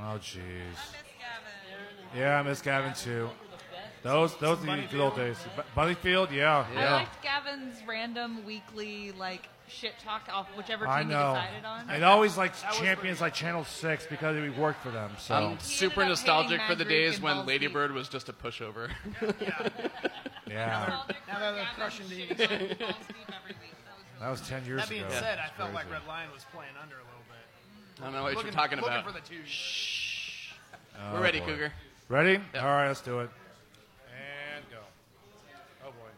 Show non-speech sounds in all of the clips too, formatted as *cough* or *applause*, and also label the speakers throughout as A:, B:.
A: Oh, jeez. Yeah, I miss Gavin too. Those those are the good old days. Bu- Bunnyfield, yeah,
B: I
A: yeah.
B: liked Gavin's random weekly like shit talk off whichever
A: I
B: team he
A: know.
B: decided on.
A: And always like champions like Channel Six because we worked for them. So
C: I'm super
B: up
C: nostalgic
B: hating
C: for the
B: Mad Greek
C: days
B: and
C: when
B: Bald
C: Lady
B: Pete.
C: Bird was just a
D: *laughs*
C: pushover. *laughs*
A: yeah,
D: Now that they're crushing
B: Gavin's
D: these.
B: shit
D: *laughs*
B: talk off every week. That was
A: that was ten years
D: That being
A: ago.
D: said, I
A: It's
D: felt like
A: crazy.
D: Red Lion was playing under a little bit.
C: I don't know what
D: looking,
C: you're talking
D: looking
C: about.
D: for the two.
C: We're ready,
A: Oh, boy.
C: Cougar.
A: Ready?
C: Yeah.
A: All right, let's do it. And go. Oh boy.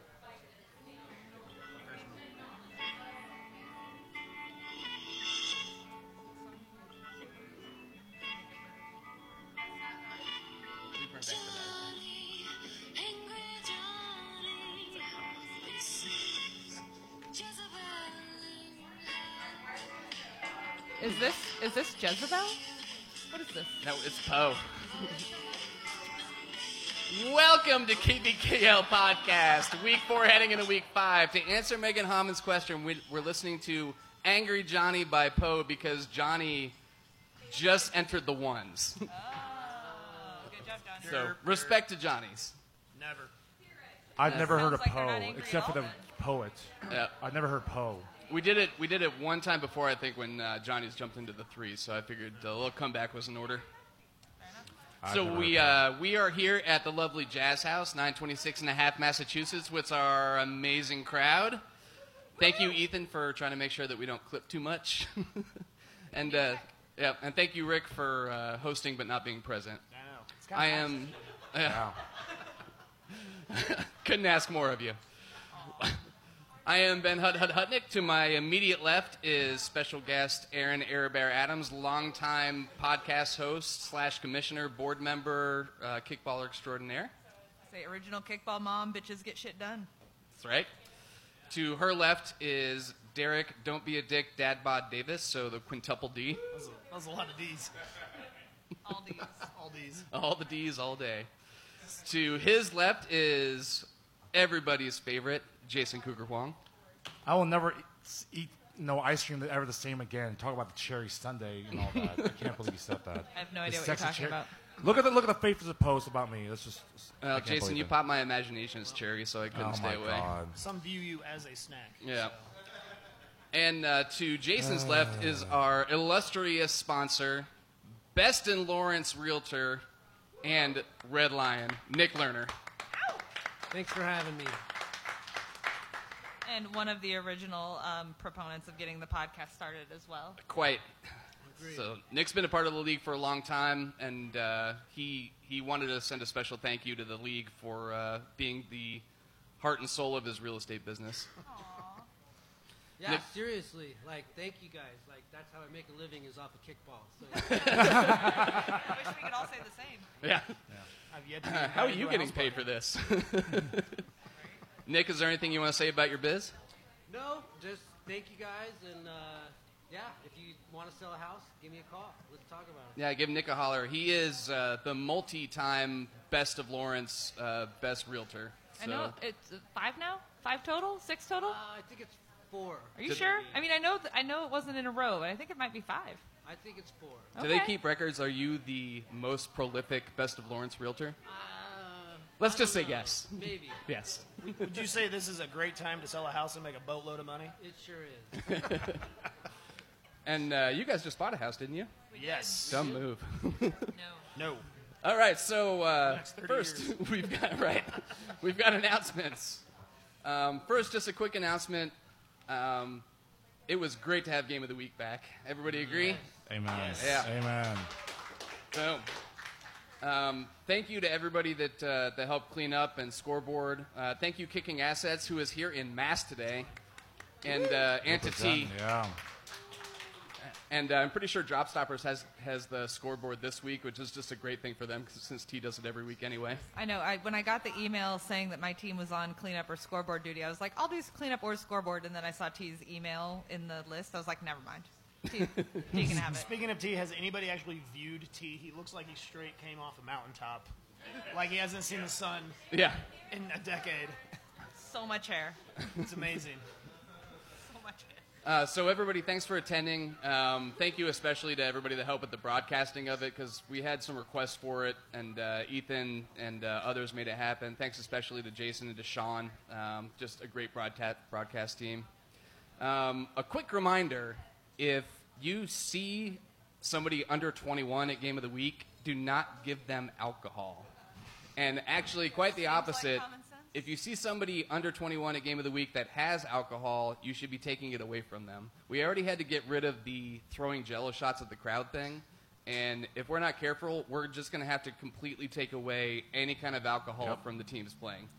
B: really- Is this is this Jezebel? What is this?
C: No, it's Poe. Welcome to KBKL Podcast, week four heading into week five. To answer Megan Hammond's question, we, we're listening to Angry Johnny by Poe because Johnny just entered the
B: Oh,
C: ones.
B: Good job, Don.
C: So, respect to Johnny's.
D: Never.
A: I've never heard of
B: Sounds like they're not
A: Poe
B: angry
A: except
B: at
A: for the
B: all,
A: poet.
C: Yeah.
A: I've never heard Poe.
C: We did it. We did it one time before, I think, when uh, Johnny's jumped into the threes. So I figured the little comeback was in order.
A: I've
C: So
A: never
C: we
A: heard
C: uh, we are here at the lovely Jazz House, 926 and a half Massachusetts, with our amazing crowd. Thank you, Ethan, for trying to make sure that we don't clip too much. *laughs* and uh, yeah, and thank you, Rick, for uh, hosting but not being present.
D: I know. Oh, It's kinda
C: I
D: nice.
C: am.
A: Wow.
C: *laughs* Couldn't ask more of you. I am Ben Hud Hud Hutnick. To my immediate left is special guest Aaron Arabear Adams, longtime podcast host slash commissioner, board member, uh, kickballer extraordinaire.
B: Say original kickball mom, bitches get shit done.
C: That's right. To her left is Derek, don't be a dick, Dad Bod Davis, so the quintuple D.
D: That was, a, that was a lot of D's.
B: All these.
D: *laughs* All D's.
C: All the D's all day. To his left is everybody's favorite, Jason Cougar Huang.
A: I will never eat, eat no ice cream ever the same again. Talk about the cherry sundae and all that. I can't believe you said that.
B: *laughs* I have no
A: The
B: idea what you're
A: sexy
B: talking
A: cherry-
B: about.
A: Look at the look at the faces of posts about me. That's just. I
C: Well,
A: can't
C: Uh, Jason,
A: believe
C: you
A: it.
C: popped my imagination as cherry, so I couldn't
A: Oh
C: stay
A: my
C: away.
A: god.
D: Some view you as a snack.
C: Yeah. And uh, to Jason's left is
A: Uh.
C: our illustrious sponsor, Best in Lawrence Realtor, and Red Lion, Nick Lerner.
E: Thanks for having me.
B: And one of the original um, proponents of getting the podcast started as well.
C: Quite. So Nick's been a part of the league for a long time, and uh, he he wanted to send a special thank you to the league for uh, being the heart and soul of his real estate business.
E: Yeah,
C: Nick-
E: seriously, like, thank you guys. Like, that's how I make a living is off of kickball.
B: *laughs*
E: So,
B: I wish we could all say the same.
C: Yeah.
D: I've
C: *laughs*
D: yet to be
C: How are
D: invited
C: you
D: to a
C: getting
D: house
C: paid for this? *laughs* Nick, is there anything you want to say about your biz?
E: *laughs* no, just thank you guys, and uh, yeah, if you want to sell a house, give me a call. Let's talk about it.
C: Yeah, give Nick a holler. He is uh, the multi-time best of Lawrence, uh, best realtor. So.
B: I know it's uh, five now, five total, six total.
E: Uh,
B: Are
E: I think it's four.
B: you
C: did-
B: sure? I mean, I know th- I know it wasn't in a row, but I think it might be five.
E: I think it's four.
C: Do they
B: Okay.
C: keep records? Are you the most prolific best of Lawrence realtor?
E: Uh,
C: Let's
E: I
C: just
E: don't
C: say
E: know.
C: yes.
E: Maybe.
C: Yes.
D: party. Would you say this is a great time to sell a house and make a boatload of money?
E: It sure is.
C: *laughs* And uh, you guys just bought a house, didn't you?
D: Yes.
C: Dumb move. *laughs*
B: No.
D: No.
C: All right, so uh,
D: Next 30
C: first
D: years.
C: *laughs* we've got right, we've got announcements. Um, first, just a quick announcement. Um, it was great to have Game of the Week back. Everybody agree?
A: Amen.
C: Yeah.
A: Amen.
C: Boom. Um, thank you to everybody that uh, that helped clean up and scoreboard. Uh, thank you, Kicking Assets, who is here in mass today, and uh, Entity,
A: Yeah.
C: and uh, I'm pretty sure Drop Stoppers has has the scoreboard this week, which is just a great thing for them 'cause- since T does it every week anyway.
B: I know. I, when I got the email saying that my team was on cleanup or scoreboard duty, I was like, I'll do cleanup or scoreboard. And then I saw T's email in the list. I was like, never mind. T, T can have it.
D: Speaking of tea, has anybody actually viewed tea? He looks like he straight came off a mountaintop. Like he hasn't seen the sun
C: Yeah.
D: in a decade.
B: So much hair.
D: It's amazing.
B: So much hair.
C: Uh, so everybody, thanks for attending. Um, thank you especially to everybody that helped with the broadcasting of it because we had some requests for it, and uh, Ethan and uh, others made it happen. Thanks especially to Jason and to Sean, um, just a great broadcast broadcast team. Um, a quick reminder: if you see somebody under 21 at Game of the Week, do not give them alcohol. And actually, quite the
B: Seems like
C: opposite.
B: common sense.
C: If you see somebody under 21 at Game of the Week that has alcohol, you should be taking it away from them. We already had to get rid of the throwing jello shots at the crowd thing. And if we're not careful, we're just going to have to completely take away any kind of alcohol
A: Yep.
C: from the teams playing.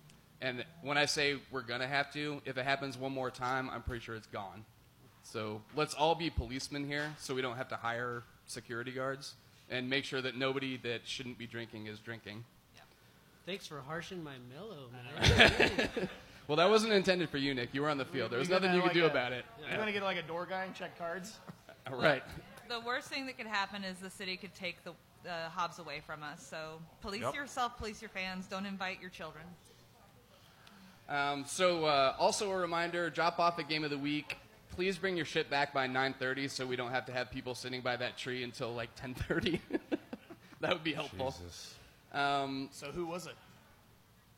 C: And when I say we're going to have to, if it happens one more time, I'm pretty sure it's gone. So let's all be policemen here so we don't have to hire security guards and make sure that nobody that shouldn't be drinking is drinking.
E: Thanks for harshing my mellow, man.
C: Well, that wasn't intended for you, Nick. You were on the field. There was nothing you could do about it.
D: You're gonna get like a door guy and check cards.
C: All right.
B: The worst thing that could happen is the city could take the uh, Hobbs away from us. So police
A: Yep.
B: yourself, police your fans. Don't invite your children.
C: Um, so, uh, also a reminder: drop off at game of the week. Please bring your shit back by 9:30, so we don't have to have people sitting by that tree until like 10:30. *laughs* that would be helpful.
A: Jesus.
C: Um,
D: So who was it?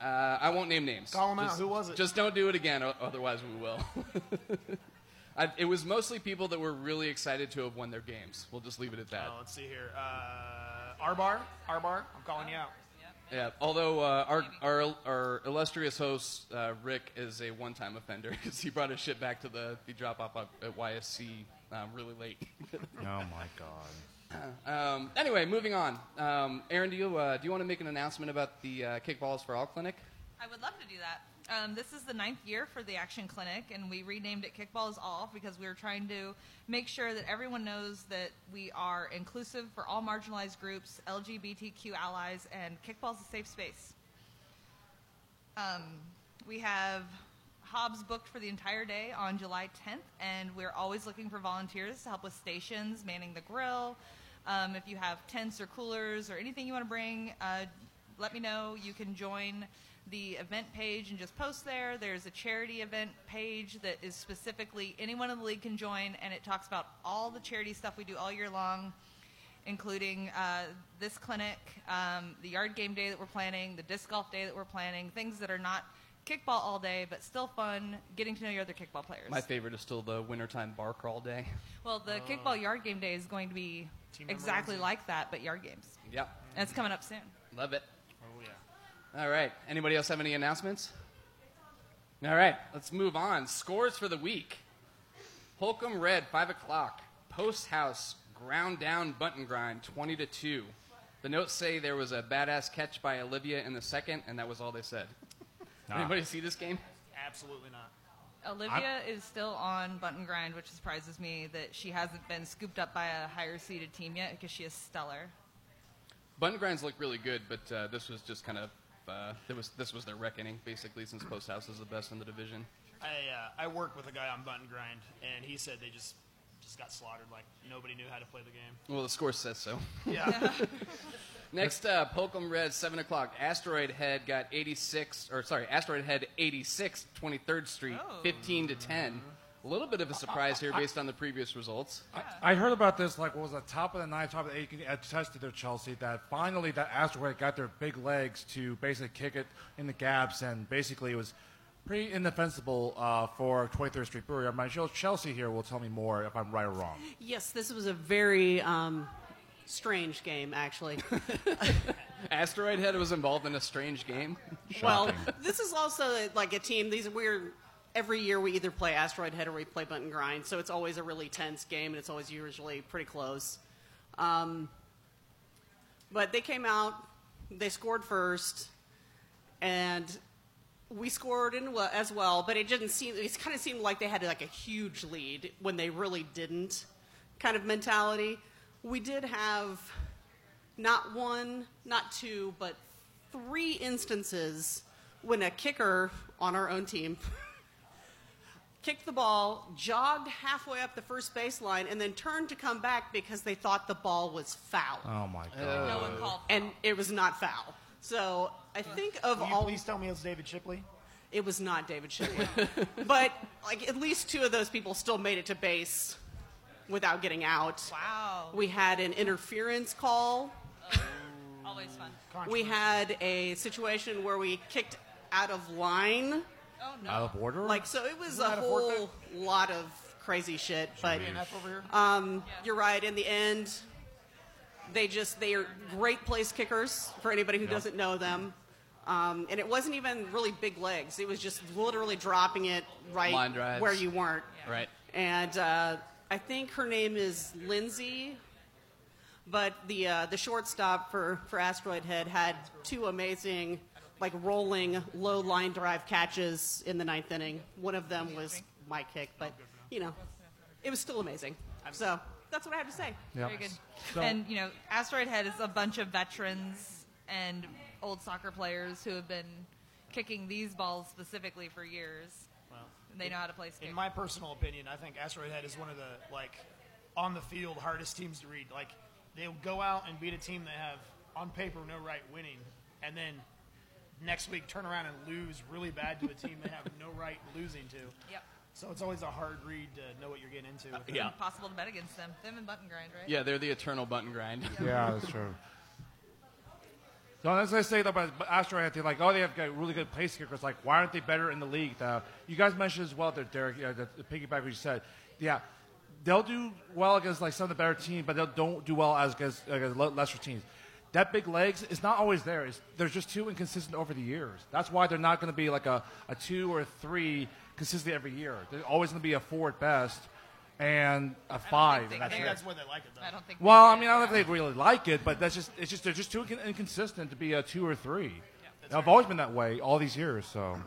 C: uh, I won't name names.
D: Call 'em out.
C: Just-
D: Who was it?
C: Just don't do it again, o- otherwise we will. *laughs* I, it was mostly people that were really excited to have won their games. We'll just leave it at that.
D: Oh, let's see here. Uh, Arbar, Arbar, I'm calling you out.
C: Yeah. Although uh, our, our our illustrious host uh, Rick is a one-time offender *laughs* because he brought his shit back to the, the drop-off at- at YSC um, really late. *laughs*
A: Oh my God.
C: um, anyway, moving on. Um, Aaron, do you uh, do you want to make an announcement about the uh, kickballs for all clinic?
B: I would love to do that. Um, this is the ninth year for the Action Clinic, and we renamed it Kickball is All because we were trying to make sure that everyone knows that we are inclusive for all marginalized groups, LGBTQ allies, and kickball is a safe space. Um, We have Hobbs booked for the entire day on July 10th, and we're always looking for volunteers to help with stations, manning the grill. Um, if you have tents or coolers or anything you want to bring, uh, let me know. You can join the event page and just post there. There's a charity event page that is specifically anyone in the league can join, and it talks about all the charity stuff we do all year long including uh, this clinic, um, the yard game day that we're planning, the disc golf day that we're planning, things that are not kickball all day, but still fun, getting to know your other kickball players.
C: My favorite is still the wintertime bar crawl day.
B: well,
C: Oh.
B: the kickball yard game day is going to be
D: Team member
B: exactly
D: Ramsey.
B: like that, but yard games.
C: Yeah,
B: And it's coming up soon.
C: love it.
D: Oh yeah.
C: All right. Anybody else have any announcements? All right. Let's move on. Scores for the week. Holcomb Red, five o'clock. Post House ground down button grind, twenty to two. The notes say there was a badass catch by Olivia in the second, and that was all
D: *laughs*
C: they said. Anybody see this game?
D: Absolutely not.
B: Olivia is still on Button Grind, which surprises me that she hasn't been scooped up by a higher seeded team yet because she is stellar.
C: Button grinds look really good, but uh, this was just kind of uh, it was this was their reckoning basically, since Post House is the best in the division.
D: I uh, I work with a guy on Button Grind, and he said they just just got slaughtered. Like nobody knew how to play the game.
C: Well, the score says so.
D: Yeah.
C: *laughs* Next up, Pokemon Red, 7 o'clock. Asteroid Head got 86, or sorry, Asteroid Head 86, 23rd Street,
B: Oh.
C: 15 to 10. A little bit of a surprise here based on the previous results.
A: I heard about this like what was the top of the ninth, top of the eighth. I tested their Chelsea that finally that asteroid got their big legs to basically kick it in the gaps, and basically it was pretty indefensible uh, for 23rd Street Brewery. My Chel- Chelsea here will tell me more if I'm right or wrong.
F: Yes, this was a very um, strange game, actually.
C: Asteroid Head was involved in a strange game.
F: well, this is also like a team. These we're every year we either play Asteroid Head or we play Button Grind, so it's always a really tense game, and it's always usually pretty close. Um, but they came out, they scored first, and we scored in well, as well. But it didn't seem. It kind of seemed like they had like a huge lead when they really didn't. Kind of mentality. We did have not one, not two, but three instances when a kicker on our own team *laughs* kicked the ball, jogged halfway up the first baseline, and then turned to come back because they thought the ball was foul.
A: Oh my god!
B: no one called.
F: And it was not foul. So I think of
D: Will you
F: all.
D: please tell me it's David Shipley?
F: It was not David Shipman. *laughs* but like at least two of those people still made it to base without getting out.
B: Wow.
F: We had an interference call.
B: Always fun.
F: We had a situation where we kicked out of line.
B: Oh no.
A: Out of order?
F: Like so it was a
D: that a forfeit?
F: whole lot of crazy shit, but
D: Being F over here.
F: um, you're right. In the end, they just they are great place kickers for anybody who doesn't know them. Um, and it wasn't even really big legs; it was just literally dropping it
C: Line
F: right
C: drives.
F: where you weren't.
C: Right.
F: And uh, I think her name is Lindsay, but the uh, the shortstop for for Asteroid Head had two amazing. Like rolling low line drive catches in the ninth inning. One of them was my kick, but you know, it was still amazing. So that's what I have to say.
A: Yeah.
B: Very good.
A: So-
B: and you know, Asteroid Head is a bunch of veterans and old soccer players who have been kicking these balls specifically for years. And they know how to play skate.
D: In my personal opinion, I think Asteroid Head is one of the like on the field hardest teams to read. Like they'll go out and beat a team they have on paper no right winning, and then next week turn around and lose really bad to a team they have no right losing to.
B: yep.
D: So it's always a hard read to know what you're getting into. with them.
C: Yeah.
B: Impossible to bet against them. Them and Button Grind, right?
C: Yeah, they're the eternal button grind.
A: Yeah, that's true. So that's what I say that about Astro Anthony, like, oh, they have got really good place kickers. Like, why aren't they better in the league? Uh, you guys mentioned as well that Derek, uh, the, the piggyback what you said, yeah, they'll do well against like some of the better teams, but they don't do well as against, against le- lesser teams. That big legs is not always there. It's, they're just too inconsistent over the years. That's why they're not going to be like a, a two or a three consistently every year. They're always going to be a four at best and a five.
B: they-
A: and
D: I
A: that's
D: think
A: it.
D: that's why they like it though.
B: I don't think.
A: Well, I mean, I don't think they really like it, but that's just it's just they're just too incon- inconsistent to be a two or three. I've always been that way all these years. So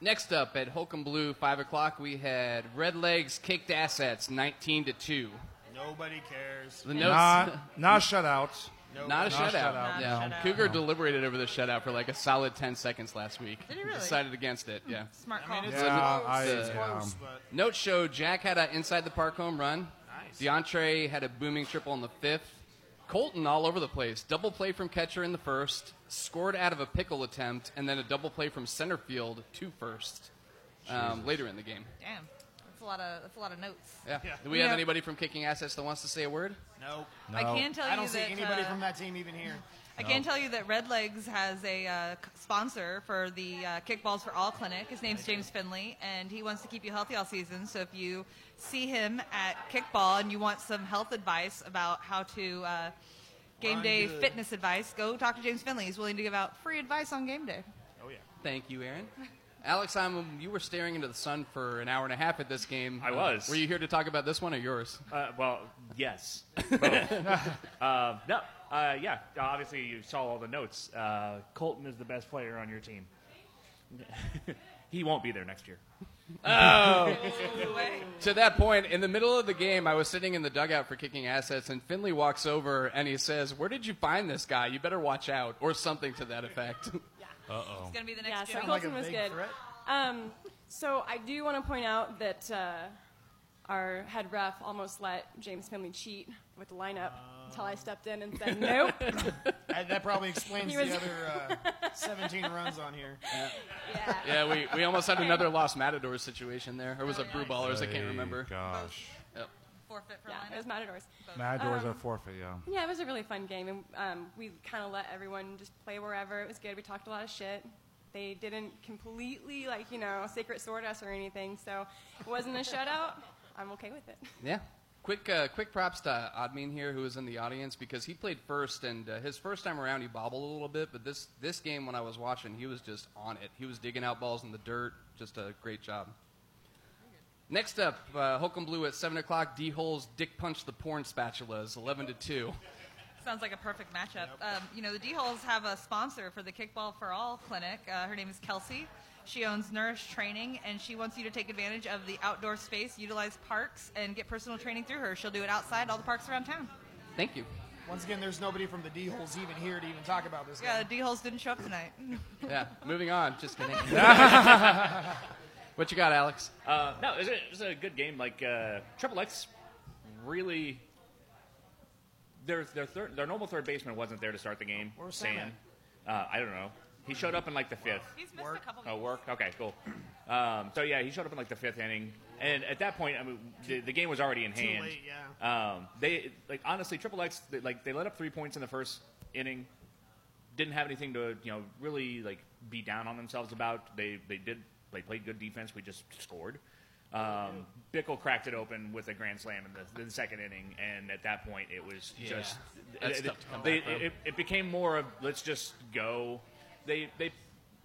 C: Next up at Holcomb Blue, five o'clock, we had Red Legs kicked assets, nineteen to two.
D: Nobody cares.
C: The notes,
A: *laughs* not not shutouts.
D: Nobody
C: not a
A: not
C: shutout.
A: a shutout,
C: Yeah.
B: no.
C: Cougar deliberated over the shutout for like a solid ten seconds last week.
B: Did he really?
C: Decided against it. Yeah.
B: *laughs* Smart
D: I
B: call.
D: mean, it's
A: Yeah,
D: close.
A: I-
D: it's
A: yeah.
D: close, but
C: Notes show Jack had an inside the park home run.
D: Nice.
C: DeAndre had a booming triple in the fifth. Colton all over the place. Double play from catcher in the first. Scored out of a pickle attempt, and then a double play from center field to first um, later in the game.
B: Damn. That's a lot of that's a lot of notes.
C: Yeah.
D: Yeah.
C: Do we have
B: Yeah.
C: anybody from Kicking Assets that wants to say a word?
D: nope.
B: I
A: No.
B: can tell you
D: I don't see
B: that
D: anybody
B: uh,
D: from that team even here.
B: I can tell you that Red Legs has a uh, c- sponsor for the uh, Kickballs for All clinic. His name's James Finley, and he wants to keep you healthy all season. So if you see him at Kickball and you want some health advice about how to uh, game
D: Run
B: day
D: good.
B: fitness advice, go talk to James Finley. He's willing to give out free advice on game day.
D: Oh yeah.
C: Thank you, Aaron. Alex, I'm, you were staring into the sun for an hour and a half at this game.
G: I was.
C: Were you here to talk about this one or yours?
G: Uh, well, yes. Both. uh, no. Uh, yeah. Obviously, you saw all the notes. Uh, Colton is the best player on your team. *laughs* he won't be there next year.
C: Uh, To that point, in the middle of the game, I was sitting in the dugout for kicking assets, and Finley walks over and he says, Where did you find this guy? You better watch out, or something to that effect.
B: It's going to be the
H: Yeah,
B: next
H: so
B: Joe.
H: Colson was
D: big
H: good.
D: threat.
H: Um, so I do want to point out that uh, our head ref almost let James Finley cheat with the lineup until I stepped in and
D: *laughs*
H: said nope.
D: That, that probably explains
H: He was-
D: the other uh, 17 runs on here.
H: *laughs* yeah.
C: yeah, we, we almost had another Lost Matadors situation there. Or was it Brew Ballers? I can't remember.
A: Gosh,
C: Yep.
B: Forfeit for
H: Yeah, it
B: lineup.
H: was Matadors.
A: Matadors
H: Um,
A: are forfeit. Yeah.
H: Yeah, it was a really fun game, and um, we kind of let everyone just play wherever. It was good. We talked a lot of shit. They didn't completely, like, you know, sacred sword us or anything, so it wasn't a shutout. *laughs* I'm okay with it.
C: Yeah. Quick, uh, quick props to Admin here, who was in the audience, because he played first, and uh, his first time around, he bobbled a little bit. But this this game, when I was watching, he was just on it. He was digging out balls in the dirt. Just a great job. Next up, uh, Holcomb Blue at seven o'clock. D holes dick punch the porn spatulas, eleven to two.
B: Sounds like a perfect matchup. Um, you know, the D Holes have a sponsor for the Kickball for All clinic. Uh, her name is Kelsey. She owns Nourish Training, and she wants you to take advantage of the outdoor space, utilize parks, and get personal training through her. She'll do it outside all the parks around town.
C: Thank you.
D: Once again, there's nobody from the D holes even here to even talk about this.
B: Yeah,
D: guy.
B: the D Holes didn't show up tonight.
C: *laughs* Yeah. Moving on. Just
G: *laughs*
C: kidding. what you got, Alex?
G: Uh, no, it was, a, it was a good game. Like uh, Triple X, really. Their their third, their normal third baseman wasn't there to start the game.
D: Where was Sam
G: Sam. Uh, I don't know. He showed up in like the fifth.
B: He's missed a couple.
G: Oh, work. Okay, cool. Um, so yeah, he showed up in like the fifth inning, and at that point, I mean, the, the game was already in hand.
D: late,
G: Um, they like honestly, Triple X, they, like they let up three points in the first inning. Didn't have anything to you know really like be down on themselves about. They they did they played good defense. We just scored. Um, Bickle cracked it open with a grand slam in the, in the second inning, and at that point, it was just
C: That's
G: it,
C: tough to come
G: they-
C: back from.
G: it- it- it became more of let's just go. They they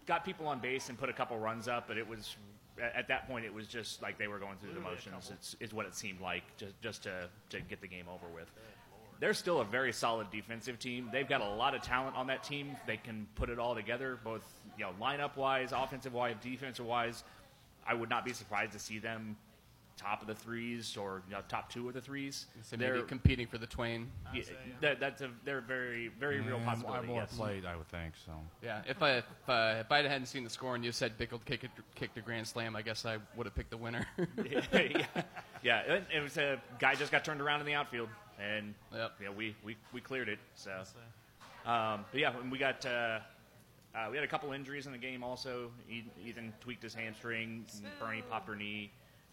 G: got people on base and put a couple runs up, but it was at at that point it was just like they were going through the motions. It's is what it seemed like just just to to get the game over with. They're still a very solid defensive team. They've got a lot of talent on that team. They can put it all together, both you know lineup wise, offensive wise, defensive wise. I would not be surprised to see them top of the threes or you know, top two of the threes.
C: So maybe
G: They're-
C: competing for the Twain.
G: yeah, that, that's a very, very, very real
A: And
G: possibility.
A: more
G: yes.
A: played, I would think. So
C: Yeah, if I if, uh, if I hadn't seen the score and you said Bickle kicked a, kicked a grand slam, I guess I would have picked the winner.
G: *laughs* yeah, yeah. Uh, It, it was a guy just got turned around in the outfield, and
C: Yep.
G: yeah, we, we, we cleared it. So, um, but yeah, and we got uh, uh, we had a couple injuries in the game. Also, E- Ethan tweaked his hamstring. Bernie popped her knee.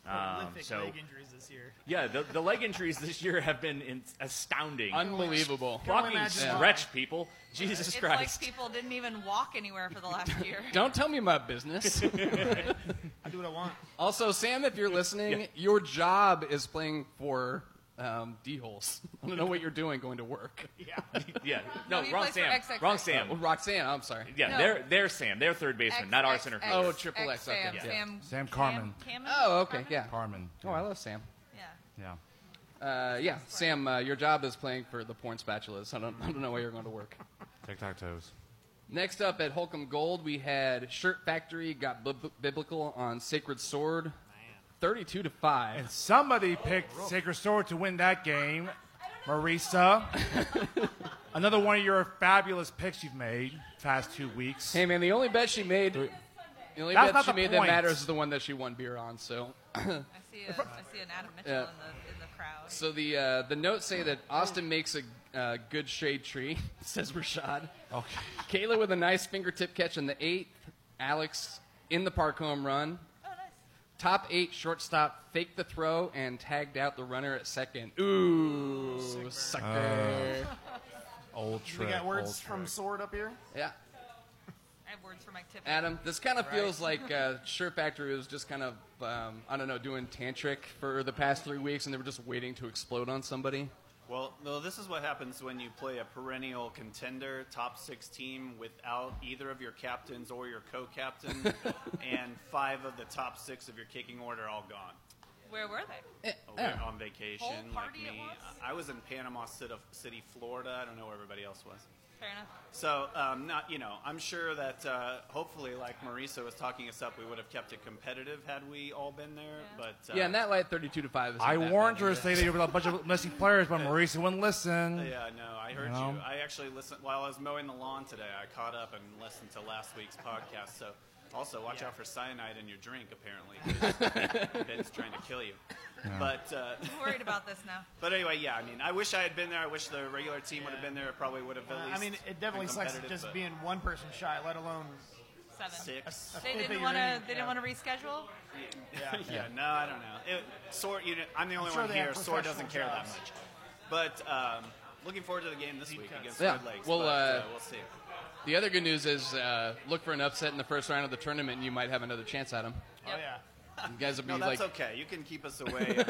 G: Um,
D: Prolific
G: so
D: leg injuries this year.
G: yeah, the, the leg injuries this year have been in, astounding.
C: Unbelievable.
D: only
G: Fucking
D: imagine why.
G: stretch, people! *laughs* Jesus
B: It's
G: Christ!
B: like people didn't even walk anywhere for the
G: *laughs*
B: last year.
C: Don't tell me my business.
D: *laughs* I do what I want.
C: also, Sam, if you're listening, your job is playing for um, D holes. *laughs* I don't know what you're doing going to work.
G: *laughs* yeah,
B: No,
G: no,
B: he
G: wrong
B: plays for
G: Sam.
B: XX.
G: Wrong Sam.
C: Oh, Roxanne, I'm sorry.
G: Yeah,
B: No.
G: they're they're Sam. They're third baseman,
B: X,
G: not our
B: X,
G: center
B: X,
G: fielder.
C: Oh, triple X, okay,
B: Sam,
C: yeah.
B: Sam,
A: Sam
B: Cam-
A: Carmen.
B: Cameron?
C: Oh, okay,
B: Carmen?
C: yeah.
A: Carmen.
C: Oh, I love Sam.
B: Yeah.
A: Yeah.
C: Uh, yeah, Sam, uh, your job is playing for the porn spatulas. I don't, I don't know where you're going to work.
A: Tic Tac Toes.
C: Next up at Holcomb Gold, we had Shirt Factory got bib- biblical on Sacred Sword, thirty-two to five.
A: And somebody
B: Oh,
A: picked Sacred Sword to win that game. Marisa. *laughs* Another one of your fabulous picks you've made past two weeks.
C: Hey man, the only bet she made, the only
A: That's
C: bet
A: not
C: she
A: the
C: made that
A: point.
C: matters is the one that she won beer on. So,
B: *coughs* I see, a, I see an Adam Mitchell
C: Yeah.
B: in, the, in the crowd.
C: so the uh, the notes say that Austin makes a uh, good shade tree. *laughs* Says Rashad.
A: Okay.
C: Kayla with a nice fingertip catch in the eighth. Alex in the park home run.
B: oh, nice.
C: Top eight shortstop faked the throw and tagged out the runner at second. Ooh, sucker.
A: Oh. Old
D: We
A: trick.
D: got
A: old
D: words
A: trick.
D: from Sword up here.
C: yeah.
B: I have words for Mike Tippett.
C: Adam, this kind of feels like uh, Shirt Factory was just kind of, um, I don't know, doing tantric for the past three weeks, and they were just waiting to explode on somebody.
I: Well, no, this is what happens when you play a perennial contender, top six team without either of your captains or your co captain, and five of the top six of your kicking order all gone.
B: Where were they?
C: Eh,
I: Oh,
C: yeah.
I: they're On vacation,
B: Whole
I: like
B: party
I: me.
B: at once?
I: I I was in Panama City, City, Florida. I don't know where everybody else was.
B: Fair enough.
I: So, um, not you know, I'm sure that uh, hopefully, like Marisa was talking us up, we would have kept it competitive had we all been there. But uh,
C: yeah, in that light, 32 to 5 is
A: I warned her to say that you were a bunch of missing
C: *laughs*
A: players, but Marisa wouldn't listen.
I: Yeah, no, I heard
A: No.
I: you. I actually listened while I was mowing the lawn today. I caught up and listened to last week's podcast. So, also watch out for cyanide in your drink.
C: *laughs*
I: Apparently, 'cause Ben's trying to kill you. But uh,
B: I'm worried about this now.
I: *laughs* but anyway, yeah. I mean, I wish I had been there. I wish the regular team would have been there. It probably would have at least.
D: Uh, I mean, it definitely
I: been
D: sucks
I: competitive,
D: just
I: *laughs* but
D: being one person shy, let alone.
B: Seven.
I: six.
B: They
D: Fifth
B: didn't
D: inning,
B: want to.
D: yeah.
B: They didn't want to reschedule.
I: *laughs* yeah, no, I don't know. It, Sor, you know, I'm the only
D: sure
I: one
D: they have
I: here. Sor doesn't care
D: professional
I: that
D: jobs.
I: much. But um, looking forward to the game this week
D: cuts.
I: against
C: Yeah,
I: Red Lakes.
C: well,
I: but, uh,
C: uh,
I: we'll see.
C: The other good news is uh, look for an upset in the first round of the tournament, and you might have another chance at him.
D: Oh yeah.
C: You guys will be
I: No, that's
C: like,
I: okay. You can keep us away in a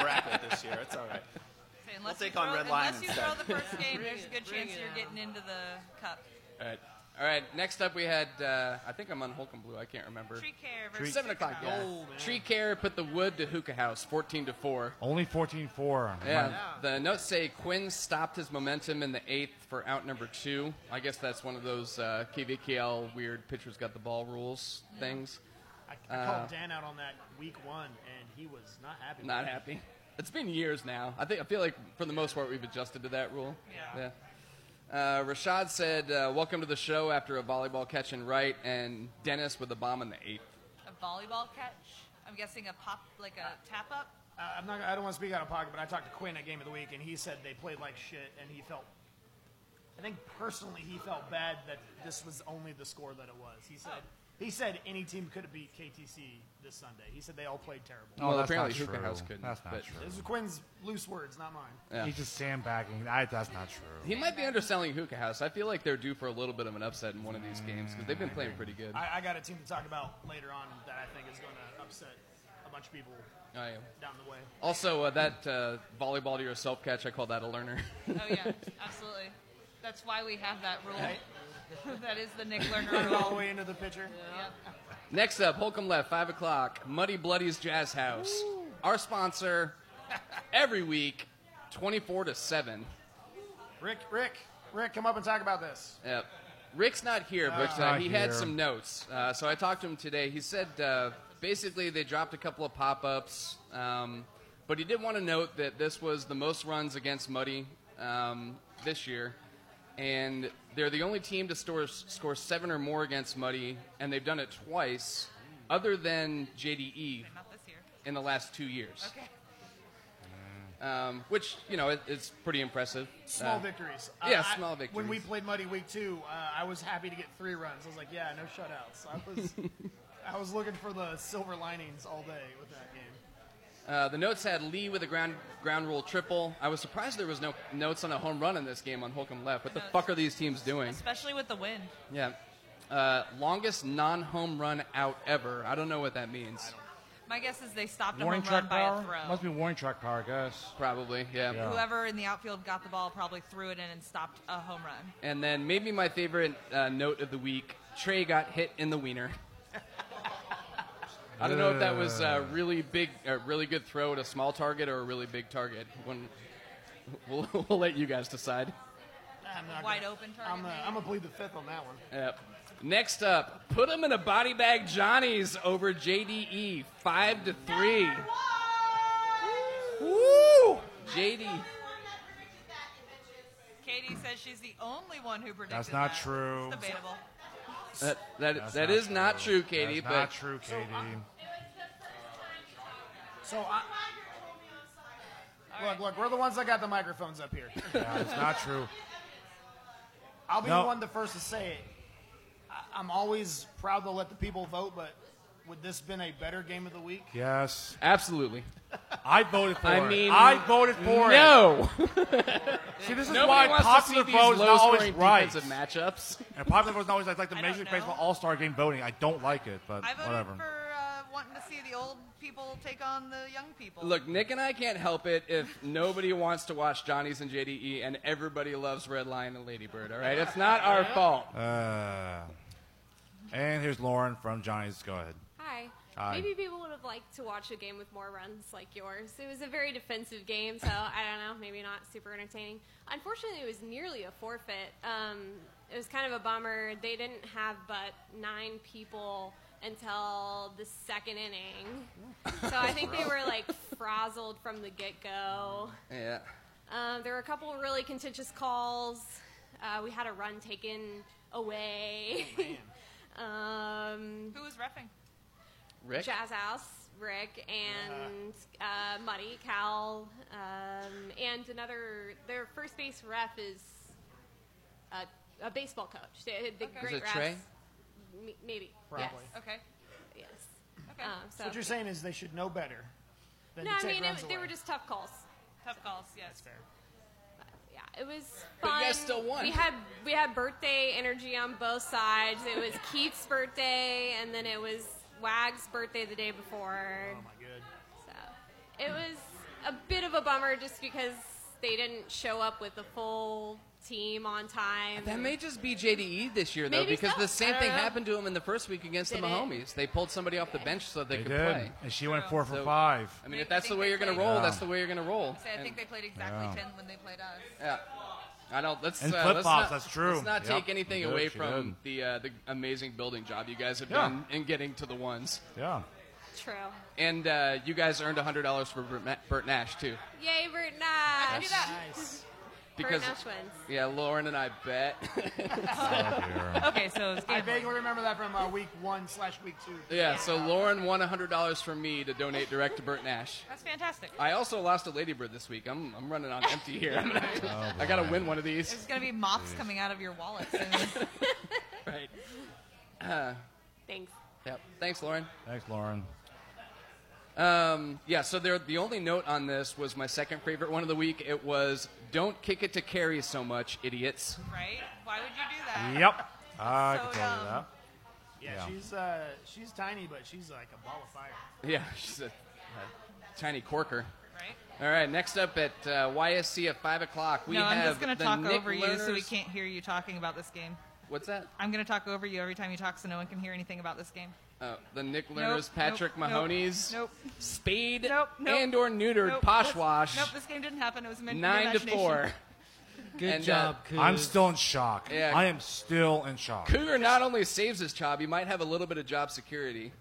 I: bracket this year. It's all right.
B: So unless
I: We'll take
B: you
I: on
B: throw,
I: Red Lion
B: unless you
I: instead.
B: throw the first game,
E: Bring
B: there's a
E: it,
B: good
E: bring
B: chance
E: it
B: you're getting into the cup.
C: all right. All right, next up we had, uh, I think I'm on Holcomb Blue, I can't remember.
B: Tree care versus
C: 7 o'clock, yeah.
D: Oh,
C: Tree Care put the wood to Hookah House, 14 to 4.
A: Only 14-4.
C: Yeah, the notes say Quinn stopped his momentum in the eighth for out number two. I guess that's one of those uh, KVKL weird pitchers got the ball rules things. Uh,
D: I, I called Dan out on that week one, and he was not happy.
C: Not happy. It's been years now. I think I feel like for the most part we've adjusted to that rule.
B: Yeah.
C: Yeah. Uh, Rashad said, uh, "Welcome to the show." After a volleyball catch and right, and Dennis with a bomb in the eighth.
B: a volleyball catch. I'm guessing a pop, like a tap up.
D: Uh, I'm not. I don't want to speak out of pocket, but I talked to Quinn at Game of the Week, and he said they played like shit, and he felt I think personally he felt bad that this was only the score that it was. He said he said any team could have beat KTC this Sunday. He said they all played terrible.
A: Oh,
C: well,
A: that's
C: apparently
A: not
C: Hookah
A: true.
C: House couldn't.
A: That's not
C: but
A: true.
D: Those are Quinn's loose words, not mine.
C: Yeah.
A: He's just sandbagging. I, that's not true.
C: He might be underselling Hookah House. I feel like they're due for a little bit of an upset in one of these games because they've been playing pretty good. I,
D: I, I got a team to talk about later on that I think is going to upset a bunch of people
C: am.
D: down the way.
C: Oh, Also, uh, that uh, volleyball to yourself catch, I call that a learner. *laughs*
B: Oh yeah, absolutely. That's why we have that rule. *laughs* that is the Nick Lerner rule.
D: All the way into the pitcher.
B: Yep.
C: Next up, Holcomb Left, 5 o'clock, Muddy Bloody's Jazz House. Our sponsor *laughs* every week, 24 to 7.
D: Rick, Rick, Rick, come up and talk about this.
C: Yep. Rick's not here, but uh,
A: not
C: he had
A: here.
C: some notes. Uh, so I talked to him today. He said uh, basically they dropped a couple of pop ups, um, but he did want to note that this was the most runs against Muddy um, this year. And they're the only team to store, score seven or more against Muddy, and they've done it twice, other than JDE,
B: Not this year.
C: in the last two years.
B: Okay.
C: Um, which, you know, it, it's pretty impressive.
D: Small
C: Uh,
D: victories.
C: yeah,
D: I-
C: small
D: When we
C: victories.
D: played Muddy Week Two, uh, I was happy to get three runs. I was like, yeah, no shutouts. I
C: *laughs*
D: was, I was looking for the silver linings all day with that game.
C: Uh, the notes had Lee with a ground ground rule triple. I was surprised there was no notes on a home run in this game on Holcomb left. What the
B: Notes.
C: fuck are these teams doing?
B: Especially with the wind.
C: Yeah. Uh, longest non-home run out ever. I don't know what that means.
B: My guess is they stopped a
A: Warning
B: home run
A: track
B: by a
A: power?
B: throw.
A: Must be warning track power, I guess.
C: Probably, yeah.
A: Yeah.
B: Whoever in the outfield got the ball probably threw it in and stopped a home run.
C: And then maybe my favorite uh, note of the week: Trey got hit in the wiener. I don't know if that was uh, a really big, a really good throw at a small target or a really big target. When, *laughs* we'll, we'll let you guys decide.
D: I'm not
B: Wide
D: gonna-
B: open
D: I'm
B: target.
D: gonna, I'm gonna plead the fifth on that one.
C: Yep. Next up, put him in a body bag Johnny's over JDE, five to three. Woo! JD.
B: Katie says she's the only one who predicted
A: That's not
B: that.
A: true.
B: It's debatable.
C: That, that,
A: That's
C: that is not true, Katie,
A: That's
C: but
A: not true, Katie.
B: uh,
D: So I. Look, look, we're the ones that got the microphones up here.
A: Yeah, it's not true.
D: I'll be
A: No.
D: the one the first to say it. I, I'm always proud to let the people vote, but would this been a better game of the week?
A: Yes,
C: absolutely.
A: I voted for
C: I
A: it.
C: mean,
A: I voted for it.
C: no!
A: *laughs* See, this is
C: Nobody
A: why
C: wants
A: popular
C: to see these
A: vote is not always
C: low-scoring
A: right.
C: defensive matchups.
A: And popular vote is not always right. It's like the
B: I
A: Major
B: don't
A: League Baseball
B: know.
A: All Star Game voting. I don't like it, but
B: I voted
A: whatever.
B: for uh, wanting to see the old people take on the young people.
C: Look, Nick and I can't help it if nobody wants to watch Johnny's and JDE and everybody loves Red Lion and Ladybird, all right? It's not our fault.
A: Uh, and here's Lauren from Johnny's. Go ahead.
J: Hi.
A: Hi.
J: Maybe people would have liked to watch a game with more runs like yours. It was a very defensive game, so I don't know, maybe not super entertaining. Unfortunately, it was nearly a forfeit. Um, it was kind of a bummer. They didn't have but nine people until the second inning. So I think they were like frazzled from the get go.
C: Yeah.
J: Um, there were a couple of really contentious calls. Uh, we had a run taken away. *laughs* um,
B: Who was refing?
C: Oh, Rick?
J: Jazz House, Rick, and uh, Muddy, Cal, um, and another, their first base ref is a, a baseball coach. They, the
B: Okay.
J: great
C: Is it
J: refs-
C: Trey?
J: m- maybe.
D: Probably.
B: Okay.
J: Yes.
B: Okay.
J: yes. Um, so.
D: What you're saying is they should know better. Than
J: no,
D: to
J: I
D: take
J: mean,
D: runs
J: it, they
D: away.
J: were just tough calls.
B: Tough calls. Yes.
D: That's fair.
J: Yeah, it was fun.
C: But you guys still won.
J: We had we had birthday energy on both sides. It was Keith's birthday, and then it was Wag's birthday the day before.
D: Oh my good.
J: So it was a bit of a bummer just because they didn't show up with a full team on time.
C: That may just be JDE this year, though,
J: Maybe
C: because
J: so.
C: the same
J: I
C: thing
J: don't know.
C: happened to him in the first week against
J: Did
C: the
J: it?
C: Mahomes. They pulled somebody off the bench so they,
A: They
C: could
A: did,
C: play.
A: and she went
B: True.
A: four for
C: So-
A: five.
C: I mean, if that's the way you're going to
B: Yeah.
C: roll, that's the way you're going to roll.
B: So I think they played exactly
A: Yeah.
B: ten when they played us.
C: Yeah. I don't. Let's
A: And
C: uh, let's not-
A: flip-flops, that's true.
C: Let's not
A: Yep.
C: take anything
A: She did,
C: away
A: she
C: from the uh, the amazing building job you guys have
A: Yeah.
C: done in getting to the ones.
A: Yeah.
J: True.
C: And uh, you guys earned hundred dollars for Burt Ma- Burt Nash too.
J: Yay, Bert Nash.
B: Look at that.
D: Nice.
C: Because
J: Ashwin.
C: yeah, Lauren and I
B: *laughs*
C: bet.
B: okay, so
D: *laughs* I vaguely remember that from uh, week one slash week two.
C: *laughs* yeah, so Lauren won hundred dollars from me to donate direct to Burt Nash.
B: That's fantastic.
C: I also lost a ladybird this week. I'm, I'm running on empty here. *laughs*
B: Oh,
C: I gotta
B: boy.
C: win one of these.
B: There's going to be moths
C: Jeez.
B: coming out of your wallet
A: *laughs*
B: *laughs* soon. *laughs*
C: right. Uh,
J: Thanks.
C: Yep. Thanks, Lauren.
A: Thanks, Lauren.
C: Um, yeah, so there, the only note on this was my second favorite one of the week. It was don't kick it to Carrie so much, idiots.
B: Right? Why would you do that?
A: I
B: So
A: can tell you
B: dumb.
A: that.
D: Yeah,
C: Yeah.
D: she's uh, she's tiny, but she's like a ball of fire.
C: Yeah, she's a, a tiny corker.
D: Right.
C: All right, next up at uh, YSC at 5 o'clock, we
B: no,
C: have
B: I'm just going to
C: the
B: talk
C: Nick
B: over you so we
C: Lerner's-
B: can't hear you talking about this game.
C: What's that?
B: I'm going to talk over you every time you talk so no one can hear anything about this game.
C: Uh, the Nick
B: Nope,
C: Lerner's,
B: nope,
C: Patrick
B: nope,
C: Mahoney's,
B: nope.
C: Spade,
B: Nope, nope,
C: and or neutered
B: nope,
C: Poshwash,
B: that's- Nope, this game didn't happen. It was meant
C: 9 to
B: to
K: *laughs*
C: 4. And, uh,
A: I'm still in shock.
C: Yeah.
A: I am still in shock.
C: Cougar not only saves his job, he might have a little bit of job security.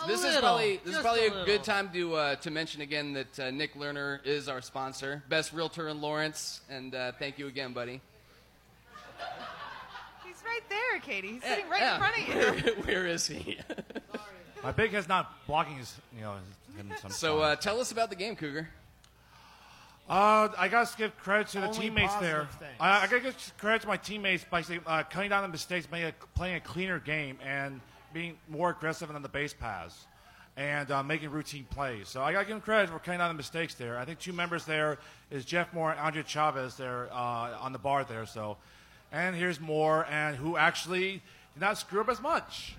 K: A
C: this is
K: little,
C: probably this is
K: just
C: probably
K: a
C: a,
K: little.
C: good time to uh, to mention again that uh, Nick Lerner is our sponsor, best realtor in Lawrence, and uh, thank you
K: *laughs*
C: again, buddy.
B: *laughs*
C: *laughs*
B: He's right there, Katie. He's sitting right in
C: Yeah.
B: front of you.
C: Eh, *laughs* Where is he?
A: My big head's not blocking his, you know, his- him some
C: so uh, tell us about the game, Cougar.
A: Uh, I gotta give credit to the
C: Only
A: teammates there.
C: positive things.
A: I, I gotta give credit to my teammates by uh, cutting down the mistakes, making a, playing a cleaner game, and being more aggressive on the base paths, and uh, making routine plays. So I gotta give them credit for cutting down the mistakes there. I think two members there is Jeff Moore and Andre Chavez there uh, on the bar there. So, and here's Moore, and who actually did not screw up as much.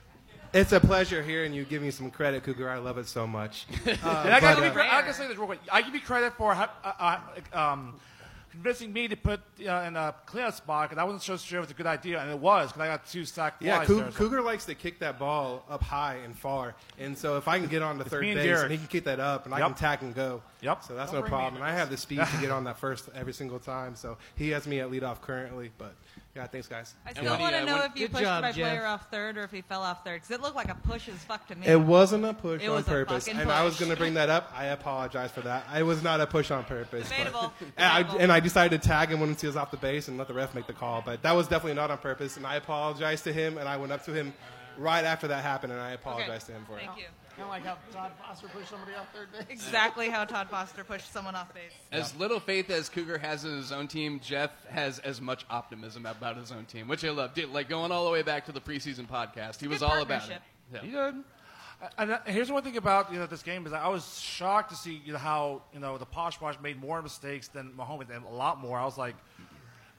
L: It's a pleasure hearing you give me some credit, Cougar. I love it so
A: *laughs*
L: much. Uh,
A: and I
L: but,
A: gotta give you
L: uh,
A: credit. I gotta say this real quick. I give you credit for uh, uh, um, convincing me to put uh, in a cleanup spot because I wasn't so sure it was a good idea, and it was because I got two sack
L: yeah,
A: flies
L: Cou-
A: there. so-
L: Cougar likes to kick that ball up high and far, and so if I can get on to third
A: me
L: base
A: and
L: and
A: Derek.
L: he can kick that up, and I
A: Yep.
L: can tack and go.
A: Yep.
L: So that's no
A: Don't bring me
L: problem,
A: into
L: and I have the
A: this.
L: speed to get on that first every single time. So he has me at leadoff currently, but yeah, thanks guys.
B: I still want to know if you pushed my player off third or if he fell off third because it looked like a push as fuck to me.
L: It wasn't a push
B: It
L: on
B: was a
L: purpose,
B: fucking
L: and I was
B: push.
L: going to
B: *laughs*
L: bring that up. I apologize for that. It was not a push on purpose. but-
B: Debatable.
L: and, I,
B: Debatable.
L: and I decided to tag him when he was off the base and let the ref make the call, but that was definitely not on purpose. And I apologized to him, and I went up to him right after that happened, and I apologized to him for it.
B: Thank you.
D: Kind of like how Todd Foster pushed somebody off third base.
B: Exactly how Todd Foster pushed someone off base.
C: As little faith as Cougar has in his own team, Jeff has as much optimism about his own team, which I love. Dude, like going all the way back to the preseason podcast, he was all about it. Yeah.
A: He did. And uh, here's one thing about you know this game is I was shocked to see you know, how you know the Poshwash made more mistakes than Mahomes and a lot more. I was like,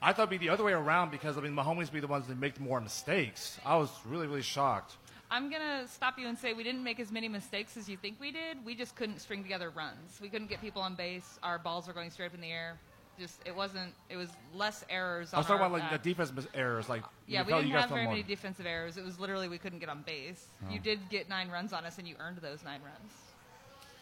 A: I thought it'd be the other way around because I mean Mahomes be the ones that make more mistakes. I was really really shocked.
B: I'm going to stop you and say we didn't make as many mistakes as you think we did. We just couldn't string together runs. We couldn't get people on base. Our balls were going straight up in the air. Just it wasn't. It was less errors.
A: I was
B: on
A: talking
B: our,
A: about like
B: uh,
A: the defense mis- errors, like
B: Yeah,
A: you
B: we
A: felt
B: didn't
A: you guys
B: have
A: felt
B: very
A: more-
B: many defensive errors. It was literally we couldn't get on base. You
C: Oh.
B: did get nine runs on us, and you earned those nine runs.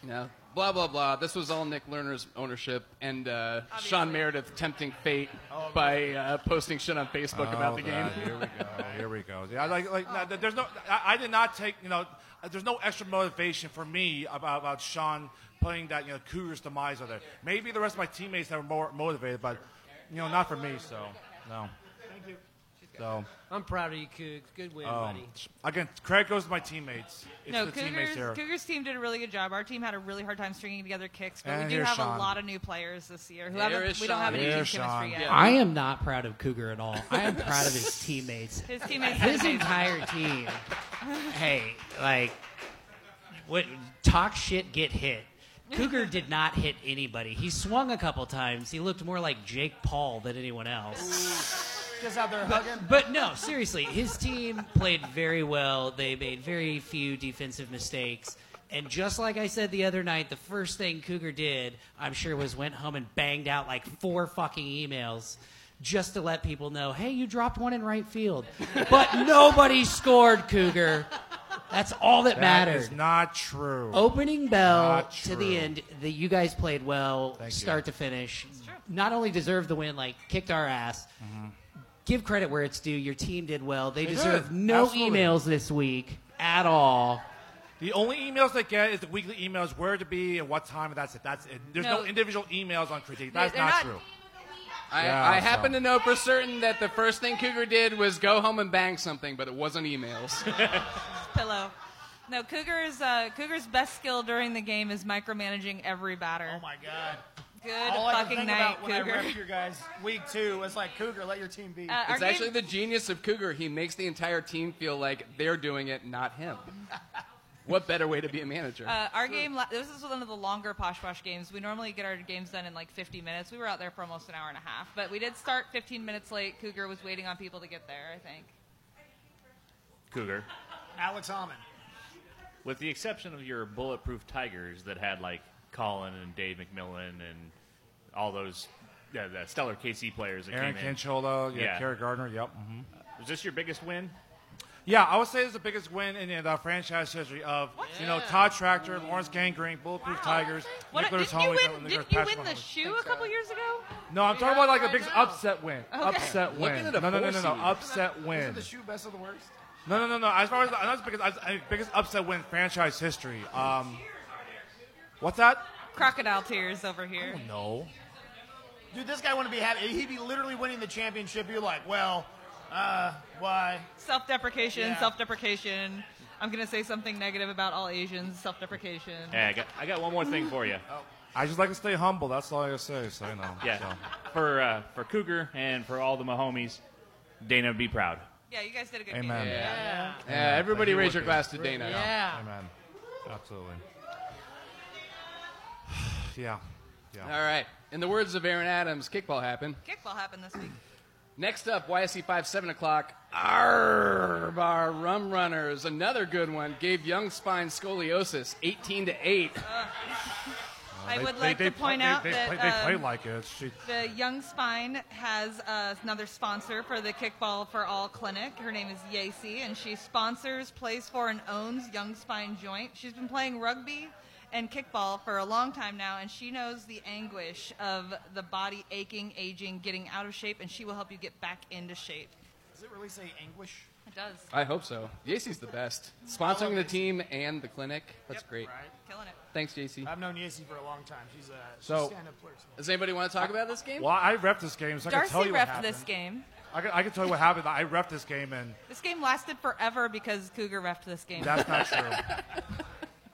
C: Yeah. Blah blah blah. This was all Nick Lerner's ownership and uh, Sean Meredith tempting fate by uh, posting shit on Facebook about
A: Oh,
C: the
A: God,
C: game.
A: Here we go. Here we
C: *laughs*
A: go. Yeah, like, like no, there's no. I, I did not take. You know, there's no extra motivation for me about, about Sean putting that. You know, Cougars demise out there. Maybe the rest of my teammates that were more motivated, but you know, not for me. So no.
E: Thank you.
A: So
E: I'm proud of you, Cougs. Good win,
A: um,
E: buddy.
A: again, credit goes to my teammates. It's
B: no,
A: the teammates
B: Cougars,
A: here.
B: Cougars team did a really good job. Our team had a really hard time stringing together kicks, but
A: And
B: we do
A: Eh, here's
B: have
A: Sean.
B: a lot of new players this year who
C: There
B: haven't.
C: is
B: We don't
C: Sean.
B: have any team
C: There's
B: chemistry
C: Sean.
B: yet.
C: Yeah.
K: I am not proud of Cougar at all. I am proud of
B: *laughs*
K: his teammates.
B: His teammates
K: His
B: did amazing.
K: entire
B: *laughs*
K: team. Hey, like, what? Talk shit, get hit. Cougar did not hit anybody. He swung a couple times. He looked more like Jake Paul than anyone else.
D: *laughs* Just out there
K: But,
D: hugging.
K: but no, seriously, his team played very well. They made very few defensive mistakes. And just like I said the other night, the first thing Cougar did, I'm sure, was went home and banged out like four fucking emails just to let people know, hey, you dropped one in right field. But nobody scored, Cougar. That's all that,
A: That
K: mattered.
A: is not true.
K: Opening bell
A: Not
K: to
A: true.
K: the end. The, you guys played well, start to finish. Not only deserved the win, like kicked our ass.
M: Mm-hmm.
K: Give credit where it's due. Your team did well. They,
A: They
K: deserve
A: did.
K: no
A: Absolutely.
K: emails this week at all.
A: The only emails they get is the weekly emails, where to be and what time, and that's it. That's it. There's no,
B: No.
A: individual emails on critique. That's
B: They're
A: not, true.
C: I,
A: Yeah,
C: I
A: so-
C: happen to know for certain that the first thing Cougar did was go home and bang something, but it wasn't
A: *laughs*
C: emails.
B: pillow. No, Cougar's uh, Cougar's best skill during the game is micromanaging every batter. Oh
D: my god.
B: Good
D: All I could
B: fucking
D: think
B: night,
D: about when I
B: Cougar.
D: ref
B: *laughs*
D: your guys week two was like Cougar, let your team be.
B: Uh,
C: it's actually the genius of Cougar. He makes the entire team feel like they're doing it, not
B: *laughs*
C: him. What better way to be a manager?
B: Uh, our game, la- this is one of the longer Poshwash games. We normally get our games done in like 50 minutes. We were out there for almost an hour and a half, but we did start 15 minutes late. Cougar was waiting on people to get there, I think.
G: Cougar.
D: Alex Almond.
G: With the exception of your bulletproof tigers that had like Colin and Dave McMillan and all those uh, the stellar KC players that
A: Aaron
G: came in.
A: Canchola, yeah,
G: Yeah.
A: Kerry Gardner, yep. mhm.
G: Was this your biggest win?
A: Yeah, I would say it's the biggest win in, the franchise history of you know Todd Tractor, Lawrence Gangrene, Bulletproof Tigers,
B: What,
A: Nicholas
B: didn't you
A: Holmes,
B: win,
A: Nicholas
B: didn't you
A: Patrick
B: win the
A: Mahomes.
B: shoe a couple years ago?
A: No, I'm talking about like the biggest upset win.
B: Okay.
A: Upset
B: Looking
A: win.
B: at
A: No,
B: a
A: no, no, no,
B: four
A: no,
B: seed.
A: upset win.
D: Isn't the shoe best of the worst?
A: No, no, no, no. As far as I know, it's biggest, I- I- biggest upset win in franchise history. Um, what's that?
B: Crocodile tears over here.
A: No.
D: Dude, this guy wouldn't be happy. He'd be literally winning the championship. You're like, well, uh, why?
B: Self deprecation,
D: Yeah.
B: self deprecation. I'm going to say something negative about all Asians, self deprecation.
G: Hey, I got, I got one more thing for you.
D: Oh.
A: I just like to stay humble. That's all I gotta say. So you know.
G: Yeah. For uh, for Cougar and for all the Mahomies, Dana be proud.
B: Yeah, you guys did a good
G: Amen.
B: game.
G: Yeah.
C: Yeah, everybody raise your glass to
A: Really?
C: Dana.
B: Yeah.
A: Amen. Absolutely. *sighs* yeah. Yeah.
C: All right. In the words of Aaron Adams, kickball happened.
B: Kickball happened this week.
C: Next up, YSC 5, 7 o'clock. Arr, bar rum runners. Another good one. Gave young spine scoliosis 18 to 8.
B: I would like to point
A: Uh, they,
B: out
A: they,
B: that
A: play, they play
B: um,
A: like it. She,
B: The Young Spine has uh, another sponsor for the Kickball for All clinic. Her name is Yacy, and she sponsors, plays for, and owns Young Spine Joint. She's been playing rugby and kickball for a long time now, and she knows the anguish of the body aching, aging, getting out of shape, and she will help you get back into shape.
D: Does it really say anguish?
B: It does.
C: I hope so. JC's the best. Sponsoring the team and the clinic. That's great.
B: Killing it.
C: Thanks, JC.
D: I've known Yacy for a long time. She's a
A: So-
D: stand up person.
C: Does anybody want to talk about this game?
A: well, I ref this game, so I can tell
B: Darcy
A: you what
B: ref
A: happened.
B: this game.
A: I can, I can tell you what happened. I ref this game, and
B: This game lasted forever because Cougar ref this game.
A: That's not true.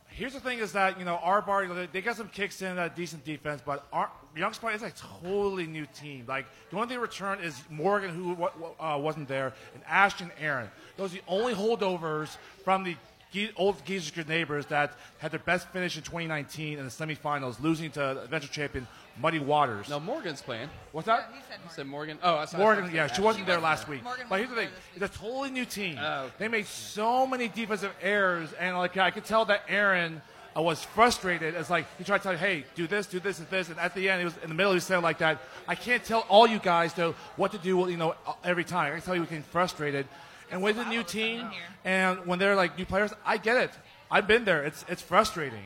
A: Here's the thing: is that you know our bar, you know, they- they got some kicks in, uh, decent defense, but our Young Spartans is a totally new team. Like the only thing returned is Morgan, who wa- wa- uh, wasn't there, and Ashton Aaron. Those are the only holdovers from the Ge- old Geezer neighbors that had their best finish in 2019 in the semifinals, losing to eventual champion Muddy Waters. No,
C: Morgan's playing.
A: What's that?
C: He said Morgan. Oh, I saw
A: Morgan,
C: I saw-
A: yeah, she wasn't there last week.
C: Morgan
A: but here's the thing: it's a totally new team. They made so many defensive errors, and like I could tell that Aaron uh, was frustrated. It's like he tried to tell, you, "Hey, do this, do this, and this," and at the end, he was in the middle. He was saying like that. I can't tell all you guys though what to do. You know, uh, every time I can tell you, we getting frustrated. And with a new team, and when they're like new players, I get it. I've been there. It's it's frustrating.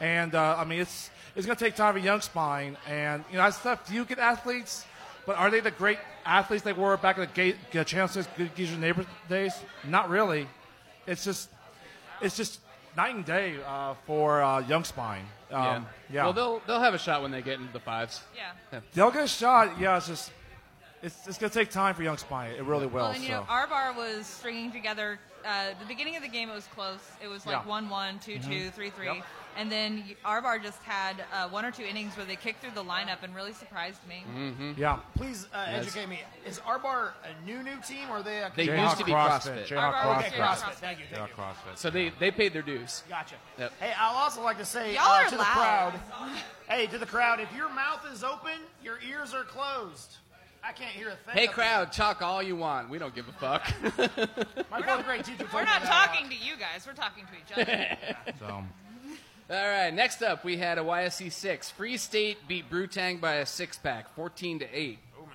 A: And uh, I mean, it's it's going to take time for young spine. And you know, that's tough. Do you get athletes? But are they the great athletes they were back in the gate, the Channel Six Good Geezer Neighbor days? Not really. It's just it's just night and day uh, for uh, young spine. Um, yeah.
C: Well, they'll they'll have a shot when they get into the fives.
B: Yeah.
A: they'll get a shot. Yeah, it's just it's, it's going to take time for young spine. It really will.
B: Well, and you know,
A: so.
B: our bar was stringing together. Uh, the beginning of the game, it was close. It was like
A: Yeah.
B: one one, two two,
A: Mhm.
B: three three,
A: Yep.
B: and then y- our bar just had uh, one or two innings where they kicked through the lineup and really surprised me.
E: Mm-hmm.
A: Yeah.
D: Please uh,
A: Mm-hmm. Yes.
D: educate me. Is Arbar a new new team or are they? A
C: They
A: Jayhawk
C: used to be
A: CrossFit.
C: CrossFit.
A: Jayhawk
D: Arbar, okay,
A: CrossFit.
D: CrossFit. Thank you. Thank
A: Jayhawk CrossFit.
C: So they they paid their dues.
D: you. Gotcha.
C: Yep.
D: Hey, I'll also like to say
B: Y'all
D: uh,
B: are
D: to the
B: loud.
D: crowd. Hey, to the crowd, if your mouth is open, your ears are closed. I can't hear a thing.
C: Hey
D: up
C: crowd, talk all you want. We don't give a fuck. *laughs*
D: here. My fourth grade teacher.
B: *laughs*
D: told me
B: We're not
D: that.
B: talking to you guys. We're talking to each
A: *laughs*
B: other.
A: All
C: right. Next up, we had a YSC six. Free State beat Brutang by a six pack, fourteen to eight.
D: Oh man.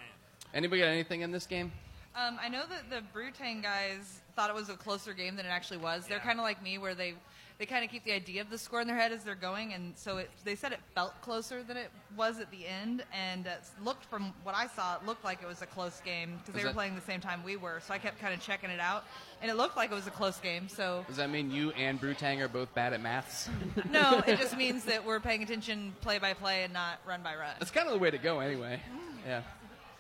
C: Anybody got anything in this game?
B: Um, I know that the Brutang guys thought it was a closer game than it actually was. They're kind of like me, where they they kind of keep the idea of the score in their head as they're going, and so it, they said it felt closer than it was at the end, and uh, looked from what I saw, it looked like it was a close game because
C: Is
B: they were
C: that-
B: playing the same time we were. So I kept kind of checking it out, and it looked like it was a close game.
C: *laughs*
B: So
C: Does that mean you and Brutang are both bad at
A: *laughs*
C: maths?
B: no, it just means that we're paying attention play by play and not run by run.
M: Mm.
C: That's kind of the way to go, anyway. Yeah.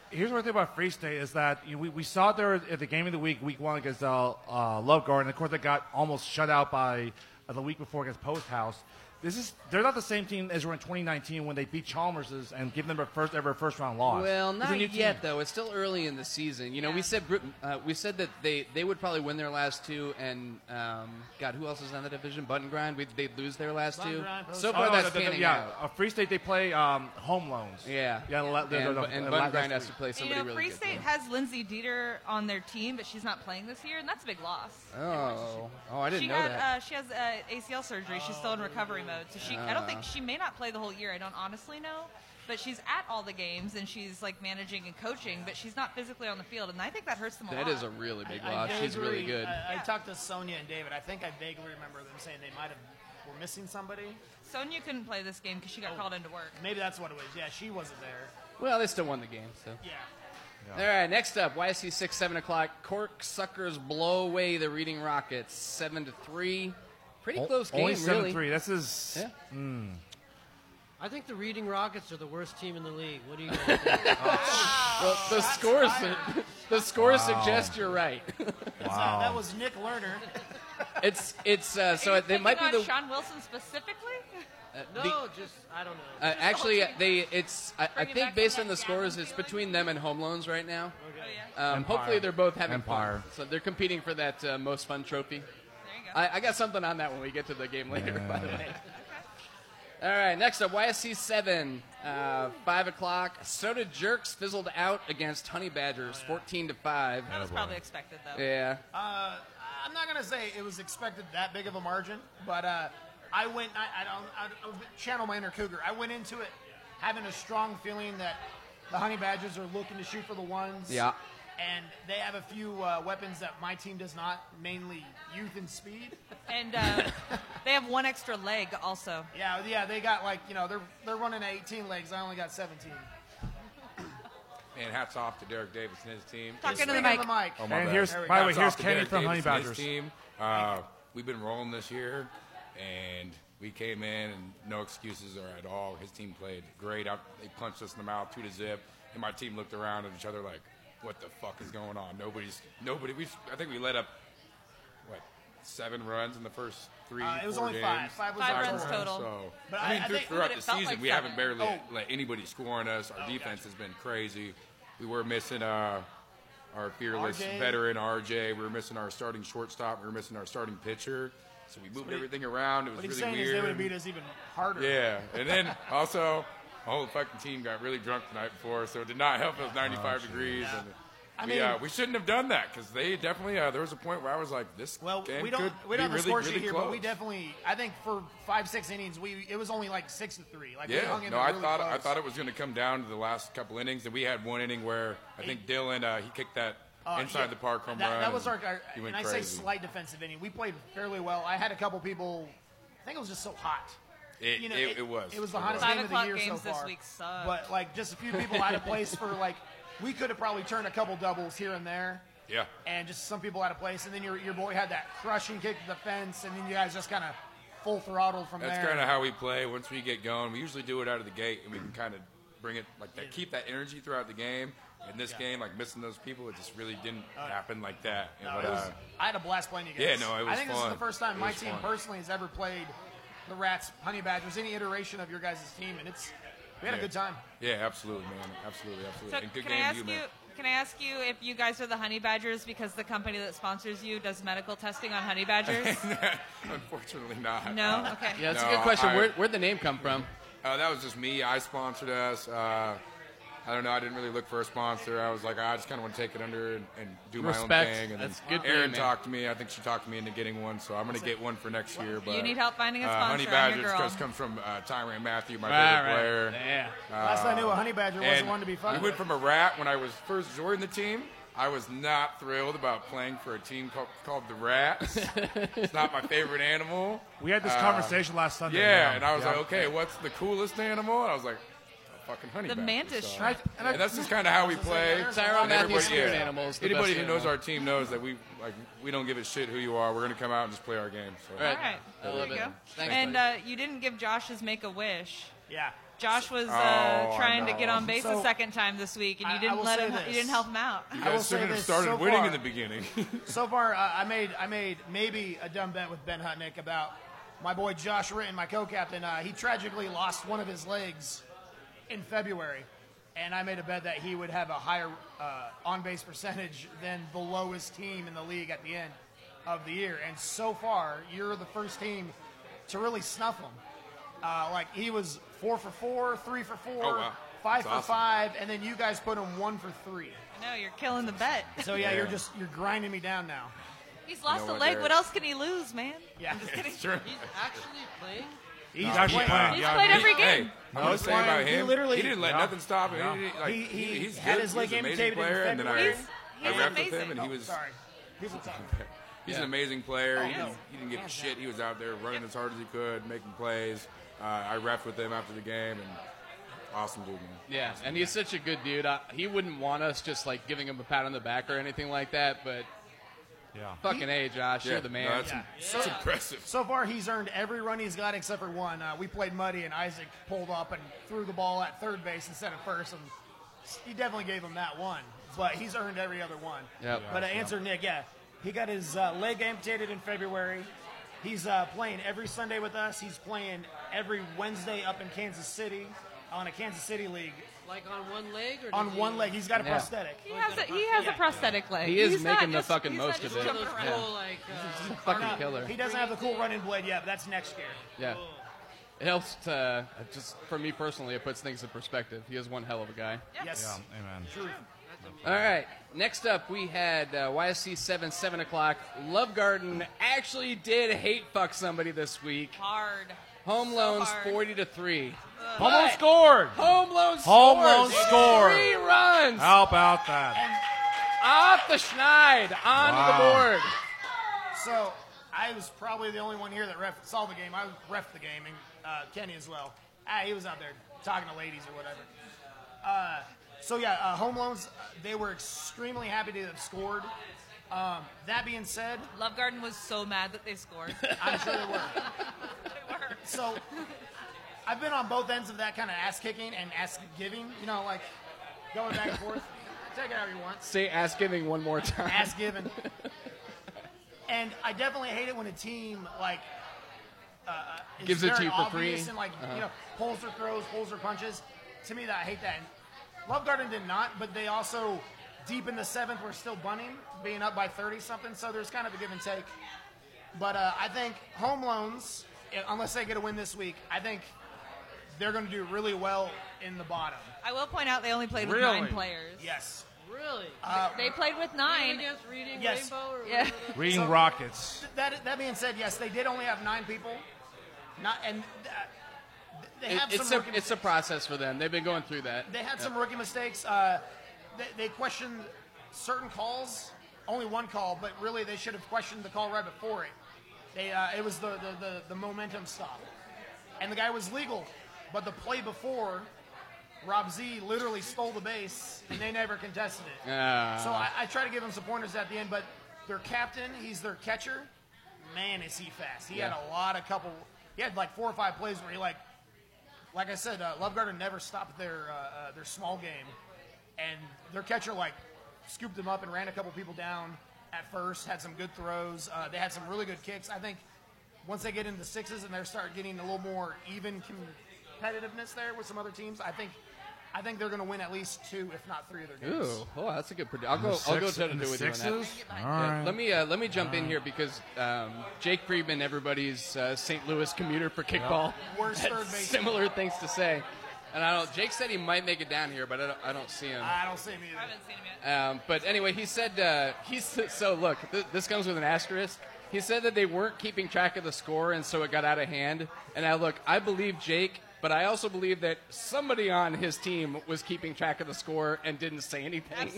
A: here's what I think about Free State is that you know, we, we saw it there at the game of the week, week one against uh, uh, Love Garden. Of course, they got almost shut out by uh, the week before against Post House. This is they're not the same team as were in 2019 when they beat Chalmers's and give them their first ever first round loss.
C: Well,
A: It's a
C: not
A: new
C: yet
A: team.
C: though. It's still early in the season. You know, we said Brit- uh, we said that they, they would probably win their last two, and um, God, who else is on the division? Button Grind. We, they'd lose their last
A: Button
C: two.
A: Grind,
C: so
A: Post-
C: far,
A: Oh, no,
C: that's
A: no, no, no,
C: panning
A: yeah.
C: out.
A: Uh, Free State they play um, home loans.
C: Yeah.
A: yeah. le- they're-
C: And,
A: they're-
C: and Button
A: they're last
C: Grind
A: week.
C: has to play
B: You
C: somebody
B: know,
C: really
B: Free
C: good.
B: State has Lindsay Dieter on their team, but she's not playing this year, and that's a big loss.
C: Oh, oh, I didn't
B: she
C: know
B: got,
C: that. Oh,
B: Uh, she has uh, ACL surgery. She's still in recovery mode, so she. I
C: Ah.
B: don't think she may not play the whole year. I don't honestly know, but she's at all the games and she's like managing and coaching, but she's not physically on the field, and I think that hurts them a lot.
C: that is a really big
D: I
C: loss. She's really
D: vaguely-
C: good.
D: I, I talked to Sonia and David. I think I vaguely remember them saying they might have were missing somebody. Oh.
B: Sonia couldn't play this game because she got called into work.
D: Maybe that's what it was. Yeah, she wasn't there.
C: Well, they still won the game, so.
D: Yeah.
C: All right, next up, YSC 6, 7 o'clock. Cork Suckers blow away the Reading Rockets 7 to 3. Pretty
A: O-
C: close
A: Only
C: game,
A: seven
C: really.
A: three. This is
C: Yeah.
A: mm.
E: I think the Reading Rockets are the worst team in the league. What
B: *laughs*
E: do you think?
C: Well, the scores, the scores
E: Wow.
C: suggest you're right. *laughs*
D: That's not- that was Nick Lerner.
C: It's it's uh, so they might be
B: Picking on
C: the
B: Sean Wilson specifically.
C: uh, the-
E: no, just I don't know.
C: uh, actually they it's I, I
E: Bring it
C: think
E: back
C: based
E: to
C: on the scores it's between them and Home Loans right now. Um,
A: Empire.
C: hopefully they're both having
A: Empire.
C: fun. So they're competing for that uh, most fun trophy. There
B: you
C: go. I, I got something on that when we get to the game later. By the way. All right, next up, YSC 7, uh, 5 o'clock. Soda Jerks fizzled out against Honey Badgers, 14 to 5.
B: That was probably expected though.
C: Yeah.
D: Uh, I'm not gonna say it was expected that big of a margin, but uh, I went. I, I don't. I, don't- channel my inner cougar. I went into it having a strong feeling that the Honey Badgers are looking to shoot for the ones.
C: Yeah.
D: And they have a few uh, weapons that my team does not, mainly youth and speed.
B: And
D: *laughs*
B: uh, they have one extra leg also.
D: Yeah, yeah, they got like you know they're they're running 18 legs. I only got 17.
M: And hats off to Derek Davis and his team.
D: Talk into the Speaking of mic. the mic.
M: Oh, my
A: And
M: bad.
A: here's- by the way,
M: Hats
A: here's
M: off to
A: Kenny
M: Derek
A: from Honey
M: Davis and his
A: Badgers.
M: team. Uh, we've been rolling this year, and we came in and no excuses are at all. His team played great. Out, they punched us in the mouth, two to zip, and my team looked around at each other like, "What the fuck is going on?" Nobody's nobody. We I think we let up what seven runs in the first three.
D: Uh, it was
M: four
D: only
M: games.
D: five. Five was Five our runs total. total.
M: So
D: But
M: I
D: I-
M: mean,
D: I
M: through-
D: think-
M: throughout
D: but
M: the
D: it felt
M: season,
D: like
M: we haven't
D: seven.
M: barely
D: Oh.
M: let anybody score on us. Our defense has been crazy. We were missing uh, our fearless
D: RJ.
M: veteran RJ. We were missing our starting shortstop. We were missing our starting pitcher. So we moved
D: what he-
M: everything around. It was
D: what he's
M: really
D: saying
M: weird.
D: is they would have beat us even harder.
M: Yeah, and then also, the whole fucking team got really drunk the night before, so it did not help. It was 95 degrees. And
D: I
M: we,
D: mean-
M: uh, we shouldn't have done that because they definitely. Uh, there was a point where I was like, "This game
D: we don't
M: could
D: we don't have
M: be
D: a
M: really,
D: score
M: really
D: sheet here,
M: close."
D: but we definitely. I think for five six innings, we it was only like six to three. Like we
M: yeah,
D: hung in
M: no,
D: there
M: I
D: really
M: thought I
D: close.
M: thought it was going to come down to the last couple innings, and we had one inning where I think Dylan uh, he kicked that
D: Uh,
M: inside
D: yeah,
M: the park home
D: that,
M: run.
D: That was our.
M: and
D: our
M: he went
D: and I
M: crazy.
D: say slight defensive inning. We played fairly well. I had a couple people. I think it was just so hot.
M: It- it- it was.
D: It was the
M: It
D: hottest
M: was.
D: game
M: Five
D: of the
M: o'clock
D: year so
B: games this
D: far.
B: week sucked.
D: But like just a few people out of place for like we could have probably turned a couple doubles here and there.
M: Yeah.
D: And just some people out of place, and then your your boy had that crushing kick to the fence, and then you guys just kind of full throttle from
M: That's
D: there.
M: kind of how we play. Once we get going, we usually do it out of the gate, and we can kind of bring it like that, keep that energy throughout the game. In this game, like missing those people, it just really didn't happen like that.
D: Uh, No,
M: But,
D: it was,
M: uh,
D: I had a blast playing you guys.
M: Yeah, no, it
D: I
M: was
D: think this is the
M: fun.
D: first time
M: It
D: my
M: was
D: team
M: fun.
D: personally has ever played the Rats, Honey Badgers, any iteration of your guys' team, and it's we had
M: Yeah.
D: a good time.
M: Yeah, absolutely, man. Absolutely,
C: uh,
M: absolutely.
B: So
M: and good
B: can I
M: game to
B: ask
M: you,
B: you,
M: man.
B: Can I ask you if you guys are the honey badgers because the company that sponsors you does medical testing on honey
C: *laughs*
B: badgers? *laughs*
M: Unfortunately, not.
B: No?
M: Uh,
B: Okay.
C: Yeah, that's
M: no,
C: a good question.
M: I-
C: Where, where'd the name come from?
M: Uh, that was just me. I sponsored us. Uh, I don't know. I didn't really look for a sponsor. I was like, "Ah, I just kind of want to take it under and, and do my own
C: Respect.
M: thing. And
C: That's
M: then
C: good
M: Aaron
C: name, man.
M: talked to me. I think she talked me into getting one, so I'm going to get one for next year. But
B: need help finding a
M: uh, Honey
B: sponsor. I'm your
M: Badgers
B: girl.
M: just comes from uh, Tyran Matthew, my
C: All
M: favorite
C: right.
M: player. Uh,
C: Yeah.
D: Last I knew, a Honey Badger wasn't
M: and
D: one to be fucked
M: We went
D: with.
M: from a rat when I was first joining the team. I was not thrilled about playing for a team called, called
B: *laughs*
M: the Rats. it's not my favorite animal.
A: We had this
M: Uh,
A: conversation last Sunday.
M: Yeah,
A: yeah.
M: and I was
A: Yeah.
M: like, okay, what's the coolest animal? And I was like, a fucking honey
B: The
M: badger,
B: mantis
M: so-
B: shrike.
M: And, that's just kind of how we play.
C: Tyrone
M: And
C: Matthews
M: everybody-
C: spirit animal is the
M: Anybody
C: best
M: who knows
C: animal.
M: our team knows that we like we don't give a shit who you are. We're gonna come out and just play our game. So.
B: All right. There you go. And uh, you didn't give Josh his make a wish.
D: Yeah.
B: Josh was
M: Oh,
B: uh,
M: I
B: trying to
M: know.
B: get on base the
M: So-
B: second time this week, and
D: I-
B: you
D: I
B: didn't
D: will
B: let
D: say
B: him. You
D: this.
B: didn't help him out.
M: You
D: I will
M: guys
D: say
M: shouldn't have
D: this,
M: started
D: so
M: winning
D: far-
M: in the beginning. *laughs*
D: so far, uh, I I made I made maybe a dumb bet with Ben Hutnick about my boy Josh Ritten, my co-captain. Uh, he tragically lost one of his legs in February, and I made a bet that he would have a higher uh, on-base percentage than the lowest team in the league at the end of the year. And so far, you're the first team to really snuff him. Uh, like he was four for four, three for four,
M: Oh, wow.
D: five
M: That's
D: for
M: awesome.
D: five, and then you guys put him one for three.
B: No, you're killing the bet.
D: So yeah, you're just you're grinding me down now.
B: He's
D: You know
B: lost a
D: what,
B: leg.
D: Derek?
B: What else can he lose, man?
D: Yeah,
B: I'm just kidding.
D: it's true.
E: He's actually playing.
M: He's actually playing.
B: uh, He's played every
M: Hey,
B: game.
M: I'm gonna say about him.
D: He literally-
M: he didn't let
D: No.
M: nothing stop him.
D: No.
M: He, didn't- like,
D: He-
M: he,
D: he
M: he's
D: had
M: good.
D: his
M: he's
D: leg
M: an amazing
D: amputated in
M: player, and then I,
D: February. He's-
M: I
D: he's
M: repped with
D: amazing.
M: him, and he
D: Oh,
M: was
D: sorry. People talk.
M: he's
D: Yeah.
M: an amazing player.
D: Oh,
M: he, didn't,
D: no.
M: he didn't give a shit. He was out there running as hard as he could, making plays. Uh, I ref with him after the game, and awesome dude, man.
C: Yeah, and he's such a good dude. I, he wouldn't want us just like giving him a pat on the back or anything like that, but
M: Yeah.
C: fucking A, Josh,
M: Yeah,
C: you're the man.
M: no, that's- that's impressive.
D: So far, he's earned every run he's got except for one. Uh, we played muddy, and Isaac pulled up and threw the ball at third base instead of first, and he definitely gave him that one. But he's earned every other one.
C: Yep.
D: But to answer Nick, yeah, he got his uh, leg amputated in February. He's uh, playing every Sunday with us. He's playing every Wednesday up in Kansas City on a Kansas City league.
E: Like on one leg or
D: On
E: does
D: one
E: he-
D: leg, he's got a
C: Yeah.
D: prosthetic.
B: He has a, he has a prosthetic leg.
C: He is
B: He's
C: making
B: not
C: the
B: just-
C: fucking
B: he's not
C: most of
B: just
C: it.
B: jumping around.
C: Yeah.
E: Cool, like,
C: He's
E: uh,
C: a fucking killer.
D: He doesn't have the cool running blade yet, but that's next year.
C: Yeah. It helps to, uh, just for me personally, it puts things in perspective. He is one hell of a guy.
D: Yes.
A: Yeah, amen.
D: True.
C: All right. Next up, we had uh, YSC 7, 7 o'clock. Love Garden actually did hate fuck somebody this week.
B: Hard.
C: Home loans
B: hard.
C: 40 to 3.
A: Home Loan
C: But
A: scored.
C: Home loans
A: Home
C: scored.
A: Loan scored.
C: Three runs.
A: How about that?
C: Off the schneid. On the
A: Wow.
C: board.
D: So I was probably the only one here that ref, saw the game. I ref the game, and uh, Kenny as well. Ah, he was out there talking to ladies or whatever. Uh, so yeah, uh, home loans. uh, They were extremely happy to have scored. Um, that being said,
B: Love Garden was so mad that
D: *laughs*
B: they scored.
D: I'm sure they were. So I've been on both ends of that kind of ass kicking and ass giving. You know, like going back and forth. Take it however you want.
C: Say ass giving one more time.
D: *laughs* Ass given. And I definitely hate it when a team like uh, is
C: Gives it to
D: very
C: you for
D: obvious
C: free.
D: and like
C: Uh-huh.
D: you know pulls their throws, pulls their punches. To me, that I hate that. And Love Garden did not, but they also deep in the seventh were still bunting, being up by thirty something. So there's kind of a give and take. But uh, I think home loans, i- unless they get a win this week, I think they're going to do really well in the bottom.
B: I will point out they only played with
D: Really?
B: nine players.
D: Yes.
E: Really?
D: Uh,
B: they played with nine.
E: Reading against reading
D: Yes.
E: rainbow or
B: Yeah.
E: whatever the-
A: Reading Rockets.
D: That, that being said, yes, they did only have nine people. Not and uh, they
C: It-
D: have
C: it's,
D: some.
C: a,
D: rookie
C: it's a process for them. They've been going through that.
D: They had
C: Yeah.
D: some rookie mistakes. Uh, they, they questioned certain calls, only one call, but really they should have questioned the call right before it. They, uh, it was the, the, the, the momentum stop. And the guy was legal, but the play before, Rob Z literally stole the base, and they never contested it.
C: Ah.
D: So I, I try to give them some pointers at the end, but their captain, he's their catcher. Man, is he fast. He had
C: Yeah.
D: a lot of couple, he had like four or five plays where he like like I said, uh, Love Garden never stopped their uh, uh, their small game, and their catcher like scooped them up and ran a couple people down at first. Had some good throws. Uh, they had some really good kicks. I think once they get into sixes and they start getting a little more even competitiveness there with some other teams, I think I think they're going to win at least two, if not three, of their games.
C: Ooh, oh, that's a good prediction. I'll
A: In the
C: go. I'll go
A: six-
C: toe to
A: in the
C: toe with you on that.
A: sixes? All right.
C: Let me uh, let me jump in here because um, Jake Friedman, everybody's uh, St. Louis commuter for kickball,
D: Worst
C: *laughs* had
D: third baseman.
C: similar things to say. And I don't. Jake said he might make it down here, but I don't, I don't see him.
D: I don't see him either. I
B: haven't seen him yet.
C: Um, but anyway, he said uh, he's so look. Th- this comes with an asterisk. He said that they weren't keeping track of the score, and so it got out of hand. And I look, I believe Jake, but I also believe that somebody on his team was keeping track of the score and didn't say anything.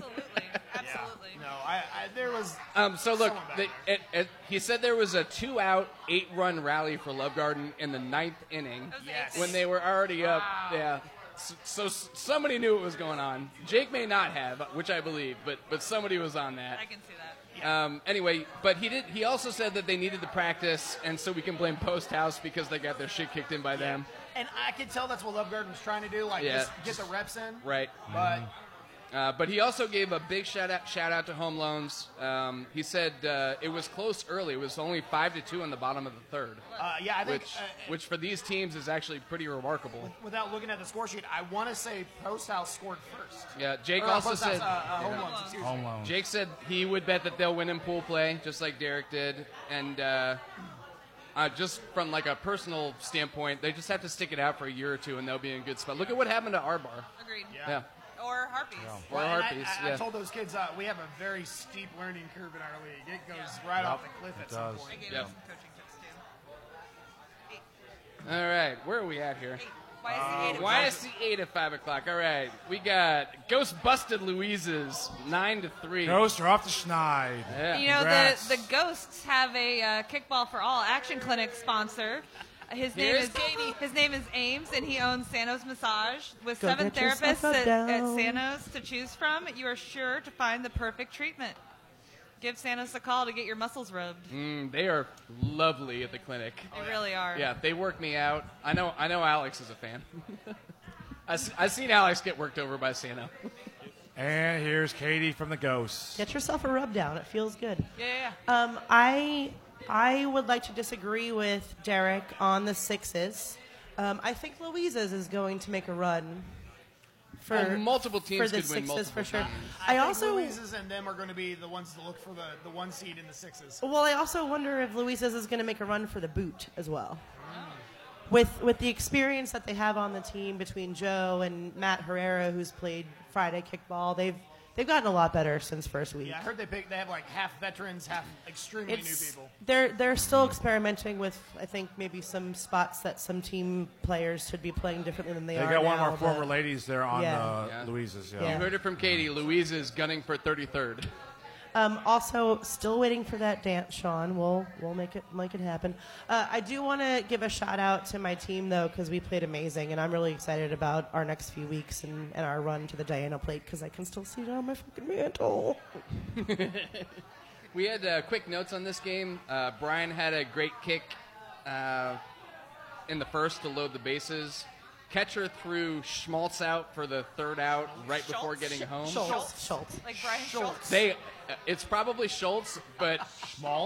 D: Absolutely. No, I, I there was.
C: Um, so look,
D: someone back
C: the,
D: there.
C: it, it, he said there was a two-out, eight-run rally for Love Garden in the ninth inning
D: That was the eighth Yes.
C: when they were already up. Yeah, So, so s- somebody knew what was going on. Jake may not have, which I believe, but but somebody was on that.
B: I can see that.
C: Um, anyway, but he did. He also said that they needed the practice, and so we can blame Post House because they got their shit kicked in by them.
D: And I could tell that's what Love Garden was trying to do, like
C: Yeah.
D: just get the reps in.
C: Right.
D: But
C: Uh, but he also gave a big shout out shout out to Home Loans. Um, he said uh, it was close early. It was only five to two in the bottom of the third.
D: Uh, yeah, I think,
C: which,
D: uh,
C: which for these teams is actually pretty remarkable.
D: without looking at the score sheet, I want to say Post House scored first.
C: Yeah, Jake
D: Or, uh,
C: also
D: Post House,
C: said.
D: uh, uh, home
C: yeah.
D: runs, excuse me.
C: Jake said he would bet that they'll win in pool play, just like Derek did, and uh, uh, just from like a personal standpoint, they just have to stick it out for a year or two, and they'll be in good spot. Look at what happened to our bar.
B: Agreed.
C: Yeah.
B: Or Harpies.
C: Or
D: and I-
C: Harpies,
D: I, I
C: yeah.
D: told those kids uh, we have a very steep learning curve in our league. It goes right
C: Yep,
D: off the cliff
C: it
D: at some
C: does.
D: point.
B: I gave
C: Yeah.
B: him some coaching tips too.
C: All right, where are we at here?
B: YSC eight at
C: Uh,
B: five.
C: YSC eight at five o'clock. All right, we got Ghost Busted Louise's nine to three.
A: Ghosts are off to Schneid.
C: Yeah.
B: You know,
A: Congrats.
B: the, the Ghosts have a uh, Kickball for All Action Clinic sponsor. His name
C: Here's
B: is His name is Ames, and he owns Sano's Massage with
N: Go
B: seven
N: get yourself
B: therapists
N: a
B: at, at
N: dome.
B: Sano's to choose from. You are sure to find the perfect treatment. Give Sano's a call to get your muscles rubbed.
C: Mm, they are lovely at the clinic.
B: They really are.
C: Yeah, they work me out. I know. I know Alex is
B: *laughs*
C: a fan. I s- I've seen Alex get worked over by Santa.
A: And here's Katie from the Ghosts.
N: Get yourself a rub down. It feels good.
B: Yeah, yeah,
N: Um, I I would like to disagree with Derek on the sixes. Um, I think Louisa's is going to make a run. For
C: Oh, multiple teams
N: for the
C: could
N: sixes
C: win
N: for
C: multiple
N: sure.
C: times.
N: I,
D: think
N: also
D: Louise's and them are going to be the ones to look for the, the one seed in the sixes.
N: well, I also wonder if Louisa's is going to make a run for the boot as well. With with the experience that they have on the team between Joe and Matt Herrera, who's played Friday kickball, they've they've gotten a lot better since first week.
D: Yeah, I heard they pick. They have like half veterans, half extremely new people.
N: They're they're still experimenting with I think maybe some spots that some team players should be playing differently than they,
A: They
N: are.
A: got one of
N: now,
A: our former
N: but-
A: ladies there on
N: Yeah.
A: uh, Louise's. Yeah.
C: You heard it from Katie. Louise is gunning for 33rd.
N: Um, also, still waiting for that dance, Sean. We'll we'll make it make it happen. Uh, I do want to give a shout out to my team though because we played amazing, and I'm really excited about our next few weeks and, and our run to the Diana Plate because I can still see it on my fucking mantle.
C: We had uh, quick notes on this game. Uh, Brian had a great kick uh, in the first to load the bases. Catcher threw Schmaltz out for the third out right before getting home.
N: Schultz. Schultz.
B: Like Brian Schultz.
C: They, uh, it's probably Schultz, but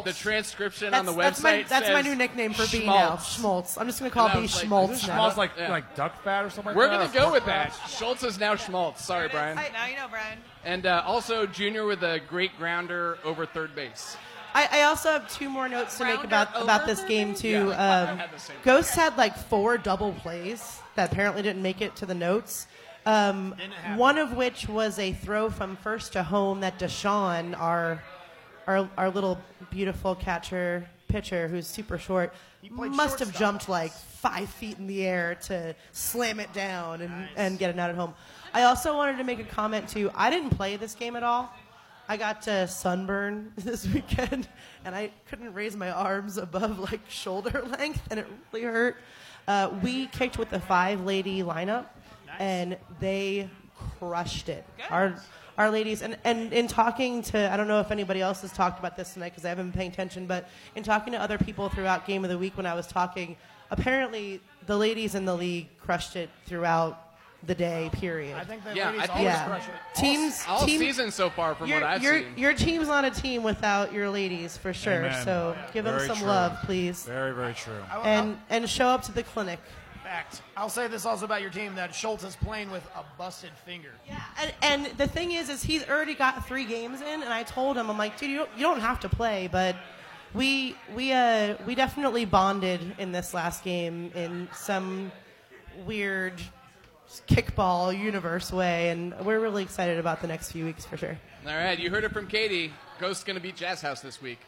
C: the transcription on the
N: That's-
C: website
N: that's my- That's my
C: says
N: new nickname for B now.
C: Schmaltz.
N: Schmaltz. I'm just gonna call
C: And I
N: B
C: was like,
N: Schmaltz
C: this
N: now.
A: Smells like
C: Yeah.
A: like duck fat or something.
C: We're
A: like
C: gonna
A: that.
C: go with that. Schultz is now Schmaltz. Sorry, Brian.
B: now you know, Brian.
C: And uh, also Junior with a great grounder over third base.
N: I, I also have two more notes to make
C: Rounder
N: about about this game too.
C: Yeah, I
N: um,
C: had the same.
N: Ghosts had like four double plays that apparently didn't make it to the notes. Um, one of which was a throw from first to home that Deshaun, our our, our little beautiful catcher pitcher who's super short,
D: played
N: must have
D: shortstop.
N: jumped like five feet in the air to slam it down and, and get it out at home. I also wanted to make a comment too. I didn't play this game at all. I got to sunburn *laughs* this weekend, and I couldn't raise my arms above like shoulder *laughs* length, and it really hurt. Uh, we kicked with the five lady lineup, and they crushed it. Our our ladies, and, and in talking to, I don't know if anybody else has talked about this tonight because I haven't been paying attention, but in talking to other people throughout Game of the Week when I was talking, apparently the ladies in the league crushed it throughout the day, period.
D: I think the
C: Yeah,
D: ladies
C: I think-
D: always
C: Yeah.
D: crush it.
N: Teams,
C: All
N: team-
C: season so far, from
N: your,
C: what I've
N: your,
C: seen.
N: your team's not a team without your ladies, for sure.
A: Amen.
N: So give them
A: Very
N: some
A: true.
N: love, please.
A: Very very true.
D: I-
N: And, and show up to the clinic.
D: Fact. I'll say this also about your team that Schultz is playing with a busted finger. Yeah.
N: And, and the thing is, is he's already got three games in, and I told him, I'm like, dude, you don't, you don't have to play, but we we uh we definitely bonded in this last game in some weird kickball universe way, and we're really excited about the next few weeks for sure.
C: All right, you heard it from Katie. Ghost's going to beat Jazz House this week.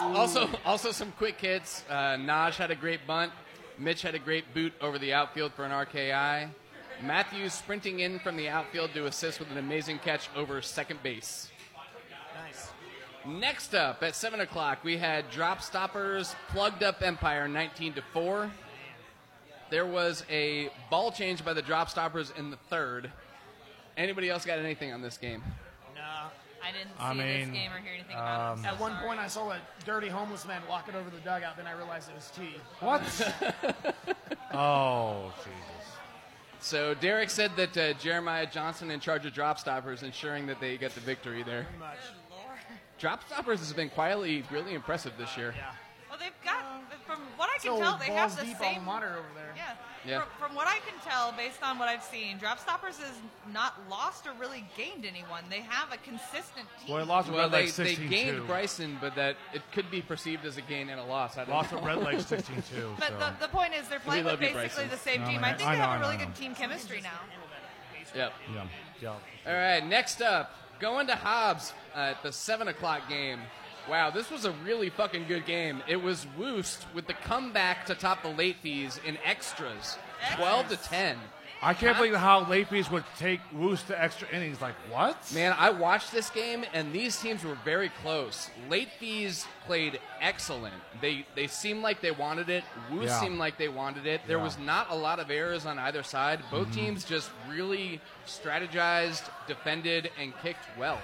C: Also, also some quick hits. Uh, Naj had a great bunt. Mitch had a great boot over the outfield for an RKI. Matthews sprinting in from the outfield to assist with an amazing catch over second base.
D: Nice.
C: Next up at seven o'clock, we had Drop Stoppers plugged up Empire nineteen to four. There was a ball change by the drop stoppers in the third. Anybody else got anything on this game?
D: Nah.
B: I didn't see
C: I mean,
B: this game or hear anything about it. I'm
C: um,
B: so
D: At one
B: sorry.
D: point, I saw a dirty homeless man walking over the dugout. Then I realized it was T.
A: What? *laughs* Oh,
C: So Derek said that uh, Jeremiah Johnson in charge of drop stoppers, ensuring that they get the victory there. Drop stoppers has been quietly really impressive this year.
B: Well, they've got from what I can
D: So
B: tell, they have
D: balls
B: the
D: deep alma
B: same
D: mater over there.
B: Yeah.
C: Yeah.
B: From, from what I can tell, based on what I've seen, Drop Stoppers has not lost or really gained anyone. They have a consistent team.
A: Well, they lost to
C: Well,
A: Red
C: they,
A: Lake
C: they
A: 16-2.
C: gained Bryson, but that it could be perceived as a gain and a loss. I don't
A: Lost
C: know.
A: to Red
C: *laughs*
A: Lake 16-2.
B: But
A: So-
B: the, the point is, they're
C: We
B: playing with
C: love you,
B: basically
C: Bryson.
B: the same
C: No,
B: team.
C: man.
B: I think
C: I
B: they
C: know,
B: have
C: I
B: a really
C: know, I
B: good team chemistry now.
C: Yep.
A: Yeah. Yeah.
C: All right, next up, going to Hobbs uh, at the 7 o'clock game. Wow, this was a really fucking good game. It was Woost with the comeback to top the late fees in extras 12 to 10.
A: I can't believe how late fees would take Woos to extra innings. Like what?
C: Man, I watched this game, and these teams were very close. Late fees played excellent. They they seemed like they wanted it. Wu
A: Yeah.
C: seemed like they wanted it. There
A: Yeah.
C: was not a lot of errors on either side. Both
A: Mhm.
C: teams just really strategized, defended, and kicked well.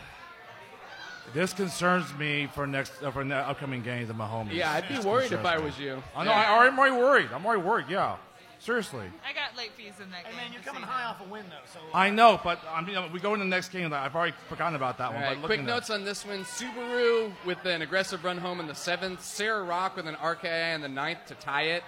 A: This concerns me for next uh, for the upcoming games of my homies.
C: Yeah, I'd be
A: This
C: worried if
A: concerns
C: I
A: me.
C: was you.
A: I know.
C: Yeah.
A: I, I'm already worried. I'm already worried. Yeah, seriously.
B: I got late fees in that game.
D: Man, you're coming high off a win though. So
A: I know, but I mean, we go into the next game. I've already forgotten about that
C: All
A: one.
C: right,
A: but
C: quick
A: looking at-
C: notes on this one: Subaru with an aggressive run home in the seventh. Sarah Rock with an RKI in the ninth to tie it.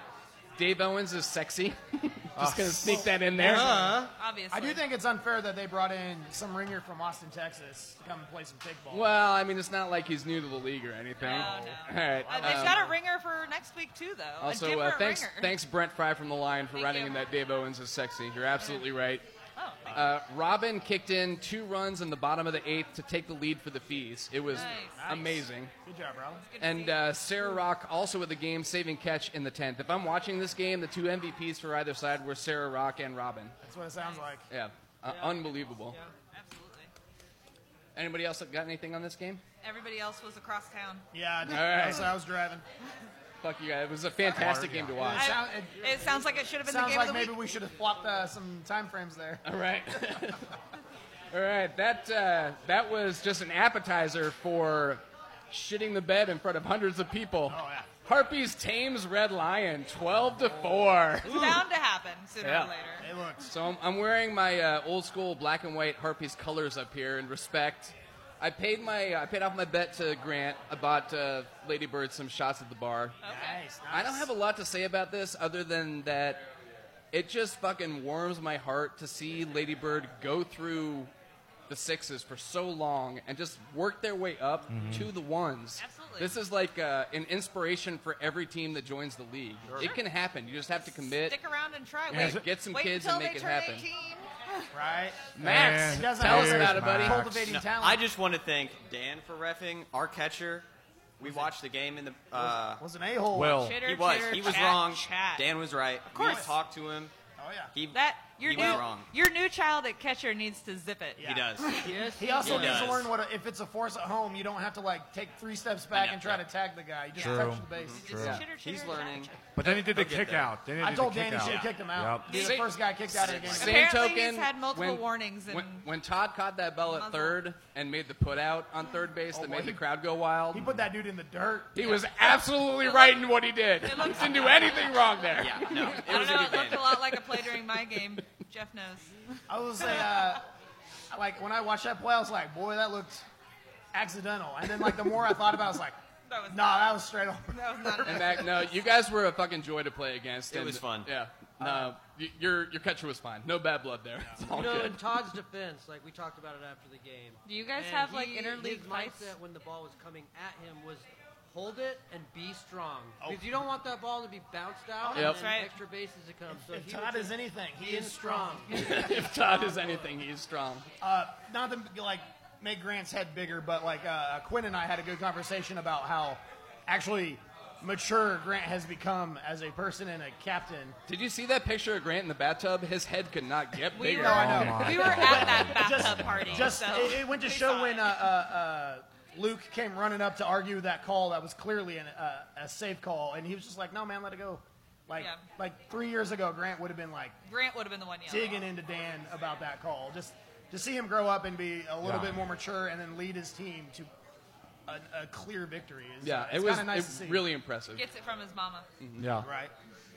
C: Dave Owens is sexy. *laughs* Oh. Uh-huh. Just gonna sneak that in there.
D: Obviously. I do think it's unfair that they brought in some ringer from Austin, Texas, to come and play some kickball.
C: Well, I mean, it's not like he's new to the league or anything.
B: No, no.
C: All right.
B: Uh, they've
C: um,
B: got a ringer for next week too, though. a
C: also,
B: dimmer
C: uh, thanks,
B: ringer.
C: thanks Brent Fry from the Lion for running in that Dave Owens is sexy. You're absolutely right.
B: Oh,
C: Uh, Robin kicked in two runs in the bottom of the eighth to take the lead for the fees. It was
D: Nice.
C: amazing.
D: Good job, Rob.
C: And uh, Sarah Rock also with a game saving catch in the tenth. If I'm watching this game, the two MVPs for either side were Sarah Rock and Robin.
D: That's what it sounds like.
C: Yeah, uh, unbelievable. Anybody else got anything on this game?
B: Everybody else was across town.
D: Yeah, I,
C: All right.
D: so I was driving.
C: Fuck you guys! It was a fantastic game to watch.
D: It, sound-
B: it, sounds like it should have been the
D: sounds
B: game
D: like
B: of the
D: maybe
B: week.
D: we should have flopped uh, some time frames there.
C: All right. All right, that uh, that was just an appetizer for shitting the bed in front of hundreds of people. Oh yeah. Harpies tames Red Lion, twelve to four.
B: It's bound to happen sooner
C: Yeah.
B: or later.
C: So I'm, I'm wearing my uh, old school black and white Harpies colors up here in respect. I paid my uh, I paid off my bet to Grant. I bought uh, Ladybird some shots at the bar.
D: Nice,
C: I don't have a lot to say about this other than that it just fucking warms my heart to see Ladybird go through the sixes for so long and just work their way up
O: Mhm.
C: to the ones.
O: Absolutely.
C: This is like uh, an inspiration for every team that joins the league.
O: Sure.
C: It can happen. You just have to commit.
B: Stick around and try.
C: Yeah,
B: Wait,
C: get some
B: wait
C: kids
B: until
C: and make
B: they
C: it
B: turn
C: happen.
B: 18.
D: Right.
C: Max,
D: doesn't
C: tell
D: have
C: us
D: to
C: about it,
D: be
C: buddy.
D: Cultivating
O: No,
D: talent.
O: I just want to thank Dan for refing, our catcher. We watched the game in the. Uh,
D: was an a-hole.
O: Well,
D: Will. Chitter,
O: he was.
D: chitter,
O: he was
D: chat,
O: wrong.
B: chat.
O: Dan was right. Of
B: course.
O: We talked to him.
D: Oh yeah.
O: He
B: That your
O: he
B: new
O: was wrong.
B: your new child at *laughs* catcher needs to zip it.
O: He
I: *laughs*
O: does.
D: Yes, he also
O: he
D: needs to
O: does.
D: learn what a, if it's a force at home, you don't have to like take three steps back and try to tag the guy. You just
A: True.
D: touch the base.
B: Mm-hmm.
A: Mhm. True. Yeah. Chitter,
O: He's learning.
A: But then he did the
O: He'll get
A: kick
O: there.
A: out. Then he
D: I
A: did
D: told
A: the
D: Dan
A: kick
D: he should
A: out.
D: have kicked him out.
A: Yep.
D: He's the first guy kicked out of the game.
C: Same token, when- When, when Todd caught that ball at
D: Muzzle.
C: third and made the put out on third base that made the crowd go wild, he
D: Oh, put that dude in the dirt.
C: He was absolutely right in what he did. He didn't do anything wrong there.
O: Yeah, no, it
B: I
O: was
B: don't
O: a
B: know.
O: good
B: It looked
O: band.
B: a lot like a play during
D: *laughs*
B: my game. Jeff knows.
D: I was a, uh, like when I watched that play, I was like, boy, that looked accidental. And then like the more I thought about, it, I was
B: *laughs*
D: like, nah, that was straight on.
B: That was
D: *laughs*
B: not.
C: And Mac, no, you guys were a fucking joy to play against.
O: It
C: and-
O: was fun.
C: Yeah.
D: Uh,
C: No, y your your catcher was fine. No bad blood there. It's all
E: you know,
C: good.
E: in
C: *laughs*
E: Todd's defense, like we talked about it after the game.
B: Do you guys
E: and
B: have,
E: he-
B: like,
E: his
B: interleague fights?
E: mindset when the ball was coming at him was hold it and be strong
D: Oh.
E: because you don't want that ball to be bounced out
C: Yep.
E: and
C: That's
E: then
C: right.
E: extra bases to come. So
D: if
E: he was
D: Todd is
E: just
D: anything, he
E: being *laughs*
D: is strong.
C: if Todd is anything, he's strong.
D: Uh, not to like make Grant's head bigger, but like uh, Quinn and I had a good conversation about how actually mature Grant has become as a person and a captain.
C: Did you see that picture of Grant in the bathtub? His head could not get
D: We
C: bigger.
D: were- No, I know. Oh, my. We were at
B: that bathtub
D: *laughs* Just-
B: party.
D: Just
B: so
D: it, it went to
B: we
D: show
B: saw
D: when
B: it.
D: uh, uh, uh, Luke came running up to argue that call that was clearly an, uh, a safe call, and he was just like, "No, man, let it go." Like,
B: Yeah.
D: like three years ago, Grant would have been like
B: Grant would have been the one yelling.
D: digging into Dan about that call. Just to see him grow up and be a little
C: Yeah.
D: bit more mature, and then lead his team to a, a clear victory. Is,
C: Yeah,
D: it's
C: it was
D: kinda nice
C: it
D: to see.
C: really impressive.
B: Gets it from his mama.
A: Mm-hmm. Yeah.
D: Right.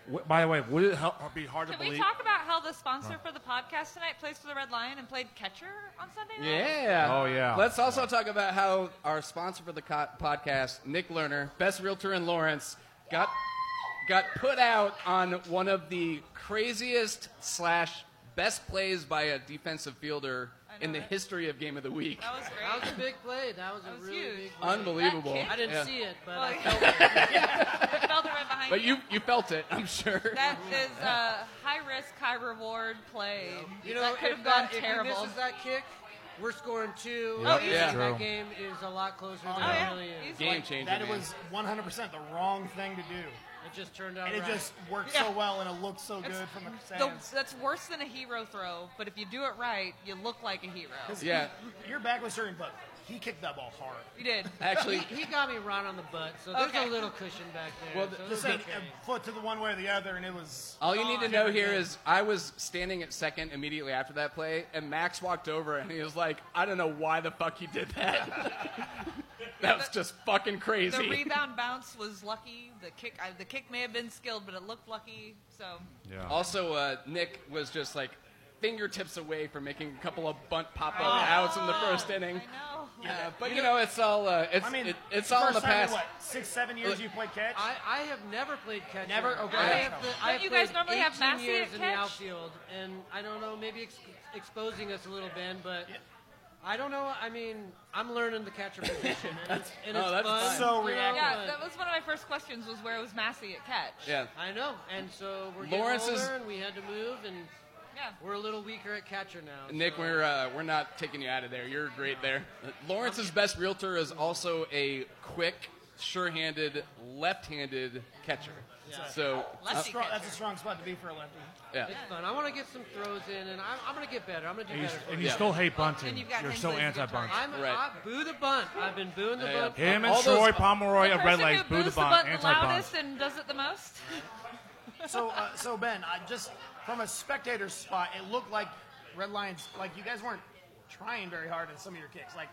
A: W- by the way, would it help, be hard to
B: Can
A: believe?
B: we talk about how the sponsor
A: Huh.
B: for the podcast tonight plays for the Red Lion and played catcher on Sunday night?
C: Yeah.
A: Oh, yeah.
C: Let's also talk about how our sponsor for the co- podcast, Nick Lerner, best realtor in Lawrence, got got put out on one of the craziest slash best plays by a defensive fielder in the history of Game of the Week.
B: That was *laughs* great.
E: That was a big play. That was a really big play.
C: Unbelievable.
E: I didn't
C: Yeah.
E: see it, but
B: Well,
E: I
B: yeah. *laughs*
E: felt it.
B: Felt it right behind
C: But you you felt it, I'm sure.
B: That is uh, a high risk, high reward play.
E: You know,
B: that could
E: if
B: have
E: that-
B: gone
E: if he
B: terrible.
E: misses that kick, we're scoring two.
B: Yep. Oh,
E: And
B: yeah.
E: That
B: True.
E: game is a lot closer than
D: Oh,
E: it
D: yeah.
E: really is.
D: Easily. Game changer, That man. was 100% the wrong thing to do.
E: It just turned out
D: And it
E: right.
D: just worked so well, and it looked so good from the
B: The,
D: stands.
B: that's worse than a hero throw, but if you do it right, you look like a hero.
D: 'Cause he- Your back was hurting, but he kicked that ball hard.
B: You did.
E: he, he got me right on the butt, so there's
B: Okay.
E: a little cushion back there.
C: Well,
E: so
C: the-
E: it
D: Just
E: was
D: saying,
E: okay.
D: a foot to the one way or the other, and it was. Oh,
C: All
E: Oh,
C: you need to
D: gone.
C: know here is I was standing at second immediately after that play, and Max walked over and he was like, I don't know why the fuck you did that. *laughs* that was just fucking crazy.
B: *laughs* The rebound bounce was lucky. The kick, I, the kick may have been skilled, but it looked lucky. So
A: Yeah.
C: Also, uh, Nick was just like fingertips away from making a couple of bunt pop up
B: Oh.
C: outs in the first inning. Uh, but you know, it's all uh, it's
E: I mean,
C: it, it's
E: the
C: all in the
E: first time in
C: past.
E: what,
D: six, seven
E: years Look,
D: you played catch?
E: I, I have never played catch.
D: Never? Okay.
E: I
D: Yeah.
E: have the,
D: Don't
E: I have
B: you guys
E: played
B: normally have
E: 18
B: Massey
E: years
B: at
E: in
B: catch?
E: the outfield, and I don't know, maybe ex- exposing us a little, Ben, but I don't know. I mean, I'm learning the *laughs* catcher position, and it's, and it's
C: Oh,
E: fun. you know,
B: Yeah,
E: but-
B: that was one of my first questions. Was where was Massey at catch?
C: Yeah.
E: I know. And so we're getting
C: Lawrence
E: older,
C: is-
E: and we had to move, and we're a little weaker at catcher now.
C: Nick,
E: so-
C: we're uh, we're not taking you out of there. You're great there. Lawrence's best realtor is also a quick, sure-handed, left-handed catcher. So
D: that's, a
C: uh,
D: strong, that's a strong spot to be for a lefty.
C: Yeah.
E: It's fun. I want to get some throws in, and I'm, I'm going to get better. I'm going to do
A: And you,
E: better.
A: and you still hate bunting.
E: And you've got
A: You're
E: things
A: so
E: like
A: anti bunting.
E: I'm, I boo the bunt. I've been booing the
A: Yeah, yeah.
E: bunt.
A: Him and
E: All those-
A: Troy Pomeroy
B: The
A: of Red
B: person
A: Legs
B: who
A: booed the
B: boos
A: bunt,
B: the
A: anti bunt.
B: loudest and does it the most.
D: so, uh, so Ben, I just from a spectator's spot, it looked like Red Lions. Like you guys weren't trying very hard in some of your kicks. Like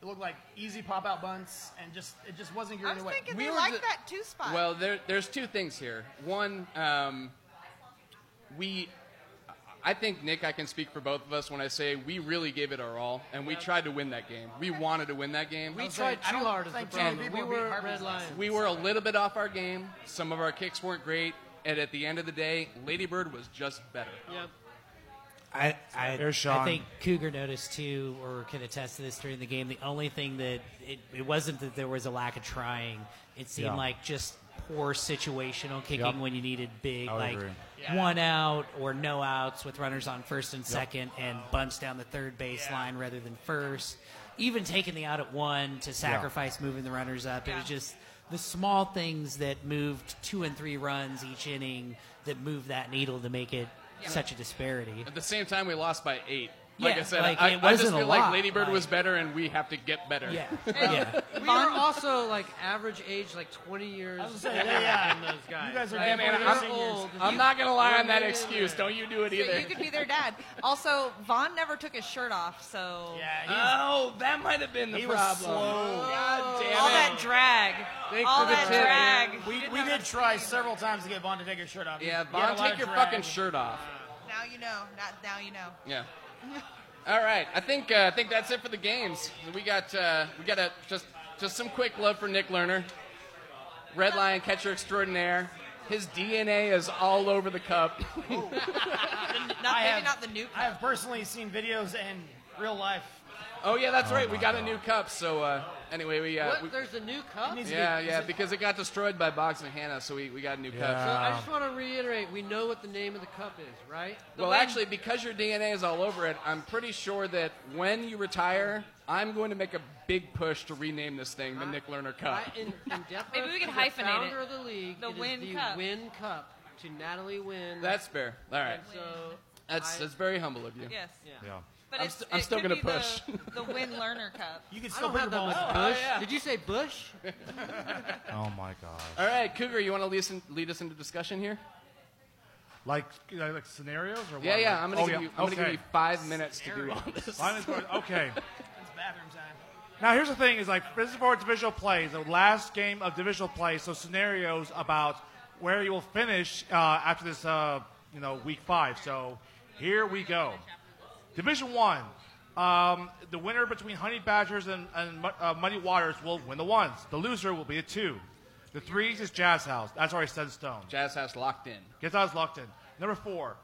D: it looked like easy pop out bunts, and just it just wasn't your
B: I was
D: way.
B: thinking they like that two spot.
C: Well, there, there's two things here. One, um, we, I think Nick, I can speak for both of us when I say we really gave it our all, and we tried to win that game. We wanted to win that game.
E: We tried too hard as the problem. We were Red Lions.
C: We were a little bit off our game. Some of our kicks weren't great, and at the end of the day, Ladybird was just better.
E: Yep.
K: I, I,
A: There's Sean.
K: I think Cougar noticed too, or can attest to this during the game. The only thing that it, it wasn't that there was a lack of trying. It seemed
P: Yeah.
K: like just poor situational kicking
P: Yep.
K: when you needed big,
P: I would
K: like
P: agree.
D: Yeah.
K: one out or no outs with runners on first and second, and bunts down the third baseline rather than first. Even taking the out at one to sacrifice moving the runners up. It was just the small things that moved two and three runs each inning that moved that needle to make it
C: Yeah.
K: such a disparity.
C: At the same time, we lost by eight. Like
K: Yeah,
C: I said,
K: like,
C: I,
K: it
C: I just
K: wasn't a
C: feel like
K: lot,
C: Ladybird
K: like-
C: was better, and we have to get better. *laughs*
K: Yeah.
E: We were also like average age, like 20 years
D: was gonna say,
E: older
D: yeah.
E: than those guys.
D: You guys are
E: Like,
D: definitely
E: we're
D: not seniors.
E: old.
C: I'm not gonna lie
E: We're
C: on that
E: way in
C: excuse.
E: there.
C: Don't you do it
B: So
C: either.
B: you could be their dad. Also, Vaughn never took his shirt off, so
C: Oh, that might have been the
B: He was
C: problem.
B: slow.
C: God damn it.
B: all that drag,
C: Thanks
B: all
C: for the
B: that
C: tip.
B: drag.
D: We, we did try several times to get Vaughn to take his shirt off.
C: Yeah,
D: He had a
C: Vaughn,
D: lot
C: take
D: of
C: your
D: drag.
C: fucking shirt off.
B: Uh, Now you know. Not now you know.
C: Yeah. All right. I think uh, I think that's it for the games. We got uh, we got a, just just some quick love for Nick Lerner, Red Lion catcher extraordinaire. His DNA is all over the cup. *laughs*
B: Not,
D: I
B: maybe
D: have,
B: not the new.
D: I have personally seen videos in real life.
C: oh yeah, that's
D: Oh
C: right. We
D: my
C: got a new cup. So uh, anyway, we, uh,
E: What?
C: we
E: There's a new cup?
C: yeah yeah because it got destroyed by Boggs and Hannah, so we, we got a new
E: So I
C: cup.
E: just want to reiterate, we know what the name of the cup is, right? The
C: well,
E: one-
C: actually, because your DNA is all over it, I'm pretty sure that when you retire, I'm going to make a big push to rename this thing the Nick Lerner Cup.
E: I- in, in deference
B: Maybe we
E: to
B: can
E: the
B: hyphenate it.
E: founder of the league,
B: The
E: it is
B: Wynn
E: the
B: Cup.
E: Win Cup to Natalie Wynn.
C: That's fair. All right.
E: And so
C: That's
E: I-
C: that's very humble of you.
B: Yes.
C: Yeah.
B: But
C: I'm,
B: it's,
C: st- I'm
B: it
C: still
B: could
E: *laughs*
B: be
C: gonna push.
B: the, the Win Learner Cup.
D: You can
E: I don't have that much Bush. Did you say Bush?
A: Oh my god.
C: All right, Cougar, you want to lead us, in, lead us into discussion here?
A: Like, you know, like scenarios or what?
C: Yeah, yeah. I'm gonna
A: Oh,
C: give
A: yeah,
C: you. I'm gonna give
A: okay.
C: you five minutes to do all this.
A: Mine is going- okay.
C: *laughs*
D: It's bathroom time.
A: Now here's the thing: is like this is for divisional plays, the last game of divisional play. So scenarios about where you will finish uh, after this, uh, you know, week five. So here we go. Division one: um, the winner between Honey Badgers and, and Mu- uh, Muddy Waters will win the ones. The loser will be a two. The threes is Jazz House. That's already set in stone.
C: Jazz House locked in.
A: Gets out is locked in. Number four.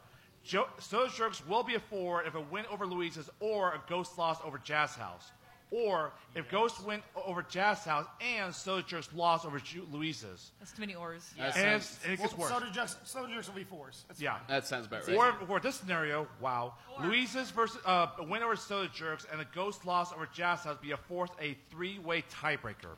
A: Jo- Sojourner's Jerks will be a four if a win over Louise's or a Ghost loss over Jazz House. Or if Ghost win over Jazz House and Sojourner's Jerks loss over Ju- Louise's.
B: That's too many oars.
A: And, it's- and it gets
D: well,
A: worse.
D: Soda jerks, soda jerks will be fours. That's
A: yeah.
D: fine.
C: That sounds about
A: Or
C: right.
A: for this scenario, wow. Louise's versus uh, a win over Sojourner's Jerks and a Ghost loss over Jazz House be a fourth, a three way tiebreaker.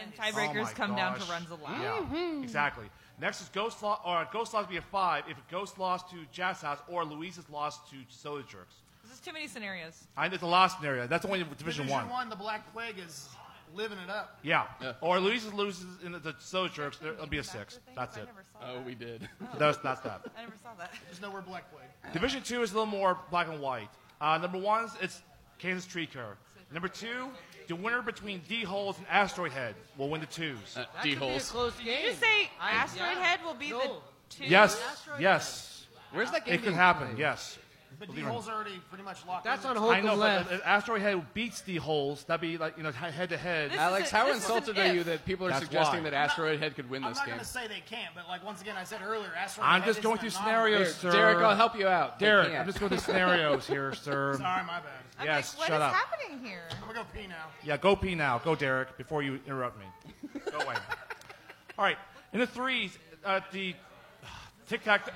B: And tiebreakers
A: Oh my
B: come down to
A: gosh.
B: runs allowed.
A: Yeah,
E: Mm-hmm.
A: exactly. Next is Ghost Law, or Ghost Laws be a five if Ghost lost to Jazz House or Louise's lost to Soda Jerks.
B: This is too many scenarios.
A: I know the last scenario. That's only Division,
D: Division
A: One.
D: one, the Black Plague is living it up.
A: Yeah. Or Louise's loses in the, the Soda Jerks. there- It'll be a six. That's it.
C: Oh, we did.
A: That's that's that.
B: I never saw that.
D: There's nowhere Black Plague.
A: Division two is a little more black and white. Uh, number one, it's Kansas Tree Care. Number two, the winner between D Holes and Asteroid Head will win the twos.
C: Uh,
E: That could be a close game.
B: Did you say
E: I-
B: Asteroid
E: yeah.
B: Head will be
E: No.
B: the two?
A: Yes.
B: Asteroid
A: Yes.
C: Where's that game
A: It could
C: being
A: happen.
C: played?
A: Yes.
D: But D
A: Believe it or
D: hole's already pretty much locked.
E: That's
D: in.
E: on hold.
A: I know,
E: left.
A: but if Asteroid Head beats the holes, that'd be like you know head to head.
D: This is
C: Alex,
D: a-
C: how
D: this is an
C: insulted are you
D: if.
C: that people are
A: That's
C: suggesting
A: why.
C: that Asteroid Head could win
D: I'm
C: this
D: not
C: game?
D: going to say they can't, but like once again, I said earlier, Asteroid
A: I'm
D: Head
A: just
D: isn't
A: going
D: an
A: through
D: anomaly.
A: scenarios, sir.
C: Derek, I'll help you out. They
A: Derek,
C: can't.
A: I'm just going through
D: *laughs*
A: scenarios here, sir.
D: Sorry, my bad.
A: I'm Yes, like, what shut is up.
B: happening here?
D: I'm gonna go pee now.
A: Yeah, go pee now. Go, Derek, before you interrupt me. Go away. All right. In the threes, uh, the Tic Tac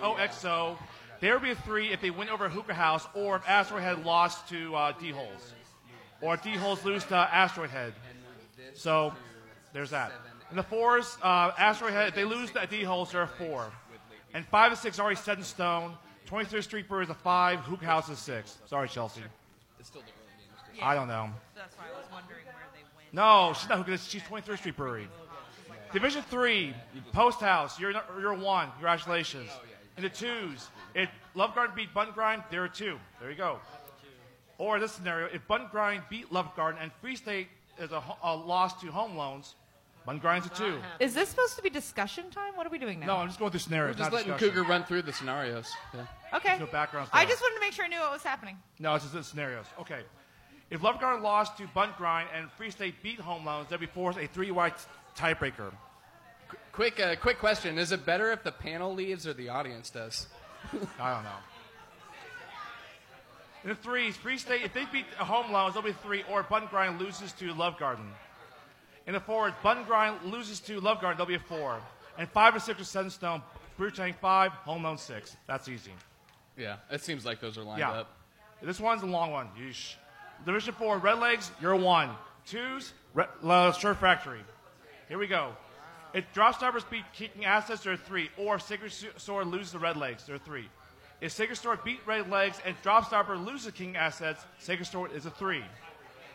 A: XXOXO, there would be a three if they win over Hookah House or if Asteroid Head lost to uh, D Holes. Or if D Holes lose to Asteroid Head. So there's that. In the fours, uh, Asteroid Head, if they lose to D Holes, they're a four. And five and six are already set in stone. 23rd Street Brew is a five, Hookah House is six. Sorry, Chelsea.
C: It's still the early
A: I don't know.
B: That's why I was wondering where they went.
A: No, she's not hookah. She's 23rd Street Brewery. Division three, Post House. You're not- you're one. Congratulations. In the twos, if Love Garden beat Bun Grind, there are two. There you go. Or this scenario, if Bun Grind beat Love Garden and Free State is a, ho- a loss to Home Loans, Bun Grind's a two.
B: Is this supposed to be discussion time? What are we doing now?
A: No, I'm just going through
C: We're
A: scenarios.
C: just
A: not
C: letting
A: discussion.
C: Cougar run through the scenarios. Yeah.
B: Okay.
A: No background
B: I
A: story.
B: just wanted to make sure I knew what was happening.
A: No, it's just the scenarios. Okay. If Love Garden lost to Bun Grind and Free State beat Home Loans, that'd be forced a three-wide tiebreaker.
C: Quick, uh, quick question: Is it better if the panel leaves or the audience does?
A: I don't know. In the threes, Free State, if they beat Home Loans, they'll be three, or Bun Grind loses to Love Garden. In the fours, Bun Grind loses to Love Garden, they'll be a four. And five or six or seven stone, Brew Tank five, Home Loan six. That's easy.
C: Yeah, it seems like those are lined
A: yeah.
C: up.
A: This one's a long one. Yeesh. Division four, Red Legs, you're a one. Twos, Re- La Sure Factory. Here we go. If Drop Stoppers beat Kicking Assets, they're a three. Or Sacred Su- Sword loses the Red Legs, they're a three. If Sacred Sword beat Red Legs and Drop Stopper loses Kicking Assets, Sacred Sword is a three.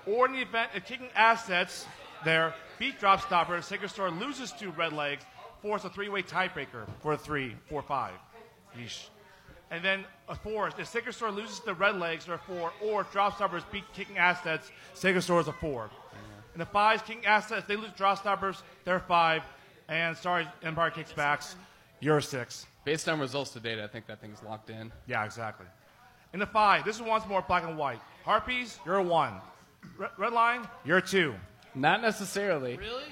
A: Or in the event if Kicking Assets there beat Drop Stopper, Sacred Sword loses to Red Legs, force a three-way tiebreaker for a three, four, five. Yeesh. And then a four. If Sacred Sword loses to Red Legs, they're a four. Or if Drop Stoppers beat Kicking Assets, Sacred Sword is a four. And the fives, King Assets, they lose Draw Stoppers, they're five. And sorry, Empire kicks backs. You're a six.
C: Based on results to date, I think that thing's locked in.
A: Yeah, exactly. In the five, this is once more black and white. Harpies, you're a one. Re- Red Line, you're a two.
C: Not necessarily.
E: Really?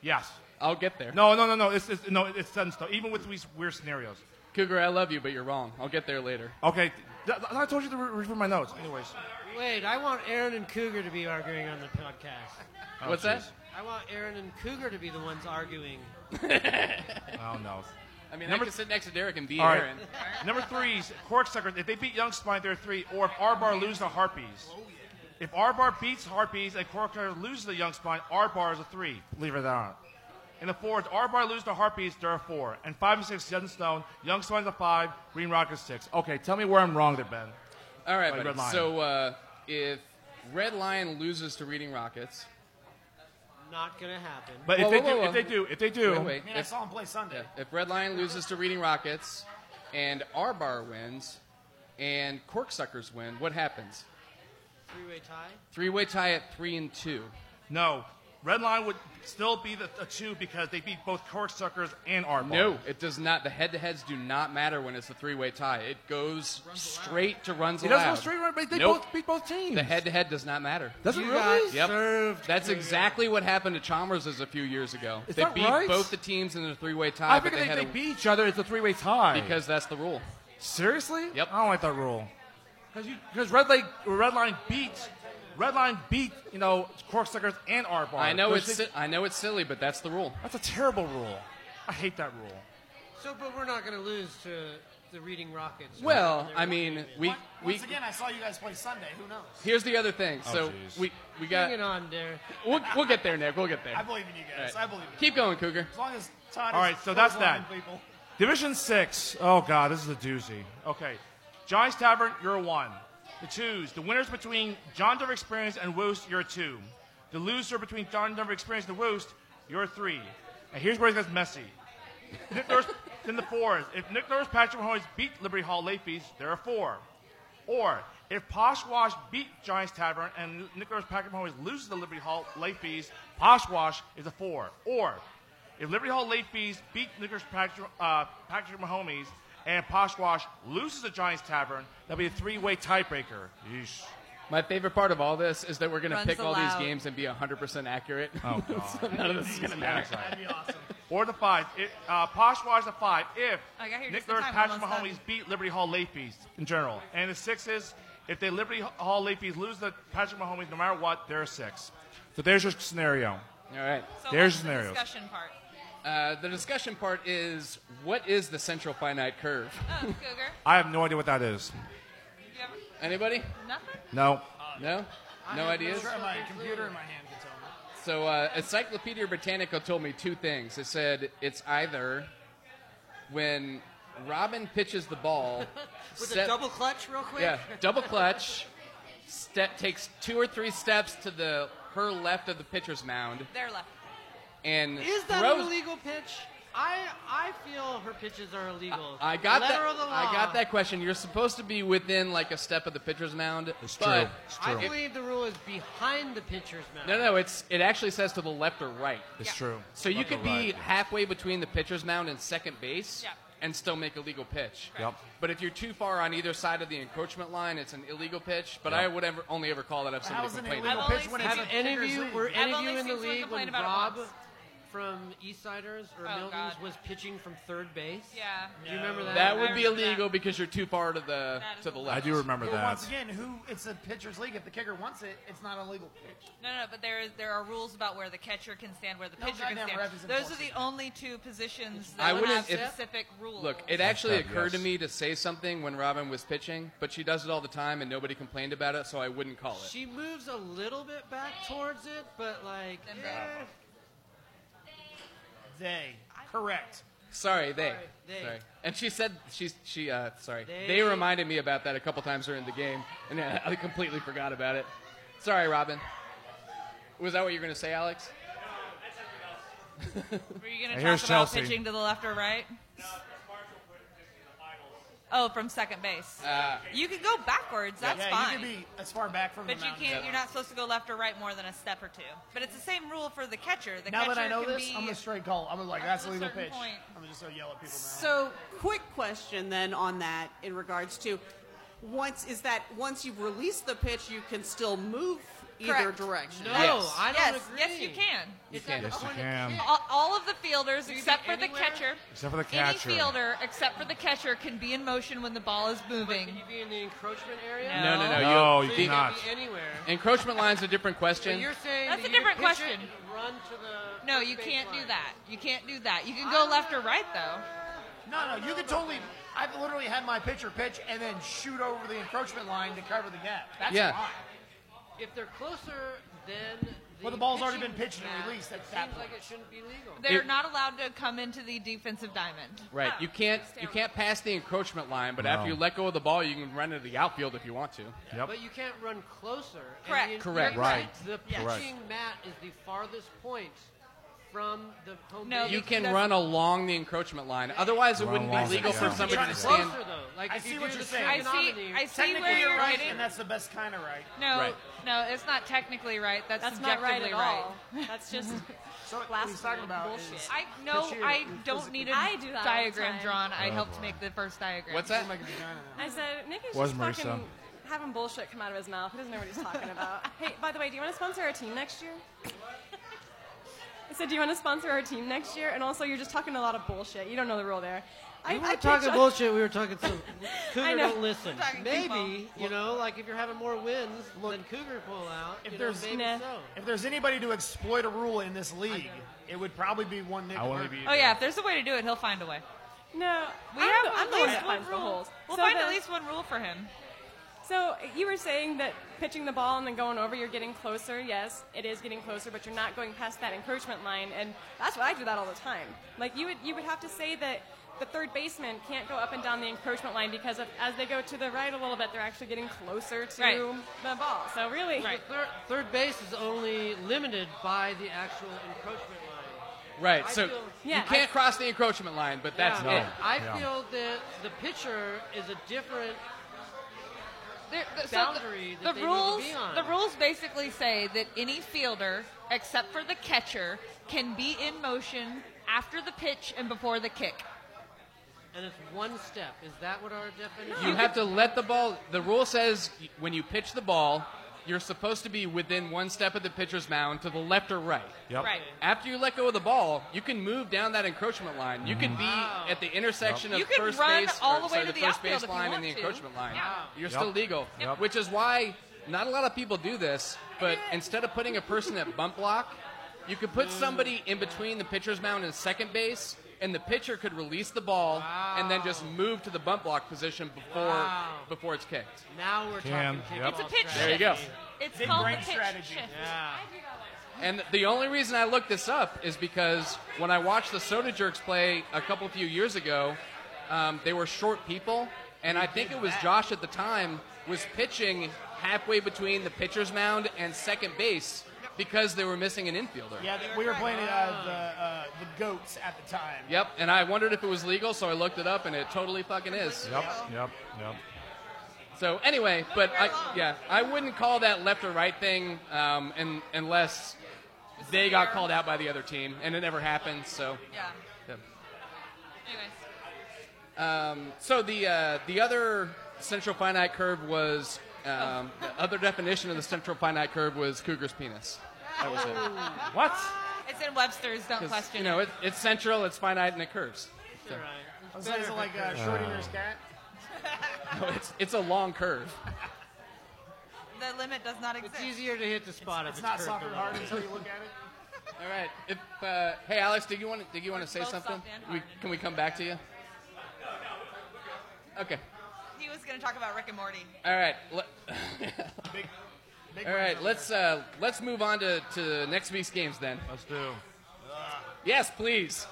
A: Yes.
C: I'll get there.
A: No, no, no, no. It's, it's no, it's set in stone. Even with these weird scenarios.
C: Cougar, I love you, but you're wrong. I'll get there later.
A: Okay, th- th- I told you to re- review my notes. Anyways,
E: Wait, I want Aaron and Cougar to be arguing on the podcast.
A: Oh, What's that? jeez.
E: I want Aaron and Cougar to be the ones arguing.
C: *laughs*
A: I don't know.
C: I mean,
A: Number-
C: I could sit next to Derek and be
A: All right.
C: Aaron.
A: Number threes, Corksuckers. If they beat Young Spine, they're three. Or if R-Bar loses to Harpies. If R-Bar beats Harpies and Corksuckers loses to Young Spine, R-Bar is a three. Leave it on. In the fours, R-Bar loses to Harpies, they're a four. And five and six, Seven Stone. Young Spine's a five. Green Rock is six. Okay, tell me where I'm wrong there, Ben.
C: All right,
A: Like
C: buddy.
A: Red Lion.
C: So uh, if Red Lion loses to Reading Rockets,
E: Not gonna happen.
A: But
C: Whoa,
A: if they
C: whoa,
A: do,
C: whoa,
A: if they
C: whoa.
A: do, if they do,
C: Wait, wait.
D: I mean, I saw him play Sunday.
C: if Red Lion loses to Reading Rockets, and our bar wins, and Corksuckers win, what happens?
E: Three-way tie.
C: Three-way tie at three and two.
A: No, Red Line would still be the a two because they beat both Corksuckers and Armbar.
C: No, it does not. The head-to-heads do not matter when it's a three-way tie. It goes straight to runs
A: It
C: allowed.
A: doesn't go straight run, but they
C: Nope.
A: both beat both teams.
C: The head-to-head does not matter.
A: Does it You really? got
C: Yep. That's exactly what happened to Chalmers a few years ago. they
A: that
C: beat
A: right?
C: both the teams in a three-way tie.
A: I
C: but
A: figured
C: they
A: they,
C: had
A: they
C: a-
A: beat each other. It's a three-way tie.
C: because that's the rule.
A: seriously, yep. I don't like that rule. Because Red Leg, Red Line beat, Red Line beat you know Corksuckers and Armbar.
C: I know
A: Those
C: it's
A: things-
C: si- I know it's silly, but that's the rule.
A: That's a terrible rule. I hate that rule.
E: So, but we're not going to lose to the Reading Rockets.
C: Well, I mean, we we
D: Once again, I saw you guys play Sunday. Who knows?
C: here's the other thing.
E: Oh,
C: So
E: jeez.
C: we we got
E: Bring it on, Derek.
C: We'll, we'll get there, Nick. We'll get there.
D: I believe in you guys.
C: All
D: I believe in you.
C: Keep going, Cougar.
D: As long as Todd.
A: All
D: is
A: right, so that's
D: clotheslining
A: that.
D: People.
A: Division six. Oh god, this is a doozy. Okay, Johnny's Tavern, you're a one. The twos. The winners between John Denver Experience and Woost, you're a two. The loser between John Denver Experience and Woost, you're a three. And here's where it gets messy. *laughs* Nick Norris, then the fours. If Nick Norris, Patrick Mahomes beat Liberty Hall Late Fees, they're a four. Or if Poshwash beat Giants Tavern and Nicholas Patrick Mahomes loses the Liberty Hall late fees, Poshwash is a four. Or if Liberty Hall late fees beat Nicholas Patrick, uh, Patrick Mahomes and Poshwash loses the Giants Tavern, that'll be a three-way tiebreaker. Yeesh.
C: My favorite part of all this is that we're going to
A: Runs
C: pick all
A: allowed.
C: these games and be 100% accurate.
A: Oh,
C: *laughs* So none of this is going to matter.
A: That'd be awesome. Or the five. If, uh, Poshwash the five. If
B: Oh, I got here
A: Nick
B: just in
A: Nurse,
B: time.
A: Patrick
B: Almost done.
A: Mahomes beat Liberty Hall late fees in general, and the sixes. If they Liberty Hall late fees lose the Patrick Mahomes, no matter what, they're a six. So there's your scenario.
C: All right.
B: So
A: there's
B: what's the
A: scenarios.
B: discussion part.
C: Uh, the discussion part is what is the central finite curve?
B: Oh, Cougar.
A: I have no idea what that is.
B: You have
C: Anybody?
B: nothing?
A: No.
C: No? No ideas?
D: Sure, my computer in my hand can tell me.
C: So, uh, Encyclopedia Britannica told me two things. It said it's either when Robin pitches the ball,
E: With a
C: step-
E: double clutch, real quick.
C: *laughs* yeah, double clutch, step takes two or three steps to the her left of the pitcher's mound,
B: They're left.
C: and
E: Is that
C: throws.
E: an illegal pitch? I I feel her pitches are illegal.
C: I got
E: Letter
C: that.
E: Of the law.
C: I got that question. You're supposed to be within like a step of the pitcher's mound. It's
E: true. I believe the rule is behind the pitcher's mound.
C: no, no. It's it actually says to the left or right.
A: It's Yeah. true.
C: So you
A: Left
C: could
A: or
C: be
A: right, yeah.
C: halfway between the pitcher's mound and second base, and still make a legal pitch.
A: Yep.
C: But if you're too far on either side of the encroachment line, it's an illegal pitch. But
A: Yep.
C: I would ever, only ever call that if somebody complained.
E: I've
C: about
E: only
C: it.
E: seen- have any of you were any
B: I've
E: of you
B: only
E: in the
B: seen someone
E: league
B: complain
E: when
B: about it
E: Rob
B: once.
E: from Eastsiders or
B: Oh,
E: Milton's
B: God.
E: was pitching from third base?
B: Yeah.
E: Do you remember that?
C: That would be illegal because you're too far to the to the left.
A: I do remember
D: Well,
A: that.
D: Once again, who? It's a pitcher's league. If the kicker wants it, it's not a legal pitch.
B: No, no, but there is there are rules about where the catcher can stand, where the
D: No
B: pitcher can
D: goddamn
B: stand.
D: ref is
B: Those are
D: enforcing
B: the only two positions
C: I
B: that would have
C: wouldn't- if-
B: specific rules.
C: Look, it actually
M: Hashtag
C: occurred to
M: yes.
C: me to say something when Robin was pitching, but she does it all the time and nobody complained about it, so I wouldn't call it.
E: She moves a little bit back towards it, but like eh,
D: They. Correct.
C: Sorry, they.
E: Sorry, they.
C: Sorry. And she said she she uh sorry. They,
E: They-
C: reminded me about that a couple times during the game, and uh, I completely forgot about it. Sorry, Robin. Was that what you were going to say, Alex?
B: Were you going
C: And
B: to
C: here's
B: talk about
C: Chelsea.
B: pitching to the left or right? Oh, from second base.
C: Ah.
B: you can go backwards. That's
D: yeah,
B: fine.
D: You can be as far back from
B: but
D: the
B: you
D: mound.
B: can't. You're not supposed to go left or right more than a step or two. But it's the same rule for the catcher. The
D: now
B: catcher
D: that I know
B: can
D: this,
B: be,
D: I'm gonna straight call. I'm gonna like that's a
B: Up to a
D: legal
B: certain
D: pitch.
B: point.
D: I'm gonna just go yell at people now.
F: So, quick question then on that in regards to once is that once you've released the pitch, you can still move either
B: Correct.
F: direction.
B: No,
E: Yes. I don't
B: yes,
E: agree.
B: yes, you can.
A: You can. Yes, you can.
B: All, all of the fielders, except for the
E: anywhere?
B: catcher,
A: Except for the
B: any
A: catcher.
B: fielder except for the catcher can be in motion when the ball is moving.
E: can you be in the encroachment area?
C: No, no, no.
A: No,
C: you
A: you
C: the-
A: cannot.
E: Be anywhere.
C: Encroachment line's a different
E: But
C: question.
E: you're saying
B: That's
E: that
B: a
E: you
B: different
E: can pitch it
B: question.
E: and Run to the
B: No,
E: first
B: you can't
E: baseline.
B: do that. You can't do that. You can go left or right though.
D: No, no, you can totally. I've literally had my pitcher pitch and then shoot over the encroachment line to cover the gap. That's
C: Yeah.
D: fine.
E: If they're closer, then the
D: Well, the ball's already
E: pitching
D: been pitched and
E: mat
D: released at that
E: seems
D: point.
E: like it shouldn't be legal.
B: They're
C: It-
B: not allowed to come into the defensive diamond.
C: Right. You can't you can't pass the encroachment line, but after
A: No.
C: you let go of the ball, you can run to the outfield if you want to.
E: But you can't run closer.
B: Correct.
E: And the-
C: Correct.
E: you're
C: Right.
E: The
C: Correct.
E: pitching mat is the farthest point from the home
C: No,
E: base.
C: you can run along the encroachment line. Otherwise, it
E: Run
C: wouldn't be
E: along
C: legal
E: it,
C: for
E: yeah.
C: somebody
E: Try
C: to
E: to
C: stand.
E: closer, though. Like,
D: I
E: if
D: see
E: you
D: what
E: do
D: you're
E: the
D: saying.
E: same nominee- I see
D: Technically,
E: where
D: you're
E: you're
D: right,
E: getting-
D: and that's the best kind of right.
B: No,
E: Right.
B: no, it's not technically right. That's,
H: That's not right
B: subjectively
H: at all. That's just
B: *laughs*
D: so
H: what he's talking about bullshit. is
B: I no,
H: picture
B: I
H: and
B: don't
H: physical-
B: need a
H: I do that all the
B: diagram
H: time.
B: drawn. I
C: Oh,
B: helped
C: boy.
B: make the first diagram.
C: What's that?
H: I said, Nick is
C: Was
H: just
C: Marissa.
H: fucking having bullshit come out of his mouth. He doesn't know what he's talking
C: *laughs*
H: about. hey, by the way, do you want to sponsor our team next year? I said, do you want to sponsor our team next year? And also, you're just talking a lot of bullshit. You don't know the rule there.
E: We
H: I,
E: were
H: I
E: talking
H: picked-
E: bullshit. We were talking some.
H: I
E: Cougar
H: know.
E: don't listen.
H: We're talking
E: Maybe you know, like if you're having more wins, then Cougar pull out.
D: If
E: you know,
D: there's
E: maybe so.
D: if there's anybody to exploit a rule in this league, it would probably be one Nick.
E: I wanna
D: Merck.
E: be-
B: Oh yeah, if there's a way to do it, he'll find a way.
H: No,
B: We
H: I'm
B: have
H: the- I'm
B: at
H: the one
B: least
H: that
B: one
H: finds the
B: rule.
H: holes.
B: We'll
H: So
B: find
H: the-
B: at least one rule for him.
H: So you were saying that pitching the ball and then going over, you're getting closer. Yes, it is getting closer, but you're not going past that encroachment line, and that's why I do that all the time. Like you would, you would have to say that the third baseman can't go up and down the encroachment line because of, as they go to the right a little bit, they're actually getting closer to
E: Right.
H: the ball. So really,
E: Third, third base is only limited by the actual encroachment line.
C: Right.
E: I
C: So
E: feel-
C: you can't cross the encroachment line, but that's
E: Yeah.
C: it.
E: I feel that the pitcher is a different
B: There- the- so the-
E: boundary
B: the
E: that they
B: rules
E: need to be on.
B: the rules basically say that any fielder except for the catcher can be in motion after the pitch and before the kick.
E: and it's one step. Is that what our definition?
C: You have to let the ball. The rule says y- when you pitch the ball, you're supposed to be within one step of the pitcher's mound to the left or right.
E: Yep. Right.
C: After you let go of the ball, you can move down that encroachment line. You can be
E: Wow.
C: at the intersection
E: Yep.
C: of
E: Mm-hmm. You can
C: first
E: run
C: base,
E: all
C: or,
E: the way
C: sorry,
E: to the
C: first
E: outfield
C: base
E: if you
C: line and the
E: want to.
C: encroachment line.
E: Yeah.
C: You're
E: Yep.
C: still legal, which is why not a lot of people do this. But instead of putting a person at bump block, you could put somebody in between the pitcher's mound and second base, and the pitcher could release the ball and then just move to the bump block position before
E: Wow.
C: before it's kicked.
E: Now we're
C: Can,
E: talking.
C: yep.
E: kickball
C: It's a pitch
E: strategy.
C: There you go.
B: It's
D: Big
B: called
D: brain
B: the pitch
D: strategy.
B: shift.
E: Yeah.
C: And the only reason I looked this up is because when I watched the Soda Jerks play a couple few years ago, um, they were short people, and I think it was Josh at the time was pitching halfway between the pitcher's mound and second base because they were missing an infielder.
D: Yeah, we were playing
E: Oh.
D: uh, the uh, the goats at the time.
C: Yep, and I wondered if it was legal, so I looked it up, and it totally fucking is.
D: Yep,
C: yep, yep. So anyway, but I, yeah, I wouldn't call that left or right thing, um, and, unless they got called out by the other team, and it never happened. So
B: Yeah.
C: Yep.
B: Anyways.
C: Um, so the uh, the other central finite curve was um, the other definition of the central finite curve was Cougar's penis.
B: *laughs*
C: That was it. What?
B: It's in Webster's, don't
C: 'Cause,
B: question
C: you know,
B: it.
C: it, it's central, it's finite, and it curves. So-
D: I was like, is it like uh,
C: Uh.
D: Schrodinger's cat? *laughs*
C: No, it's it's a long curve.
B: The limit does not exist.
E: It's easier to hit the spot
D: It's
E: if
D: not
E: curved
D: soccer
E: around.
D: hard until you look at it.
C: *laughs* All right. If, uh, hey, Alex, did you want to, did you want to say
B: both
C: something?
B: soft and
C: We,
B: hard.
C: can we come back to you? Okay.
B: He was going to talk about Rick and Morty.
C: All right. Le- *laughs*
B: big
C: All right. Let's uh, let's move on to, to next week's games then. Let's do. Yes, please.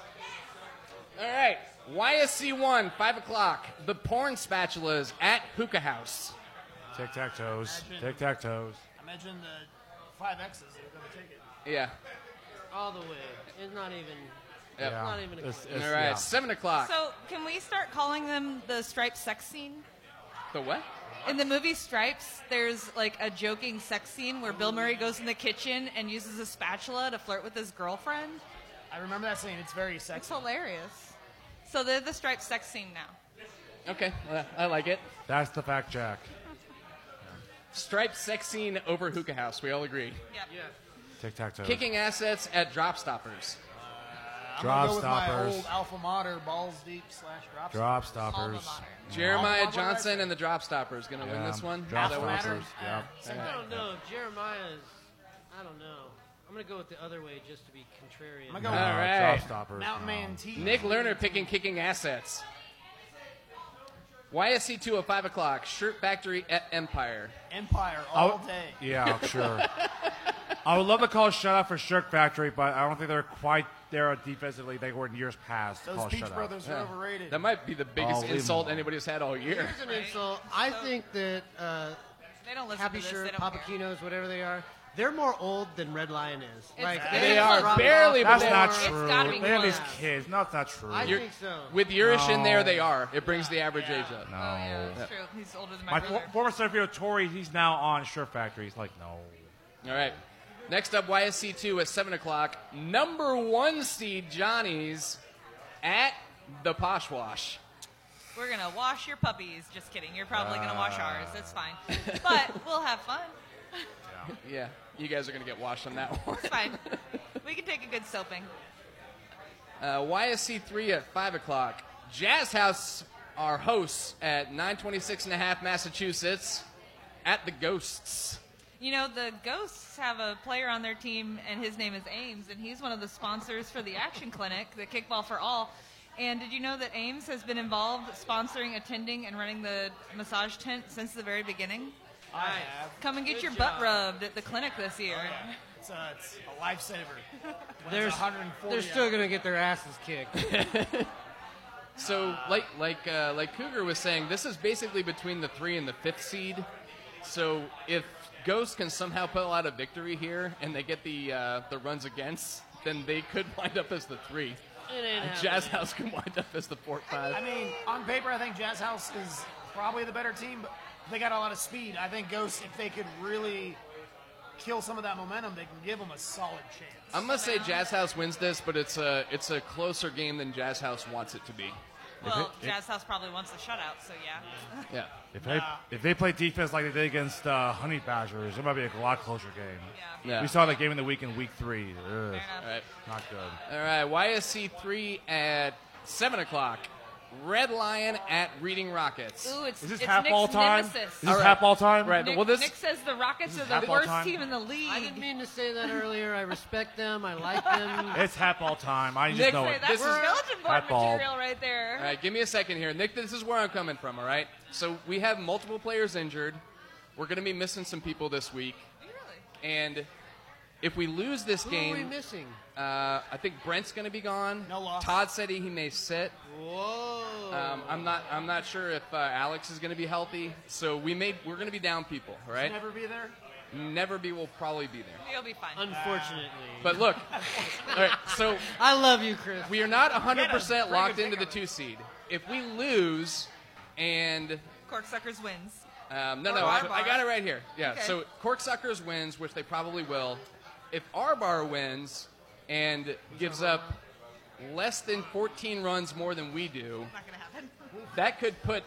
C: All right. YSC one five o'clock. The porn spatulas at Hookah House.
A: Tic tac toes.
D: Imagine.
A: Tic tac toes.
D: Imagine the five X's that are going to take it.
C: Yeah.
E: All the way. It's not even.
C: Yep.
E: Not even a
C: It's-
E: question.
C: it's- All right, yeah. 7 o'clock.
B: So, can we start calling them the striped sex scene?
C: The what?
B: In the movie Stripes, there's like a joking sex scene where Bill Murray goes in the kitchen and uses a spatula to flirt with his girlfriend.
D: I remember that scene. It's very sexy.
B: It's hilarious. So they're the striped sex scene now.
C: Okay. Well, I like it.
A: That's the fact, Jack.
C: Stripe sex scene over Hookah House. We all agree.
B: Yeah.
A: Tic tac toes.
C: Kicking assets at Drop Stoppers.
D: Uh, I'm
A: Drop
D: gonna go
A: stoppers.
D: With my old alpha mater, balls deep slash drop.
A: Drop
D: stoppers.
A: stoppers.
C: Jeremiah
D: Alma mater.
C: Johnson and the Drop Stoppers gonna win
A: Yeah,
C: this one.
A: Drop
C: That one?
A: Stoppers, yeah.
E: I
C: All right.
E: don't know. Jeremiah's. I don't know. I'm gonna go with the other way just to be contrarian.
C: All
A: uh,
C: right.
D: Mountain Man T.
C: Nick Lerner picking kicking assets. YSC two at five o'clock. Shirt Factory at Empire.
D: Empire
A: I
D: all
A: w-
D: day.
A: Yeah,
D: *laughs*
A: sure. I would love to call a shutout for Shirk Factory, but I don't think they're quite there defensively. They were in years past.
D: Those
A: call a
D: Beach
A: shutout.
D: Brothers are
A: Yeah.
D: overrated.
C: That might be the biggest
A: Oh, leave
C: insult
A: them
C: anybody's had all year.
E: Here's an insult. I think that uh,
B: They don't listen
E: Happy
B: to this.
E: Shirt,
B: they don't
E: Papa
B: care.
E: Kino's, whatever they are, They're more old than Red Lion is. Like
A: They are barely That's not true. They have these
E: close.
A: kids. No, it's not true.
E: I think so.
C: With Urish in
A: No.
C: there, they are. It brings the average age up.
A: No.
B: That's true. He's older than my,
A: My
B: brother.
A: for- former Sergio Tori, he's now on Shirt Factory. He's like, no.
C: All right. Next up, YSC2 at 7 o'clock. Number one seed Johnny's at the Poshwash.
B: We're gonna wash your puppies. Just kidding. You're probably gonna wash ours. That's fine. But we'll have fun.
C: *laughs* Yeah, you guys are going to get washed on that *laughs* one.
B: It's fine. We can take a good soaping.
C: Uh, YSC3 at 5 o'clock. Jazz House, our hosts, at 926 and a half Massachusetts at the Ghosts.
B: You know, the Ghosts have a player on their team, and his name is Ames, and he's one of the sponsors for the Action Clinic, the Kickball for All. And did you know that Ames has been involved sponsoring, attending, and running the massage tent since the very beginning?
D: I have.
B: Come and get
D: Good
B: your
D: job. Oh,
B: butt rubbed at the clinic this year.
D: It's a, it's a
E: *laughs*
D: lifesaver. When
E: They're,
D: it's 140
E: they're still
D: out.
E: gonna get their asses
A: *laughs*
E: kicked.
C: *laughs* So, like like uh, like Cougar was saying, this is basically between the three and the fifth seed. So, if Ghost can somehow pull out a victory here and they get the uh, the runs against, then they could *laughs* wind up as the three.
D: It ain't
C: And *laughs* Jazz
D: happening.
C: House can wind up as the four five.
D: I mean, on paper, I think Jazz House is probably the better team, but they got a lot of speed. I think Ghosts, if they could really kill some of that momentum, they can give them a solid chance.
C: I'm gonna say Jazz House wins this, but it's a it's a closer game than Jazz House wants it to be.
B: Well, Jazz House probably wants the shutout, so yeah. *laughs*
C: Yeah.
A: If they, if they play defense like they did against uh, Honey Badgers, it might be a lot closer game.
C: Yeah. Yeah.
A: We saw that game in the week in week three. Ugh,
C: enough.
A: Not good.
C: All right, YSC three at seven o'clock. Red Lion at Reading Rockets.
B: Ooh, it's-
A: Is this
B: it's
A: half
B: Nick's
A: all time?
B: nemesis.
A: Is this half all time?
C: Right.
B: Nick,
C: well, this
B: Nick says the Rockets
C: this
B: are
C: is
B: the
C: half all
B: worst
A: time?
B: team in the league.
E: I didn't mean to say that earlier. I respect them. I like them.
A: It's half all time. I just
C: Nick,
A: know
C: say
A: it.
C: that This is-
B: skeleton board
A: Half ball.
B: material right there.
C: All right, give me a second here. Nick, this is where I'm coming from, all right? So we have multiple players injured. We're going to be missing some people this week. And if we lose this
E: Who
C: game,
E: are we missing?
C: Uh, I think Brent's going to be gone. No loss. Todd said he, he may sit. Whoa. Um, I'm not. I'm not sure if uh, Alex is going to be healthy. So we may. We're going to be down people, all right?
D: Never be there.
C: Never be will probably be there.
B: You'll be fine.
E: Unfortunately.
C: But look, all right, so
E: *laughs* I love you, Chris.
C: We are not 100
B: Get
C: percent
B: him.
C: locked
B: Bring
C: into the two seed. If we lose, and
B: Corksuckers wins.
C: um, no,
B: Or
C: no, I,
B: Arbar.
C: I got it right here. Yeah.
B: Okay.
C: So Corksuckers wins, which they probably will. If Arbar wins and gives up less than 14 runs more than we do,
B: Not gonna happen.
C: that could put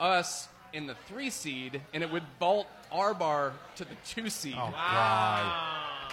C: us in the three seed, and it would vault Arbar to the two seed.
A: Oh, God.
B: I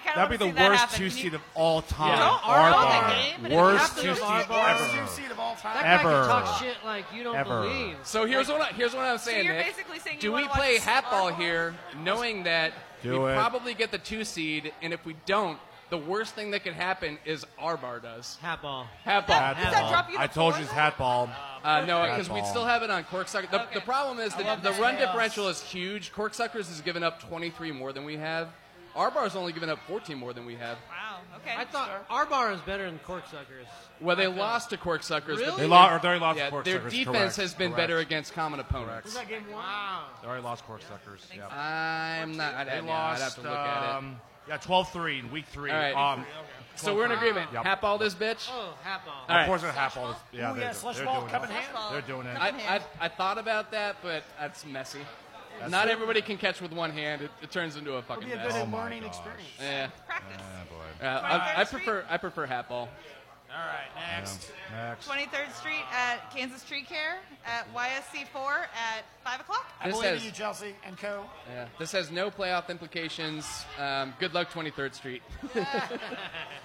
B: kinda
A: That'd be
B: wanna
A: the
B: see that
A: worst
B: happen. Can
A: two
B: you-
A: seed of all time.
B: Yeah. Don't
A: Arbar.
B: Arbar that game, and it
A: Worst
B: happened
A: two
B: to
A: seed
B: Arbar.
A: ever.
B: Worst two seed of all time.
E: That guy
A: Ever.
E: can talk shit like you don't
A: Ever.
E: believe.
C: So here's what I, here's what I'm saying.
E: you're
C: Nick.
E: basically saying you
C: do we
E: wanna watch
C: play
E: us
C: hatball here, knowing that
A: Do
C: we
A: it.
C: probably get the two seed, and if we don't, the worst thing that could happen is our bar does
E: hatball.
C: Hatball.
A: Hat ball. I told you it's hat ball.
C: Uh, no,
A: Hat
C: because we
A: ball.
C: still have it on Corksuckers. The, the problem is
A: I
C: the,
A: love
C: the
A: that
C: run
A: chaos.
C: differential is huge. Corksuckers has given up 23 more than we have. Our bar's only given up 14 more than we have.
B: Wow. Okay.
E: I thought our bar is better than Corksuckers.
C: Well, they lost to Corksuckers. but
E: Really?
A: They lo- or they lost to
C: yeah, Their
A: Corksuckers,
C: defense
A: correct,
C: has been
A: correct.
C: better against common opponents.
D: that game one? Wow.
A: They already lost Corksuckers. Yeah.
C: I'm not. I'd,
A: They
C: yeah,
A: lost.
C: I'd have to look at it.
A: um, Yeah, 12 3 in week three.
C: All right.
A: Um,
C: so we're in
A: 12-3.
C: agreement.
A: Yep.
C: Hap all this bitch.
E: Oh, hatball.
A: Of course, they're half all this. Yeah,
C: Ooh,
A: they're,
C: yeah,
A: do-
C: slush
A: they're
C: ball,
A: doing
C: cup
A: it.
C: in hand.
A: They're doing it.
C: I, I, I thought about that, but that's messy.
A: That's
C: Not
A: it.
C: everybody can catch with one hand. It, it turns into a fucking
D: be a
C: mess.
D: good Oh my learning gosh. experience.
C: Yeah.
B: Practice.
C: Uh, I, I prefer I prefer hat ball.
D: All right, next.
A: Next.
B: 23rd Street at Kansas Tree Care at YSC4 at 5 o'clock.
D: I
C: This
D: believe
C: has-
D: in you, Chelsea and co.
C: Yeah. This has no playoff implications. Um, good luck, 23rd *laughs* Street.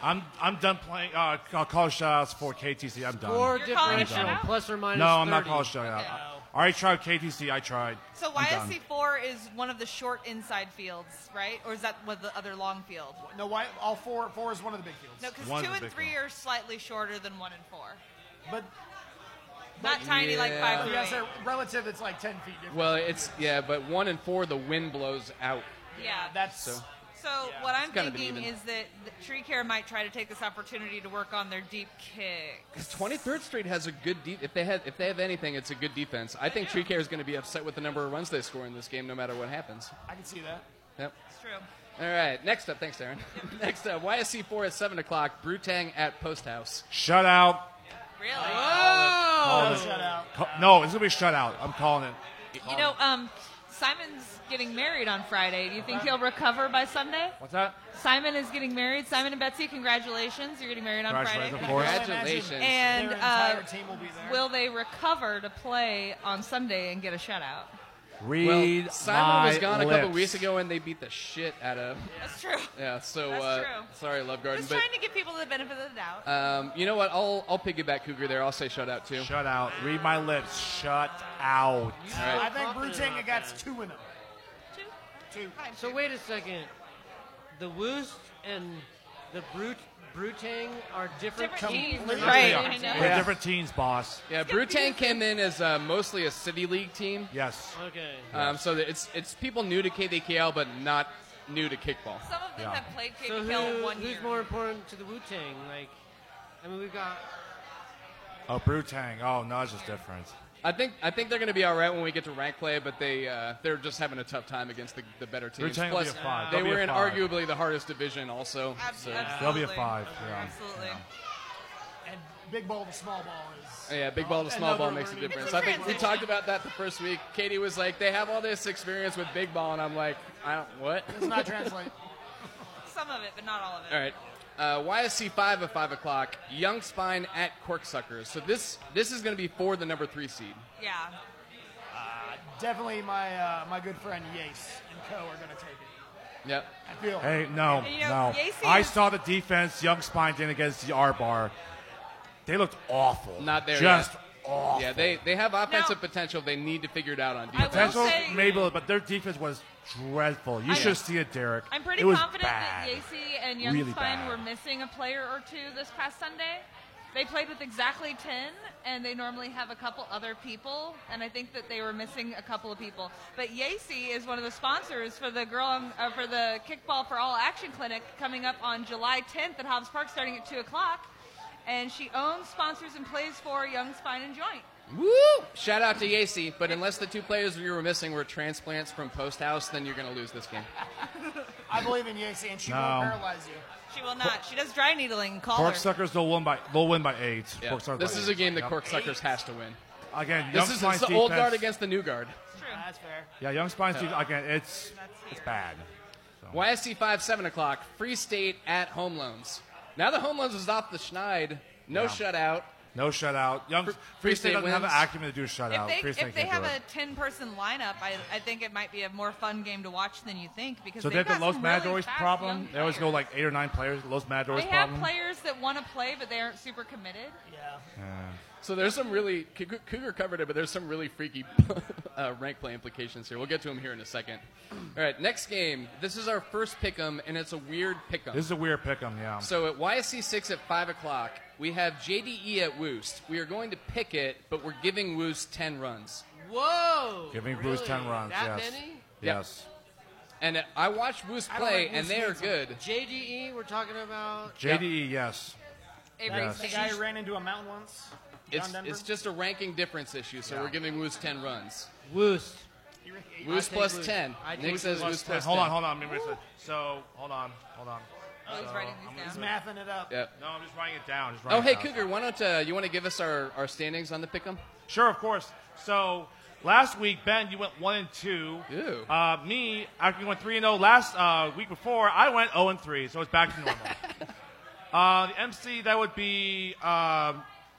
A: I'm I'm done playing. Uh, I'll call shots for KTC. I'm done.
E: Score
A: I'm
E: differential,
A: done.
E: plus or minus
A: No, I'm not
E: 30.
A: calling shots. I already tried KTC. I tried.
B: So
A: I'm done.
B: YSC4 is one of the short inside fields, right? Or is that one of the other long field?
D: No, why, all four, four is one of the big fields.
B: No, because
A: One of
B: 2
A: the
B: and
A: big
B: 3 are slightly shorter than 1 and 4.
D: But
B: not tiny like 5 through
D: Yes,
B: eight.
D: they're relative. It's like ten feet different.
C: Well, it's yeah, but one and four, the wind blows out.
B: Yeah,
D: that's
C: So
B: So what I'm
C: It's gotta be
B: thinking
C: even.
B: is that the Tree Care might try to take this opportunity to work on their deep kick.
C: 23rd Street has a good de- if they have if they have anything, it's a good defense. I think Tree Care is going to be upset with the number of runs they score in this game, no matter what happens.
D: I can see that.
C: Yep.
B: It's true.
C: All right. Next up, thanks, Darren. *laughs* next up, YSC four at seven o'clock. Brutang at Post House.
A: Shut out.
B: Really?
E: Oh.
A: Call it. Ca- No, it's gonna be shut out. I'm calling it.
B: You know, um, Simon's getting married on Friday. Do you think he'll recover by Sunday?
A: What's that?
B: Simon is getting married. Simon and Betsy, congratulations. You're getting married on Friday.
A: Congratulations, of course.
C: Congratulations.
B: And
D: Their
B: uh,
D: entire team will be there.
B: will they recover to play on Sunday and get a shutout?
A: Read
C: well, Simon was
A: my
C: gone a couple
A: lips.
C: weeks ago, and they beat the shit out of.
B: *laughs* That's true.
C: Yeah. So
B: That's
C: uh,
B: true.
C: sorry, Love Garden,
B: Just
C: but.
B: trying to give people the benefit of the doubt.
C: Um, you know what? I'll I'll piggyback Cougar there. I'll say shut out too.
A: Shut out. Read my lips. Shut out.
D: I think Brutanga got two in them. Two.
E: So wait a second. The Woost and the Brut Brutang are different,
B: Different
E: teams.
B: teams.
A: They are.
E: I know.
A: We're different teams, boss.
C: Yeah, Brutang came in as uh, mostly a city league team.
A: Yes.
E: Okay.
C: Um, so that it's it's people new to KDKL, but not new to kickball.
B: Some of them
C: Yeah.
B: have played
E: So
B: KPL
E: who,
B: one
E: who's
B: year.
E: more important to the Wu Tang? Like, I mean, we've got
A: Oh, Brutang. Oh, no, it's just different.
C: I think I think they're going to be all right when we get to rank play, but they uh, they're just having a tough time against the, the better teams.
A: Brutang will
C: Plus,
A: be a five.
C: they
A: They'll be
C: were
A: a
C: in
A: five.
C: arguably the hardest division, also. So.
A: They'll be a five. Yeah.
B: Absolutely.
D: And big ball to small ball is.
C: Oh, Yeah, big ball to
D: And
C: small ball
D: another
C: makes a
D: learning
C: difference. I
D: curve.
C: think we talked about that the first week. Katie was like, "They have all this experience with big ball," and I'm like, "I don't what."
D: Does
C: *laughs*
D: not translate.
B: Some of it, but not all of it.
C: All right. Uh, YSC five at five o'clock. Young Spine at Corksuckers. So this this is going to be for the number three seed.
B: Yeah.
D: Uh, Definitely my uh, my good friend Yace and Co are going to take it.
C: Yep.
D: I feel.
A: Hey, no,
D: You know,
A: no.
D: Yacy
A: I
D: is-
A: saw the defense Young Spine did against the R bar. They looked awful.
C: Not there
A: Just
C: yet.
A: awful.
C: Yeah, they they have offensive potential. They need to figure it out on defense.
A: potential, maybe, but their defense was dreadful. You
B: I-
A: should see it, Derek.
B: I'm pretty
A: It was
B: confident
A: bad.
B: that Yacy and Young
A: Really
B: Spine
A: bad.
B: were missing a player or two this past Sunday. They played with exactly 10, and they normally have a couple other people, and I think that they were missing a couple of people. But Yacy is one of the sponsors for the girl on, uh, for the Kickball for All Action Clinic coming up on July 10th at Hobbs Park, starting at 2 o'clock. And she owns, sponsors, and plays for Young Spine and Joint.
C: Woo! Shout out to Yacy. But unless the two players you were missing were transplants from Post House, then you're going to lose this game.
D: *laughs* I believe in Yace and she
A: No.
D: won't paralyze you.
B: She will not. She does dry needling. Call her.
A: Corksuckers, they'll win by they'll win by eight.
C: Yeah.
A: Corksuckers
C: This
A: by
C: is a
A: eight.
C: game that
A: Yep.
C: Corksuckers has to win.
A: Again,
C: this
A: Young
C: is
A: Spine's
C: it's the old
A: defense-
C: guard against the new guard.
D: That's fair.
A: Yeah, Young Spine's
C: Yeah.
A: defense, again, it's it's bad.
C: YSC 5, 7 o'clock. Free State at Home Loans. Now that Home Loans is off the Schneid, no
A: Yeah.
C: shutout.
A: No shutout. Young Free, State,
C: State
A: doesn't have the
C: wins.
A: acumen to do a shutout.
B: If they,
A: Free State
B: if they
A: can't
B: have
A: do
B: a
A: it.
B: 10 person lineup, I, I think it might be a more fun game to watch than you think because
A: so they
B: they've
A: have the
B: got
A: Los
B: some really
A: Matadors
B: fast
A: problem.
B: young
A: They always go
B: players.
A: like eight or nine players. Los Matadors
B: They have
A: problem.
B: players that want to play, but they aren't super committed.
D: Yeah.
C: So there's some really, Cougar Cougar covered it, but there's some really freaky *laughs* uh, rank play implications here. We'll get to them here in a second. All right, next game. This is our first pick 'em, and it's a weird pick 'em.
A: This is a weird pick 'em. Yeah.
C: So at YSC 6 at 5 o'clock, we have JDE at Woost. We are going to pick it, but we're giving Woost 10 runs.
E: Whoa!
A: Give me Bruce
E: Really?
A: 10 runs,
E: That
A: yes.
E: many?
A: Yes.
C: And uh, I watched Woost
E: I don't
C: play,
E: like
C: and
E: Woost
C: they are
E: needs
C: good.
E: JDE, E, we're talking about.
A: JDE, yes.
D: That's the guy who ran into a mountain once.
C: It's,
D: John Denver.
C: it's just a ranking difference issue, so we're giving Woost 10 runs.
E: Woost.
C: Woost
A: I
C: plus
A: think
C: 10.
A: I
C: Nick
A: think
C: says
A: Woost
C: Woost
A: plus
C: plus 10.
A: 10. Hold on, hold on. Let me reset. So, hold on, hold on.
B: Oh, he's writing these down.
A: I'm gonna-
B: He's
D: mathing it up.
C: Yep.
A: No, I'm just writing it down. Just writing
C: Oh, hey,
A: it down.
C: Cougar, why don't uh, you want to give us our, our standings on the pick 'em?
A: Sure, of course. So last week, Ben, you went one and two.
C: Ew.
A: Uh, me, after you went three and zero last uh, week before, I went zero and three, so it's back
C: *laughs*
A: to normal. uh, the MC that would be, um,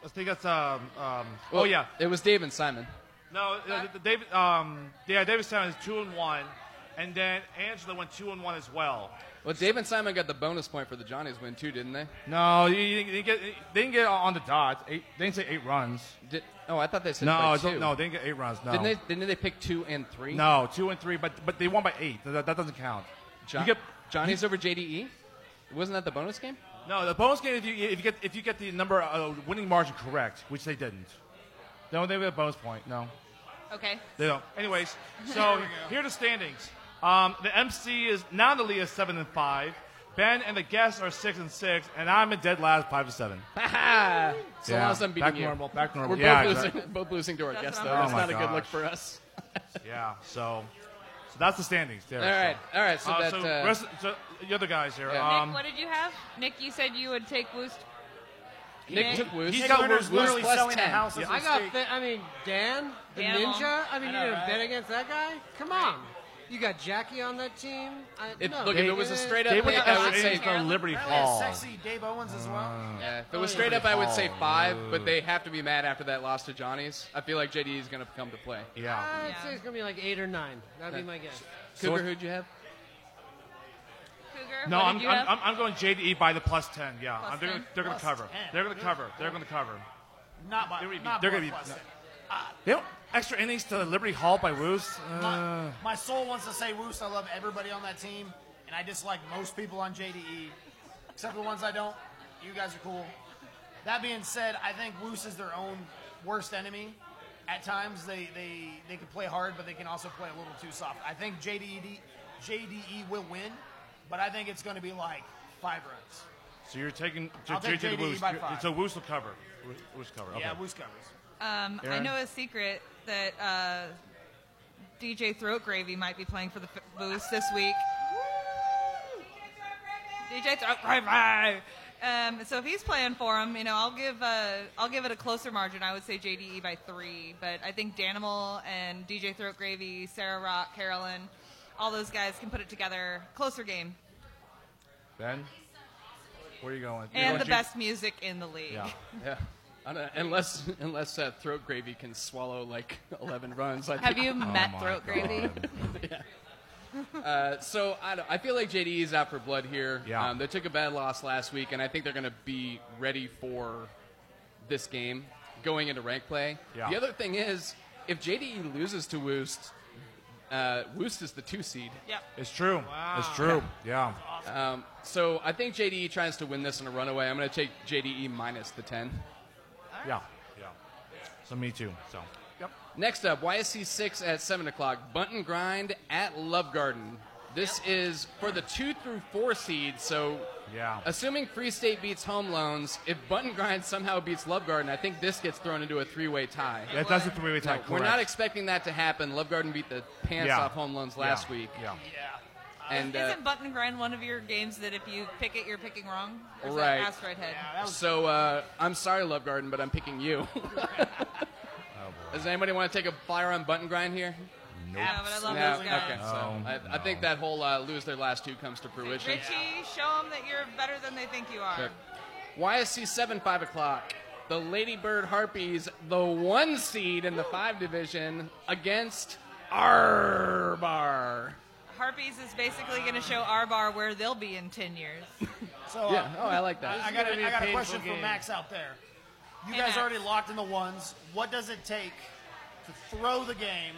A: I think that's um, um, oh
C: Well,
A: yeah,
C: It was Dave and Simon.
A: no, uh, the- the David, um, yeah, David Simon is two and one, and then Angela went two and one as well.
C: Well, Dave and Simon got the bonus point for the Johnnies win, too, didn't they?
A: No, you, you didn't get, they didn't get on the dot. Eight, they didn't say eight runs.
C: Did, oh, I thought they said
A: no,
C: by
A: it's not-
C: two.
A: no, they didn't get eight runs. No,
C: Didn't, they, didn't they pick two and three?
A: No, two and three, but but they won by eight. That, that doesn't count.
C: Jo-
A: you get
C: Johnny's over JDE? Wasn't that the bonus game?
A: no the bonus game if you if you get if you get the number uh, winning margin correct, which they didn't. No, they have a bonus point. No,
B: Okay.
A: they don't. Anyways,
B: There
E: *laughs*
A: so
B: we go.
A: here are the standings. Um, the MC is now in the lead is seven and five. Ben and the guests are six and six, and I'm in dead last five
C: *laughs*
A: and seven.
C: Ha Ah, So
A: Yeah,
C: long as I'm beating
A: back
C: you.
A: normal, back normal.
C: We're
A: Yeah,
C: both,
A: exactly. Oh
C: losing, both losing to our
A: That's
C: guests,
A: what
C: though.
A: I'm *laughs*
C: That's not
A: saying. Oh
C: a
A: my
C: good look
A: gosh.
C: for us.
A: yeah. So, So that's the standings. There.
C: All right,
A: So.
C: all right, so
A: uh,
C: that,
A: so,
C: uh,
A: rest, so the other guys here.
C: Yeah.
A: Um,
P: Nick, what did you have? Nick, you said you would take Woost.
C: Nick took Woost.
A: He's got Woost literally selling the house
E: I got. Fa- I mean, Dan, the
N: Dan
E: ninja.
N: Long.
E: I
N: I
E: mean, you
N: know,
E: didn't
N: right?
E: bet against that guy. Come on. You got Jackie on that team. I,
C: If-
E: no,
C: look, if *laughs* it was a
E: didn't.
C: straight up They would pick, have I would say- the Liberty
D: Apparently it's
C: Fall.
D: sexy Dave Owens as well.
C: Yeah, if it was straight up, I would say five, but they have to be mad after that loss to Johnny's. I feel like JD is going to come to play.
E: Uh, I'd say it's gonna be like eight or nine. That'd be my guess.
C: Cougar, who'd you have?
A: no,
E: what
A: I'm,
E: did you
A: I'm,
E: have?
A: I'm, I'm going JDE E by the plus ten. Yeah,
D: Plus
A: I'm- they're, gonna-
D: 10?
A: they're going
D: Plus
A: to cover.
D: 10.
A: They're going to cover. They're going to cover.
D: Not by, not
A: they're
D: by
A: going to
D: plus
A: be.
D: ten.
E: Uh,
A: They don't- extra innings to Liberty Hall by Woost. Uh,
D: My soul wants to say Woos. I love everybody on that team, and I dislike most people on JDE, except the ones I don't. You guys are cool. That being said, I think Woos is their own worst enemy. At times, they they they can play hard, but they can also play a little too soft. I think E, JDE JDE E will win, but I think it's going to be like five runs.
A: so you're taking
D: I'll take JDE
A: JDE Woost.
D: by
A: You're-
D: five.
A: So Woost will cover. Woo- Woost cover. Okay.
D: Yeah, Woos covers.
B: Um, I
A: Aaron?
B: know a secret that uh, DJ Throat Gravy might be playing for the F- Boost this week. DJ Throat Gravy. oh, Um, so if he's playing for him, you know, I'll give uh, I'll give it a closer margin. I would say JDE by three, but I think Danimal and DJ Throat Gravy, Sarah Rock, Carolyn, all those guys can put it together. Closer game
A: Ben, where are you going? You're
B: and
A: going
B: the
A: J-
B: best music in the league. *laughs*
A: Yeah.
C: Yeah. I don't- Unless unless uh, throat gravy can swallow like *laughs* eleven runs. I
B: Have
C: think-
B: you
C: *laughs*
A: Oh
B: met Throat Gravy?
C: Uh, so I, don't, I feel like JDE is out for blood here.
A: Yeah.
C: Um, they took a bad loss last week, and I think they're going to be ready for this game going into rank play.
A: Yeah.
C: The other thing is, if JDE loses to Woost, uh, Woost is the two seed.
B: Yep.
A: It's true. It's true. Yeah.
C: Um, so I think JDE tries to win this in a runaway. I'm going to take JDE minus the 10.
A: Yeah. Yeah. So me too. So. Yep.
C: Next up, YSC 6 at 7 o'clock. Bunton Grind at Love Garden. This is for the 2 through 4 seed, so
A: Yeah.
C: assuming Free State beats Home Loans, if Bunton Grind somehow beats Love Garden, I think this gets thrown into a three way tie.
A: Yeah, that's a three-way tie,
C: we're not
A: correct.
C: expecting that to happen. Love Garden beat the pants
A: Yeah.
C: off Home Loans last
A: Yeah.
C: week.
A: Yeah.
C: And, uh,
B: Isn't Button Grind one of your games that if you pick it, you're picking wrong? Or is
C: Right.
B: That asteroid head.
C: So uh, I'm sorry, Love Garden, but I'm picking you. *laughs* Does anybody want to take a flyer on button grind here?
B: Nope. Yeah, but I love
C: No?
B: those guys.
C: Okay, so
A: No,
C: I, I think that whole uh, lose their last two comes to fruition.
B: Richie, show them that you're better than they think you are.
C: Okay. YSC 7, 5 o'clock. The Ladybird Harpies, the one seed in the 5 division, against Arbar.
B: Harpies is basically going to show our bar where they'll be in 10 years.
D: *laughs* So,
C: Yeah, oh, I like that.
D: I, I
C: This is
D: got,
C: gonna be
D: a,
C: a
D: I got a
C: painful
D: question for
C: game.
D: Max out there. You
B: Hey,
D: guys
B: Max.
D: already locked in the ones. What does it take to throw the game,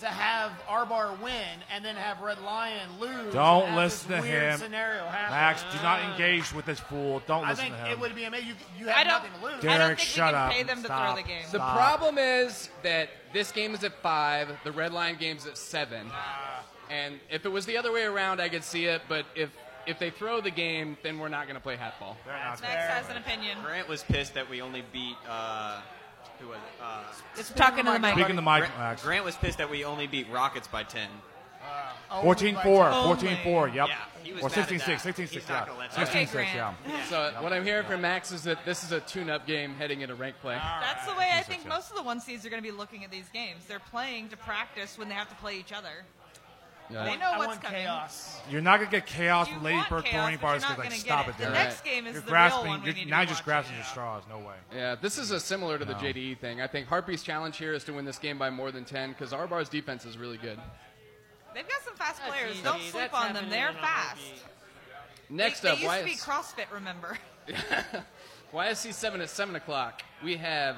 D: to have Arbar win, and then have Red Lion lose? and
A: Don't
D: have
A: listen
D: this
A: to
D: weird
A: him.
D: Scenario happen?
A: Max, do not engage with this fool. Don't
D: I
A: listen
D: think
A: to him.
D: it would be amazing. You, you have nothing to lose.
A: Derek, shut up. Stop.
C: The
A: Stop.
C: problem is that this game is at five. The red line game's at seven.
A: Ah.
C: And if it was the other way around, I could see it. But if if they throw the game, then we're not going to play hatball.
H: Max has an opinion.
O: Grant was pissed that we only beat. Uh, who was it? Uh,
B: Just talking to the mic. Speaking to the mic,
O: Grant,
A: Max.
O: Grant was pissed that we only beat Rockets by ten.
A: 14 4. 14 4. Yep.
O: Yeah, he was
A: or
O: mad at
A: 16 6.
O: that.
A: 16 6.
O: He's not
A: yeah.
O: gonna let that
A: 16
O: happen.
A: 6. Yeah.
C: So what I'm hearing from Max is that this is a tune-up game heading into rank play.
B: That's the way I think most of the one seeds are going to be looking at these games. They're playing to practice when they have to play each other.
C: Yeah.
B: They know
D: I
B: what's
D: want
B: coming.
D: chaos.
A: You're not going to get chaos
B: You
A: with Lady
B: want
A: Bird
B: chaos,
A: Boring
B: but
A: Bars
B: you're not
A: because like,
B: gonna
A: stop
B: get
A: it,
B: it. The
A: Derek.
B: next game is
A: you're
B: the real
A: grasping,
B: one we
A: you're,
B: need to
A: Now
B: be
A: you're just grasping your straws. No way.
C: Yeah, this is a similar to the
A: No.
C: JDE thing. I think Harpy's challenge here is to win this game by more than 10 because Arbar's defense is really good.
B: They've got some fast
P: That's
B: players.
P: easy.
B: Don't
P: That's
B: sleep on them.
P: happening
B: They're
P: in a
B: fast.
C: Next
B: they,
C: up,
B: they used to be
C: YS
B: CrossFit, remember? *laughs*
C: YSC 7 at 7 o'clock. We have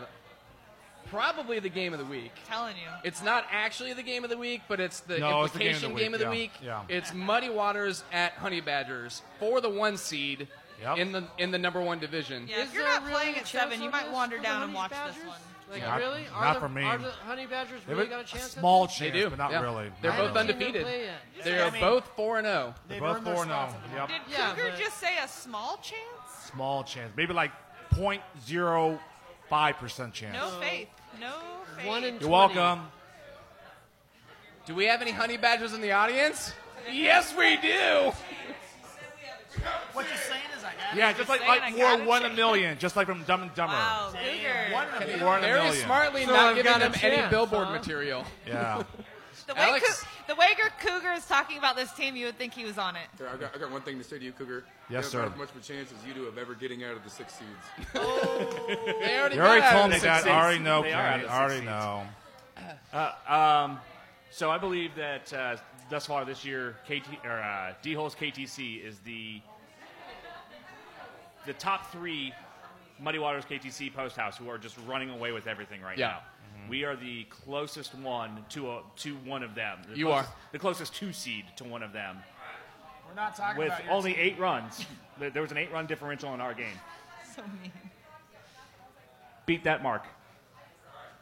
C: probably the game of the week.
B: telling you.
C: It's not actually the game of the week, but it's the
A: No, it's the game of the
C: implication
A: week,
C: game of the
A: yeah,
C: week.
A: yeah.
C: It's Muddy Waters at Honey Badgers for the one seed in the in the number one division.
B: Yeah,
E: Is
B: if you're
E: there
B: not
E: really
B: playing
E: a
B: at
E: chance
B: seven, you
E: on
B: might
E: this
B: wander
E: for
B: down
E: the
B: and watch
E: Honey
B: this
E: Badgers?
B: one.
E: Like
A: Not-
E: really? Are
A: not
E: the,
A: for me.
E: Are the Honey Badgers
A: They
E: really
A: would-
E: got a
A: a
E: chance? at
A: small
E: this?
A: chance,
C: They do.
A: but not
C: yeah.
A: really.
C: They're
A: I
C: both
A: haven't seen
C: undefeated.
E: them play yet.
C: They're
E: I mean,
C: both 4 and 0.
A: They're both 4 0. Yep.
B: Did
E: Yeah,
B: Cougar
E: but-
B: just say a small chance?
A: Small chance. Maybe like 0.05% chance.
B: No faith. No faith.
E: One in
A: You're welcome.
C: Do we have any honey badgers in the audience?
G: Yes, we do.
D: What you're saying is I got
A: Yeah, just like, like War One a Million, just like from Dumb and Dumber.
D: Wow,
B: Cougar.
D: One of
A: War One a
C: Very
A: Million.
C: smartly
A: So
C: not
A: I've
C: giving
A: got a
C: them any
A: chance,
C: billboard
A: huh?
C: material. *laughs*
A: Yeah.
B: The way,
M: Alex-
B: Cou- the way your Cougar is talking about this team, you would think he was on it.
M: Here, I got, I got one thing to say to you, Cougar. you
A: Yes,
M: have
A: sir.
M: About as much of a chance as you do of ever getting out of the six
A: *laughs*
M: seeds.
C: They
A: You already told me that. I already know,
M: They are
A: Kenny.
M: out of
A: I already
M: six
A: know.
G: Uh, um, so I believe that uh, thus far this year, KT or uh, D Holes KTC is the the top three Muddy Waters KTC post house who are just running away with everything right
C: Yeah.
G: now.
A: Mm-hmm.
G: We are the closest one to a, to one of them. The
C: You
G: closest-
C: are.
G: the closest two seed to one of them
D: We're not talking
G: with
D: about your
G: only
D: team.
G: eight runs. There there was an eight run differential in our game.
B: So mean.
G: Beat that mark.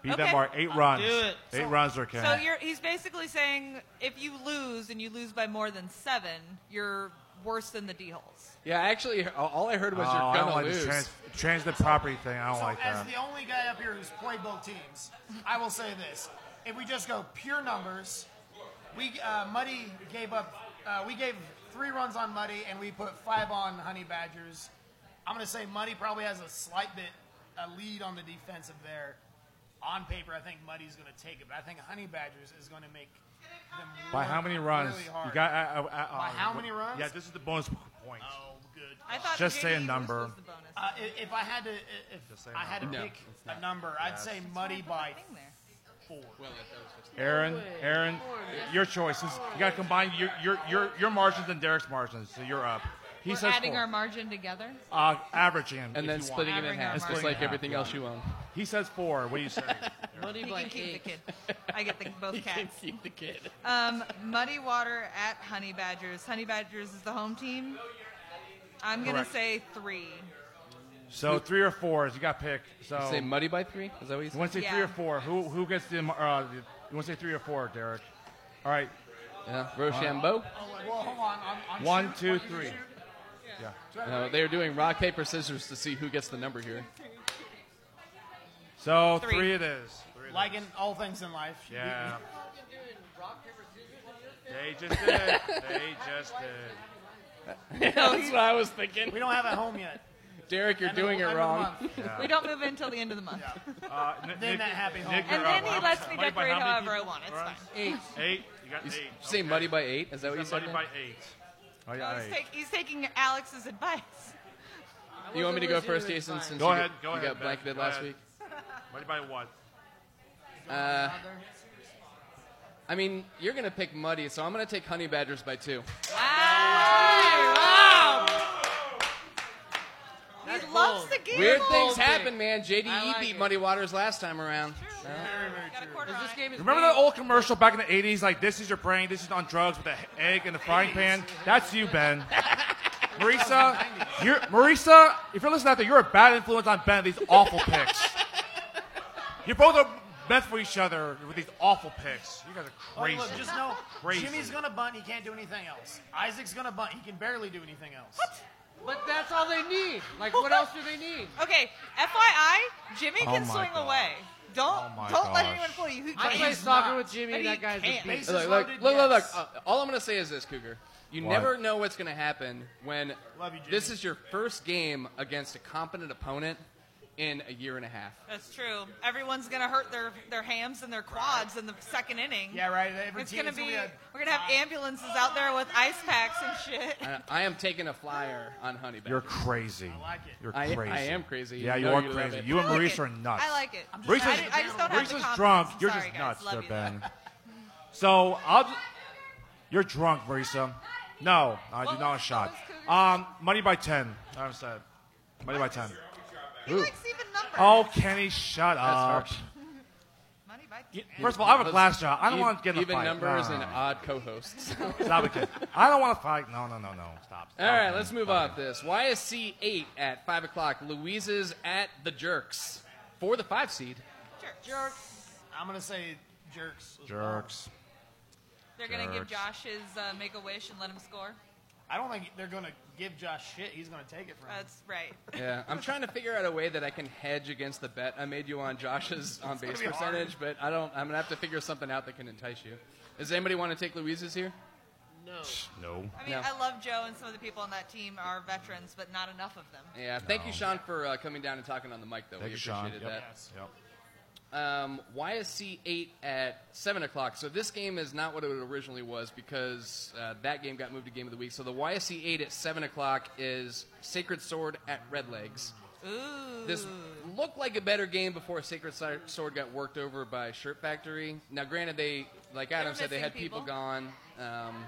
A: Beat
B: Okay.
A: that mark. 8
B: I'll
A: runs.
B: do it.
A: Eight runs, okay.
B: So you're, he's basically saying if you lose and you lose by more than seven, you're worse than the D holes.
C: Yeah, actually, all- all I heard was
A: Oh,
C: you're
A: I
C: gonna
A: don't like
C: lose.
A: this trans, trans the property thing. I don't
D: So
A: like
D: as
A: that.
D: the only guy up here who's played both teams, I will say this: if we just go pure numbers, we uh, Muddy gave up. Uh, we gave three runs on Muddy, and we put five on Honey Badgers. I'm going to say Muddy probably has a slight bit a lead on the defensive there. On paper, I think Muddy's going to take it, but I think Honey Badgers is going to make them
A: By
D: work
A: how many runs?
D: Really
A: you
D: hard.
A: got, uh, uh, uh,
D: By
A: uh,
D: how many runs?
A: Yeah, this is the bonus point.
D: Oh, good.
B: I
D: thought
A: Just say a
D: JD was
A: number.
D: Uh, i- if I had to, i- if
A: say
D: I had to
A: no. No,
D: pick
A: it's
D: a number, I'd
A: Yes.
D: say Muddy by four.
A: Aaron, Aaron, your choice. Since you got to combine your, your your your margins and Derek's margins, so you're up. He
B: We're
A: says
B: adding
A: four.
B: our margin
C: *laughs*
B: together.
A: uh, averaging,
C: And then splitting it in Averaging half, our just
A: Splitting
C: like
A: it in half,
C: everything
A: yeah.
C: else you own.
A: He says four. What do
C: *laughs*
A: you say?
B: Muddy he
E: by
B: can keep
E: eight.
B: the kid. I get the, both cats.
C: keep the kid.
B: Um, muddy water at Honey Badgers. Honey Badgers is the home team. I'm gonna
A: Correct.
B: say three.
A: So three or four is you got to pick. So
C: You say muddy by three? Is that what you
A: You want to say three
B: Yeah.
A: or four? Who who gets the? Uh, the- you want to say three or four, Derek? All right.
C: Yeah, Rochambeau.
D: Oh, Well, hold on. I'm, I'm
A: One,
D: shoot-
A: two,
D: what, you
A: three.
D: shoot?
A: Yeah.
C: No, they are doing rock, paper, scissors to see who gets the number here.
A: So
D: Three.
A: Oh, three it is.
D: Like in all things in life. *laughs*
A: Yeah. They just did. They just uh, did. *laughs*
C: That's what I was thinking.
D: We don't have a home yet.
C: Derek, you're
D: End of the-
C: doing it
D: end of the
C: wrong.
D: month.
B: *laughs*
A: Yeah.
B: We don't move in until the end of the month.
A: Uh, Nick,
D: Then
A: Nick-
D: that happy home.
A: Nick,
B: And
A: you're
B: then
A: up.
B: he lets me
A: Muddy by
B: decorate
A: how many
B: however I
A: people?
B: want. It's
A: runs?
B: fine.
E: Eight.
A: Eight. You got
C: You s-
A: eight.
C: say
A: okay.
C: muddy by eight? Is that what you
A: He's
C: said?
A: got Muddy
C: Dan?
A: by eight. Oh, yeah,
B: No, he's,
A: eight.
B: take, he's taking Alex's advice.
C: You want me to go
E: wasn't
C: first,
E: listening,
C: Jason?
E: it's fine.
C: Since
A: Go
C: you
A: ahead,
C: got,
A: go
C: you
A: ahead,
C: got
A: Ben,
C: blanketed
A: go
C: last
A: ahead.
C: week.
A: Muddy by one.
C: Uh,
D: Another.
C: I mean, you're gonna pick muddy, so I'm gonna take honey badgers by two.
B: He loves the game.
C: Weird things
E: pick.
C: happen, man. JDE
E: I like
C: beat
E: it.
C: Muddy Waters last time around.
B: Got a quarter
E: Is
B: on
E: this
B: it.
E: game is
A: Remember
E: being-
A: that old commercial back in the 80s? Like, this is your brain, this is on drugs with an egg and a frying pan? That's you, Ben. Marisa, you're, Marisa, if you're listening out there, you're a bad influence on Ben, these awful picks. You both are meant for each other with these awful picks. You guys are
D: Oh,
A: crazy.
D: look, just know
A: Crazy.
D: Jimmy's gonna bunt. He can't do anything else. Isaac's gonna bunt. He can barely do anything else.
E: But that's all they need. Like, what else do they need?
B: Okay, FYI, Jimmy
A: Oh
B: can
A: my
B: swing
A: gosh.
B: away. Don't
A: Oh my
B: don't let
A: gosh.
B: anyone fool you. He
E: I
B: can't.
E: play
D: he's
E: soccer
D: not.
E: with Jimmy,
B: I mean,
E: that guy's
B: he
E: a
B: can't.
E: beast.
D: Bases
C: Look,
D: loaded,
C: look, look, look, look.
D: yes.
C: Uh, all I'm gonna say is this, Cougar. You
A: What?
C: never know what's gonna happen when
D: Love you, Jimmy.
C: this is your first game against a competent opponent in a year and a half.
B: That's true. Everyone's gonna hurt their their hams and their quads in the second inning.
D: yeah, right. Every
B: It's
D: team
B: gonna
D: is
B: be.
D: a-
B: We're gonna have ambulances out there with ice packs and shit.
C: I, I am taking a flyer on Honey Badger.
A: You're crazy. I
D: like it.
A: You're
C: I- I
A: crazy.
C: am crazy.
A: Yeah,
C: You
A: you
C: know
A: are
C: you love
A: crazy.
C: it.
A: You and
B: I like
A: Mariska
B: it.
A: are nuts.
B: I like it.
A: Marisa's-
B: I, I just don't have the
A: Marisa's
B: confidence.
A: drunk. You're
B: Sorry,
A: just
B: guys.
A: nuts.
B: Love
A: There,
B: you, though.
A: Ben. So I'll. ju- You're drunk, Marisa. No, I do
B: What
A: not
B: was- what
A: shot.
B: was Cougar's-
A: Um, money by ten. I'm sad. Money by ten.
B: He likes even numbers.
A: Oh, Kenny, shut up.
B: Money by
A: First of all, I have a
C: Let's-
A: glass jaw. I don't
C: e-
A: want to get in a
C: even
A: fight.
C: numbers
A: No,
C: and
A: no, no.
C: odd co-hosts.
A: Stop it, Ken. I don't want to fight. No, no, no, no. Stop.
C: All right, let's move off this. YSC eight at five o'clock. Louise's at the Jerks for the five seed.
B: jerks.
D: I'm gonna say jerks. as well.
A: Jerks.
B: They're gonna give
A: Jerks.
B: Josh his uh, make a wish and let him score.
D: I don't think they're going to give Josh shit. He's going to take it from
B: That's right.
C: Yeah, I'm trying to figure out a way that I can hedge against the bet I made you on Josh's on
D: gonna
C: base
D: be hard.
C: percentage, but I don't. I'm gonna have to figure something out that can entice you. Does anybody want to take Louise's here?
E: No.
C: No.
B: I mean, I love Joe, and some of the people on that team are veterans, but not enough of them.
C: yeah. Thank you, Sean, for uh, coming down and talking on the mic, though.
Q: Thank
C: we
Q: you, Sean.
C: appreciated
Q: Yep.
C: that.
Q: Yep.
C: Um, YSC eight at seven o'clock. So this game is not what it originally was because uh, that game got moved to game of the week. So the YSC eight at seven o'clock is Sacred Sword at Red Legs.
B: Ooh.
C: This looked like a better game before Sacred Si- Sword got worked over by Shirt Factory. Now, granted, they like Adam
B: They're
C: said, they
B: missing
C: had people,
B: people.
C: gone. Um,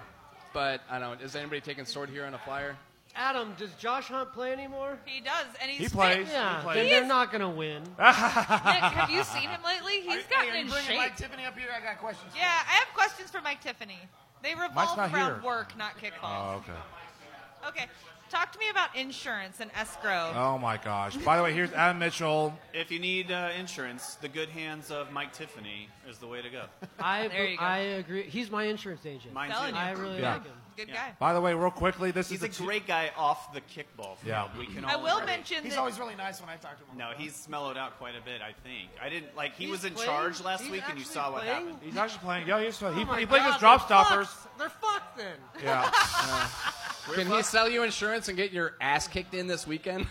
C: but I don't. know. Is anybody taking Sword here on a flyer?
E: Adam, does Josh Hunt play anymore?
B: He does, and he's
C: He plays, he
E: Yeah,
C: plays.
E: then
C: He
E: they're
C: is-
E: not gonna
A: *laughs*
E: win.
B: Nick, have you seen him lately? He's
D: Hey,
B: gotten
D: are you
B: in
D: bringing
B: shape.
D: Mike Tiffany up here? I got questions.
B: Yeah, I have questions for Mike Tiffany. They revolve
D: not
B: around
D: here.
B: work, not kickball.
A: Oh, okay.
B: Okay, talk to me about insurance and escrow.
A: Oh my gosh. By the way, here's Adam Mitchell.
I: If you need uh, insurance, the good hands of Mike Tiffany is the way to go.
E: *laughs* I
I: There you go.
E: I agree. He's my insurance agent.
I: Mine too.
E: I really
A: Yeah.
E: like him.
B: Good guy.
A: By the way, real quickly, this
I: He's
A: is
I: a
A: the two-
I: great guy off the kickball field.
A: Yeah.
I: We can
B: I
I: all
B: will
I: agree.
B: mention
D: He's
B: that-
D: always really nice when I talk to him.
I: No, he's mellowed out quite a bit. I think I didn't like. He
D: He's
I: was in
D: playing?
I: charge last
D: He's
I: week, and you
D: actually
I: saw what
D: playing?
I: happened.
A: He's actually playing. Yeah, he's,
B: Oh
A: he,
E: my
A: he plays
E: God,
A: with drop
E: they're
A: stoppers.
E: fucked. They're fucked then. *laughs*
A: Yeah.
C: *laughs* Can he sell you insurance and get your ass kicked in this weekend?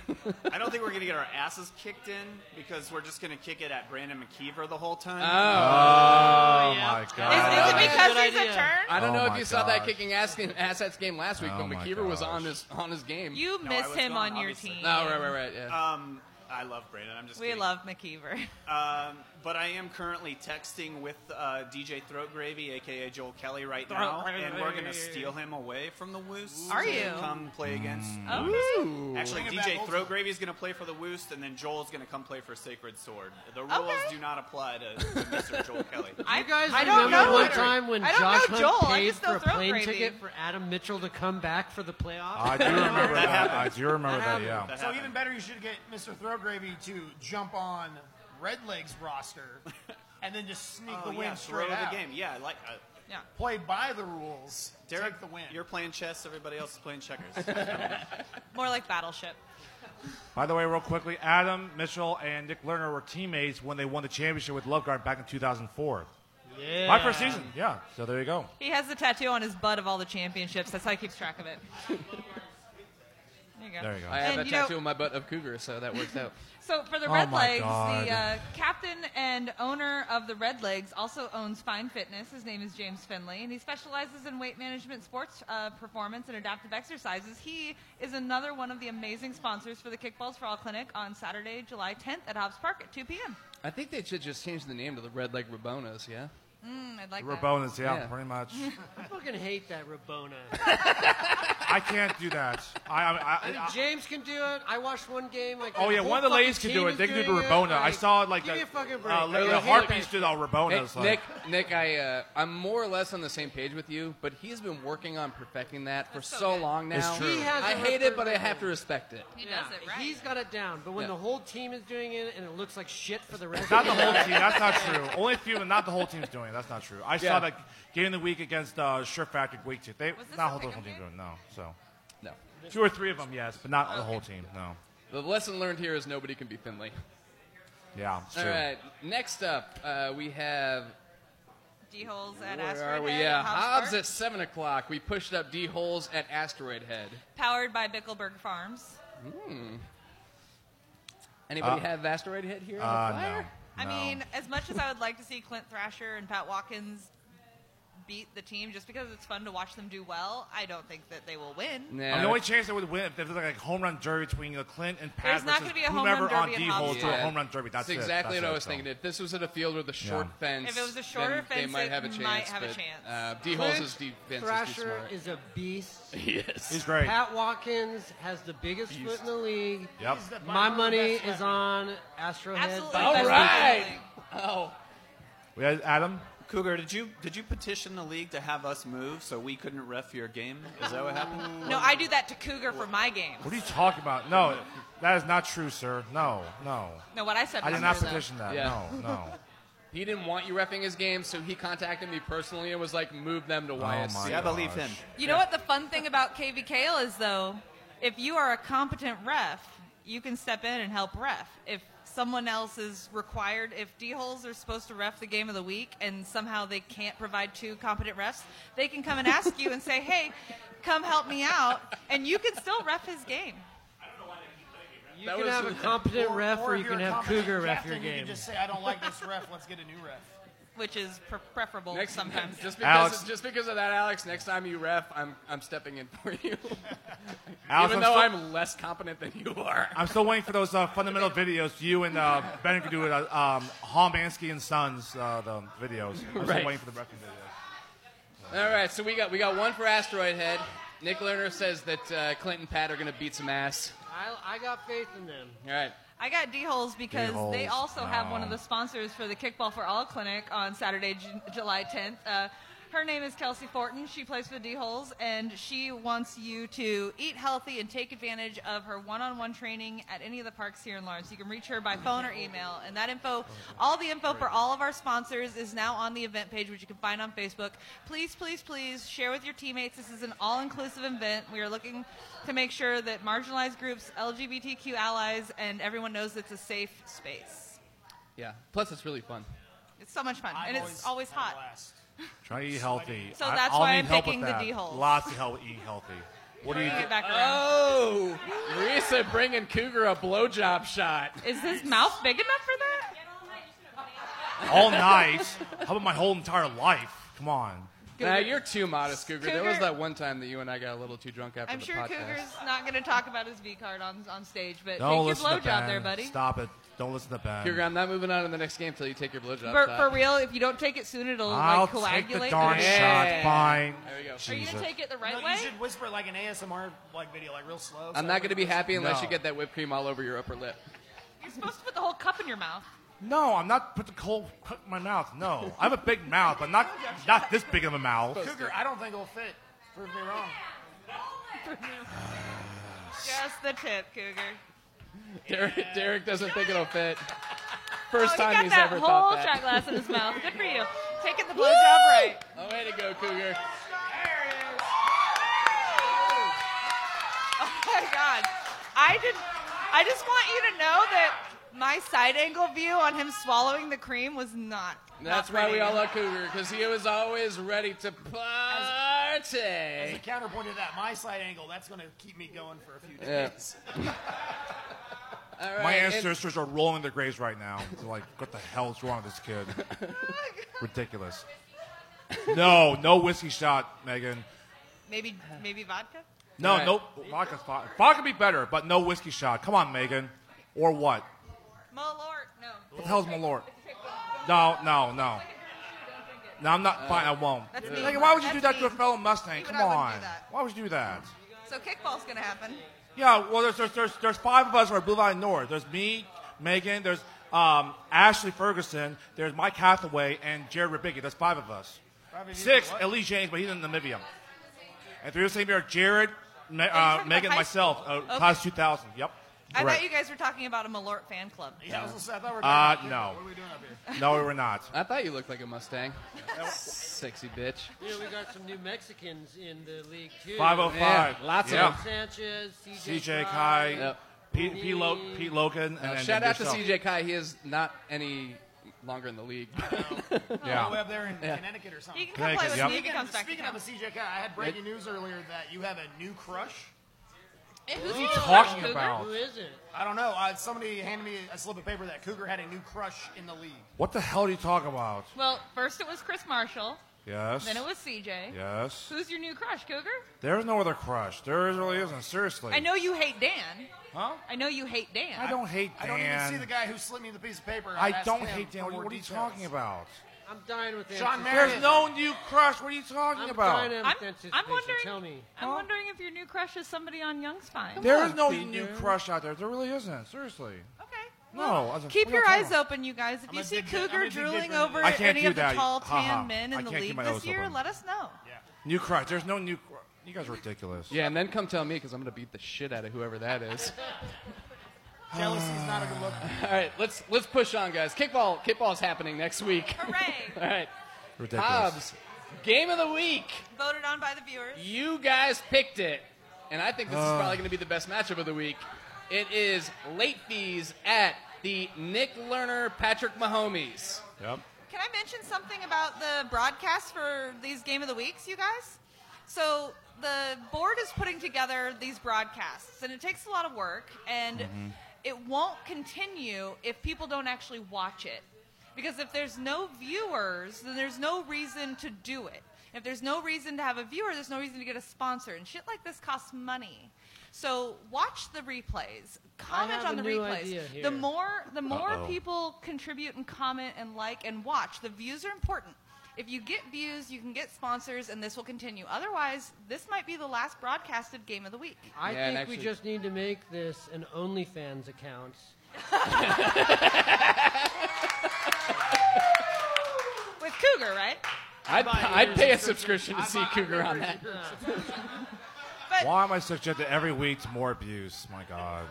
I: I don't think we're gonna get our asses kicked in because we're just gonna kick it at Brandon McKeever the
C: *laughs*
I: whole time.
C: Oh. Oh, my God.
I: Is- Is, it because
C: Good
I: he's a
C: idea.
I: turn?
C: I don't
I: Oh
C: know if
I: my
C: you saw that
I: gosh.
C: kicking ass game, assets game last week,
I: Oh
C: but
I: my
C: McKeever was on his on his game.
B: You
I: No, I
B: miss
I: was
B: him
I: gone,
B: on your
I: obviously.
B: team.
C: No, right, right, right. Yeah.
I: Um, I love Brandon. I'm just.
B: We
I: kidding.
B: love McKeever. *laughs*
I: Um, but I am currently texting with uh, DJ Throat Gravy, aka Joel Kelly, right
B: Throat
I: now,
B: Gravy.
I: and we're gonna steal him away from the Woos.
B: Are
I: to
B: you?
I: come play against?
B: Okay.
I: Woos.
B: Ooh.
I: Actually,
B: Bring it back
I: DJ
B: old
I: Throat Gravy is gonna play for the Woos, and then Joel's gonna come play for Sacred Sword. The rules do not apply to, to Mr. Joel Kelly.
E: You guys
I: *laughs* I don't
E: remember
I: know.
E: one time when
I: I don't
E: Josh
I: know
E: Hunt
I: Joel. I
E: paid
I: just
E: for
I: know
E: a
I: Throat
E: plane
I: Gravy.
E: ticket for Adam Mitchell to come back for the playoffs? *laughs*
A: I do remember that. I do remember that, yeah.
D: So even better, you should get Mr. Throw Gravy to jump on Red Legs
C: *laughs*
D: roster, and then just sneak
I: Oh,
D: the win
I: yeah,
D: straight
I: throw
D: out.
I: the game. Yeah, I like. Uh,
B: yeah.
D: Play by the rules.
I: Derek,
D: take the win.
I: You're playing chess. Everybody else is playing checkers.
B: *laughs* More like Battleship.
A: By the way, real quickly, Adam Mitchell and Nick Lerner were teammates when they won the championship with Loveguard back in 2004.
E: Yeah.
A: My first season. Yeah. So there you go.
B: He has the tattoo on his butt of all the championships. That's how he keeps track of it. there you go.
C: There you go. I have
B: And,
C: a
B: you know,
C: tattoo on my butt of cougar, so that worked out.
B: *laughs* So for the
C: Oh
B: Red
C: my
B: Legs,
C: God.
B: the uh, captain and owner of the Red Legs also owns Fine Fitness. His name is James Finley, and he specializes in weight management, sports uh, performance, and adaptive exercises. He is another one of the amazing sponsors for the Kickballs for All Clinic on Saturday, July 10th at Hobbs Park at 2 p.m.
C: I think they should just change the name to the Red Leg Rabonas. Yeah.
B: Mm, I'd like
A: We're
B: that.
A: bonus, yeah,
B: *laughs*
A: pretty much.
E: I fucking hate that Rabona.
A: I can't do that. I, I,
E: I
A: I,
E: mean, James can do it. I watched one game. Like,
A: oh yeah, one of the ladies can do it. They can do the Rabona. I saw it like
E: give
A: that.
E: me a fucking break.
A: Uh,
E: I
A: the
E: hate
A: harpies did all Rabonas.
C: Hey,
A: like,
C: Nick, Nick, I uh, I'm more or less on the same page with you, but he's been working on perfecting that for so, long now.
A: It's true. He has
C: I
A: a
C: hate it, but I have to respect it.
E: He does it right. He's got it down. But when
C: Yeah.
E: the whole team is doing it and it looks like shit for the rest
A: Not the
E: of
A: whole team. That's not true. Only a few, but not the whole team's doing it. That's not true. I
C: Yeah.
A: saw that game of the week against uh, Sure Factory week two. They not whole- the whole team doing it, no. So
C: No.
A: two or three of them, yes, but not the whole team. No.
C: The lesson learned here is nobody can be Finley.
A: Yeah. it's
C: All
A: true.
C: right. Next up, uh, we have
B: D holes at
C: where
B: Asteroid
C: are we?
B: Head
C: Yeah,
B: at Hobbs
C: Hobbs
B: Park,
C: at seven o'clock. We pushed up D holes at Asteroid Head.
B: powered by Bickelberg Farms.
C: Hmm. Anybody
A: Uh,
C: have Asteroid Head here?
A: uh,
C: on the flyer?
B: I
A: No.
B: mean, as much as I would like to see Clint Thrasher and Pat Watkins beat the team just because it's fun to watch them do well, I don't think that they will win.
A: And the only chance they would win if there was like a home run derby between uh, Clint and Pat
B: There's not
A: versus
B: gonna be a home
A: whomever
B: run derby
A: on
B: at
A: D hole
B: Hobbs
A: to a
B: Park.
A: home run derby. That's
C: That's
A: it.
C: exactly
A: That's
C: what
A: it,
C: I was
A: so.
C: thinking. If this was at a field with a short
B: *laughs*
C: fence,
B: If it was a shorter
C: then
B: fence,
C: they might
B: it
C: have a chance.
B: might have a
C: but,
B: chance.
C: Uh, D holes is
E: Clint
C: defense is too
E: Thrasher
C: smart.
E: is a beast.
C: Yes.
A: He's great.
E: Pat Watkins has the biggest
A: Beast.
E: foot in the league.
A: Yep. He's the
E: My
A: bottom of
E: money
A: the best
E: is on Astro Head.
B: Absolutely.
E: by
B: All
E: Best
B: right.
E: League.
C: Oh.
A: We had Adam.
I: Cougar, did you did you petition the league to have us move so we couldn't ref your game? Is that what happened?
B: No, I do that to Cougar for my game.
A: What are you talking about? No, that is not true, sir. No, no.
B: No, what I said
A: I
B: was
A: did not
B: true, though.
A: petition that.
B: Yeah.
A: No, no.
C: *laughs* He didn't want you refing his game, so he contacted me personally and was like, "Move them to
A: Oh
C: YSC."
I: my Yeah, I believe gosh. him.
B: You know what the fun thing about KVKL is though, if you are a competent ref, you can step in and help ref. If someone else is required, if D holes are supposed to ref the game of the week and somehow they can't provide two competent refs, they can come and ask you and say, "Hey, come help me out," and you can still ref his game.
E: You can have a competent ref, or,
D: if
E: you
D: you're
E: can
D: a
E: have
D: competent
E: Cougar ref your
D: captain, You
E: game.
D: can just say, I don't like this ref. Let's get a new ref.
B: Which is pre- preferable sometimes.
C: Just because,
A: Alex-
C: just because of that, Alex. Next time you ref, I'm I'm stepping in for
A: *laughs*
C: you.
A: Alex,
C: Even though
A: I'm so-
C: I'm less competent than you are.
A: I'm still waiting for those uh, fundamental videos. You and uh, Ben can do it. Uh, um, Hallmansky and Sons uh, the videos. I'm still
C: Right.
A: waiting for the referee videos.
C: All right, so we got we got one for Asteroid Head. Nick Lerner says that uh, Clint and Pat are going to beat some ass.
E: I, I got faith in them.
C: All right.
B: I got D holes because they
C: D-holes,
B: also have one
C: no.
B: of the sponsors for the Kickball for All clinic on Saturday, J- July 10th. Uh, her name is Kelsey Fortin. She plays for D holes, and she wants you to eat healthy and take advantage of her one-on-one training at any of the parks here in Lawrence. You can reach her by phone or email, and that info, all the info for all of our sponsors is now on the event page, which you can find on Facebook. Please, please, please share with your teammates. This is an all-inclusive event. We are looking to make sure that marginalized groups, LGBTQ allies, and everyone knows it's a safe space.
C: Yeah. Plus, it's really fun.
B: It's so much fun,
D: I've
B: and
D: always
B: it's always hot.
A: Try to eat healthy.
B: So
A: I-
B: that's
A: I'll
B: why
A: need
B: I'm
A: help
B: picking
A: with
B: the
A: that.
B: D-holes.
A: Lots of help. Eat healthy. What do you?
B: Bringing it back around.
C: Oh, Marisa bringing Cougar a blowjob shot.
B: Is his mouth big enough for that?
A: All night. How about my whole entire life? Come on.
C: Nah, you're too modest, Cougar. There was
B: Cougar-
C: that one time that *laughs* you and I got a little too drunk after
B: I'm
C: the
B: sure
C: podcast.
B: Cougar's not going to talk about his V card on, on stage, but
A: Don't
B: take
A: listen
B: your
A: to Ben.
B: blowjob there, buddy.
A: Stop it. Don't listen to Ben.
C: Cougar, I'm not moving on to the next game until you take your blowjob
B: For,
C: shot.
B: for real, if you don't take it soon, it'll
A: I'll
B: like
A: take the
B: coagulate.
A: darn
C: Yeah.
A: shot. Fine.
C: There we go.
B: Are you gonna take it the right
D: no,
B: way?
D: You should whisper like an ASMR like video, like real slow.
C: I'm not going to be happy unless
A: No.
C: you get that whipped cream all
B: *laughs*
C: over your upper lip.
B: You're supposed to put the whole cup in your mouth.
A: No, I'm not put the cold cut in my mouth. No, I have a big mouth, but not not this big of a mouth.
D: Cougar, I don't think it'll fit. Prove me wrong.
B: Just the tip, Cougar.
C: Derek, Derek doesn't think
B: *laughs*
C: it'll fit. First
B: oh,
C: time
B: he got
C: he's
B: that
C: ever
B: whole
C: thought that.
B: shot glass in his mouth. Good for you. Taking the blowjob right.
C: Oh, way to go, Cougar.
B: Oh my god. I did I just want you to know that my side angle view on him swallowing the cream was not.
C: That's why we all love Cougar, because he was always ready to party.
D: As a counterpoint to that, my side angle, that's going to keep me going for a few
C: Yeah. *laughs*
D: days.
B: *laughs*
C: All
A: My
C: right, and-
A: ancestors are rolling in their graves right now. *laughs* They're like, what the hell's wrong with this kid? Ridiculous. No, no whiskey shot, Megan.
B: Maybe maybe vodka?
A: No,
B: Right.
A: nope. Vodka's fine. Vodka be better, but no whiskey shot. Come on, Megan. Or what?
B: Malort, no.
A: What the hell's Malort? No, no, no. No, I'm not. fine, I won't.
B: That's
A: Megan,
B: mean.
A: why would you do
B: That's
A: that to a
B: mean.
A: fellow Mustang?
B: Even
A: Come
B: I wouldn't do
A: on.
B: that.
A: Why would you do that?
B: So kickball's going to happen.
A: Yeah, well, there's, there's, there's, there's five of us from Blue Line North. There's me, Megan, there's um, Ashley Ferguson, there's Mike Hathaway, and Jared Rubicki. That's five of us.
D: Five of you
A: Six,
D: for what?
A: at least James, but he's in Namibia. And three of us in here are Jared, Me- uh, Megan,
B: high
A: myself,
B: school?
A: uh,
B: Okay.
A: class 2000. Yep.
B: I
A: Correct.
B: thought you guys were talking about a Malort fan club.
D: Yeah, I was gonna say, I thought we were
A: Uh,
D: talking
A: no.
D: about What are we doing up here?
A: No, we were not.
C: I thought you looked like
D: *laughs*
C: a Mustang. Sexy bitch.
E: You know, we got some new Mexicans in the league too.
A: 505.
C: Yeah, lots
A: Yeah.
C: of them.
E: Sanchez, CJ,
A: CJ
E: Fry.
A: Kai, Pete, Pete, Lo- Pete Logan, and
C: Uh,
A: then
C: shout out
A: yourself.
C: to CJ Kai. He is not any longer in the league. *laughs*
A: Yeah.
D: All the way up there in
C: Yeah.
D: Connecticut or something.
B: He can come play with
C: Connecticut,
B: me.
C: yep.
B: He comes back
D: Speaking
B: to
D: of
B: town.
D: a CJ Kai, I had breaking news earlier that you have a new crush.
B: And
A: who's What are you your crush, talking Cougar? about? Who
E: is it?
D: I don't know. Uh, somebody handed me a slip of paper that Cougar had a new crush in the league.
A: What the hell are you talking about?
B: Well, first it was Chris Marshall.
A: Yes.
B: Then it was CJ.
A: Yes.
B: Who's your new crush, Cougar?
A: There's no other crush. There really isn't. Seriously.
B: I know you hate Dan.
A: Huh?
B: I know you hate Dan.
A: I don't hate
D: I
A: Dan.
D: don't even see the guy who slipped me the piece of paper.
A: I
D: I'd asked
A: don't
D: him
A: hate Dan.
D: for
A: What,
D: more
A: what are you
D: details.
A: talking about?
E: I'm dying with
D: Sean
E: anticipation.
A: There's no new crush. What are you talking
E: I'm
A: about?
E: dying with
B: I'm
E: anticipation.
B: wondering-
E: Tell me.
B: I'm wondering if your new crush is somebody on Youngspine.
A: There is no new crush out there. There really isn't. Seriously. Okay. No. I was-
B: Keep
A: what are you
B: your
A: talking
B: eyes
A: about?
B: open, you guys. If
D: I'm
B: you
D: a
B: see
D: big bit- I'm a
B: Cougar
D: big bit
B: drooling
D: bit-
B: over
A: I can't
B: any
A: do
B: of the
A: that.
B: tall
A: Ha ha.
B: tan men
A: I
B: in the
A: can't keep
B: league
A: my
B: this
A: eyes
B: year,
A: open.
B: let us know.
A: New crush. There's no new. Cr- you guys are ridiculous.
C: Yeah, and then come tell me because I'm going to beat the shit out of whoever that is.
D: Jealousy's not a good look.
C: All right, let's let's push on, guys. Kickball kickball's happening next week.
B: Hooray!
C: *laughs* All right,
B: Ridiculous.
C: Hobbs, game of the week.
B: Voted on by the viewers.
C: You guys picked it, and I think this is
B: Uh.
C: probably going to be the best matchup of the week. It is late fees at the Nick Lerner Patrick Mahomes.
A: Yep.
B: Can I mention something about the broadcast for these game of the weeks, you guys? So the board is putting together these broadcasts, and it takes a lot of work, and
A: Mm-hmm.
B: it won't continue if people don't actually watch it. Because if there's no viewers, then there's no reason to do it. If there's no reason to have a viewer, there's no reason to get a sponsor. And shit like this costs money. So watch the replays. Comment
E: have
B: on
E: a
B: the
E: new
B: replays.
E: idea
B: The
E: here.
B: more the more
E: Uh-oh.
B: people contribute and comment and like and watch, the views are important. If you get views, you can get sponsors, and this will continue. Otherwise, this might be the last broadcasted game of the week.
E: I
C: Yeah, and
E: think we
C: actually-
E: just need to make this an OnlyFans account.
B: *laughs* with Cougar, right?
C: I'd, I'd pay a subscription to see Cougar on that.
A: Why am I subjected every week to more abuse? My God.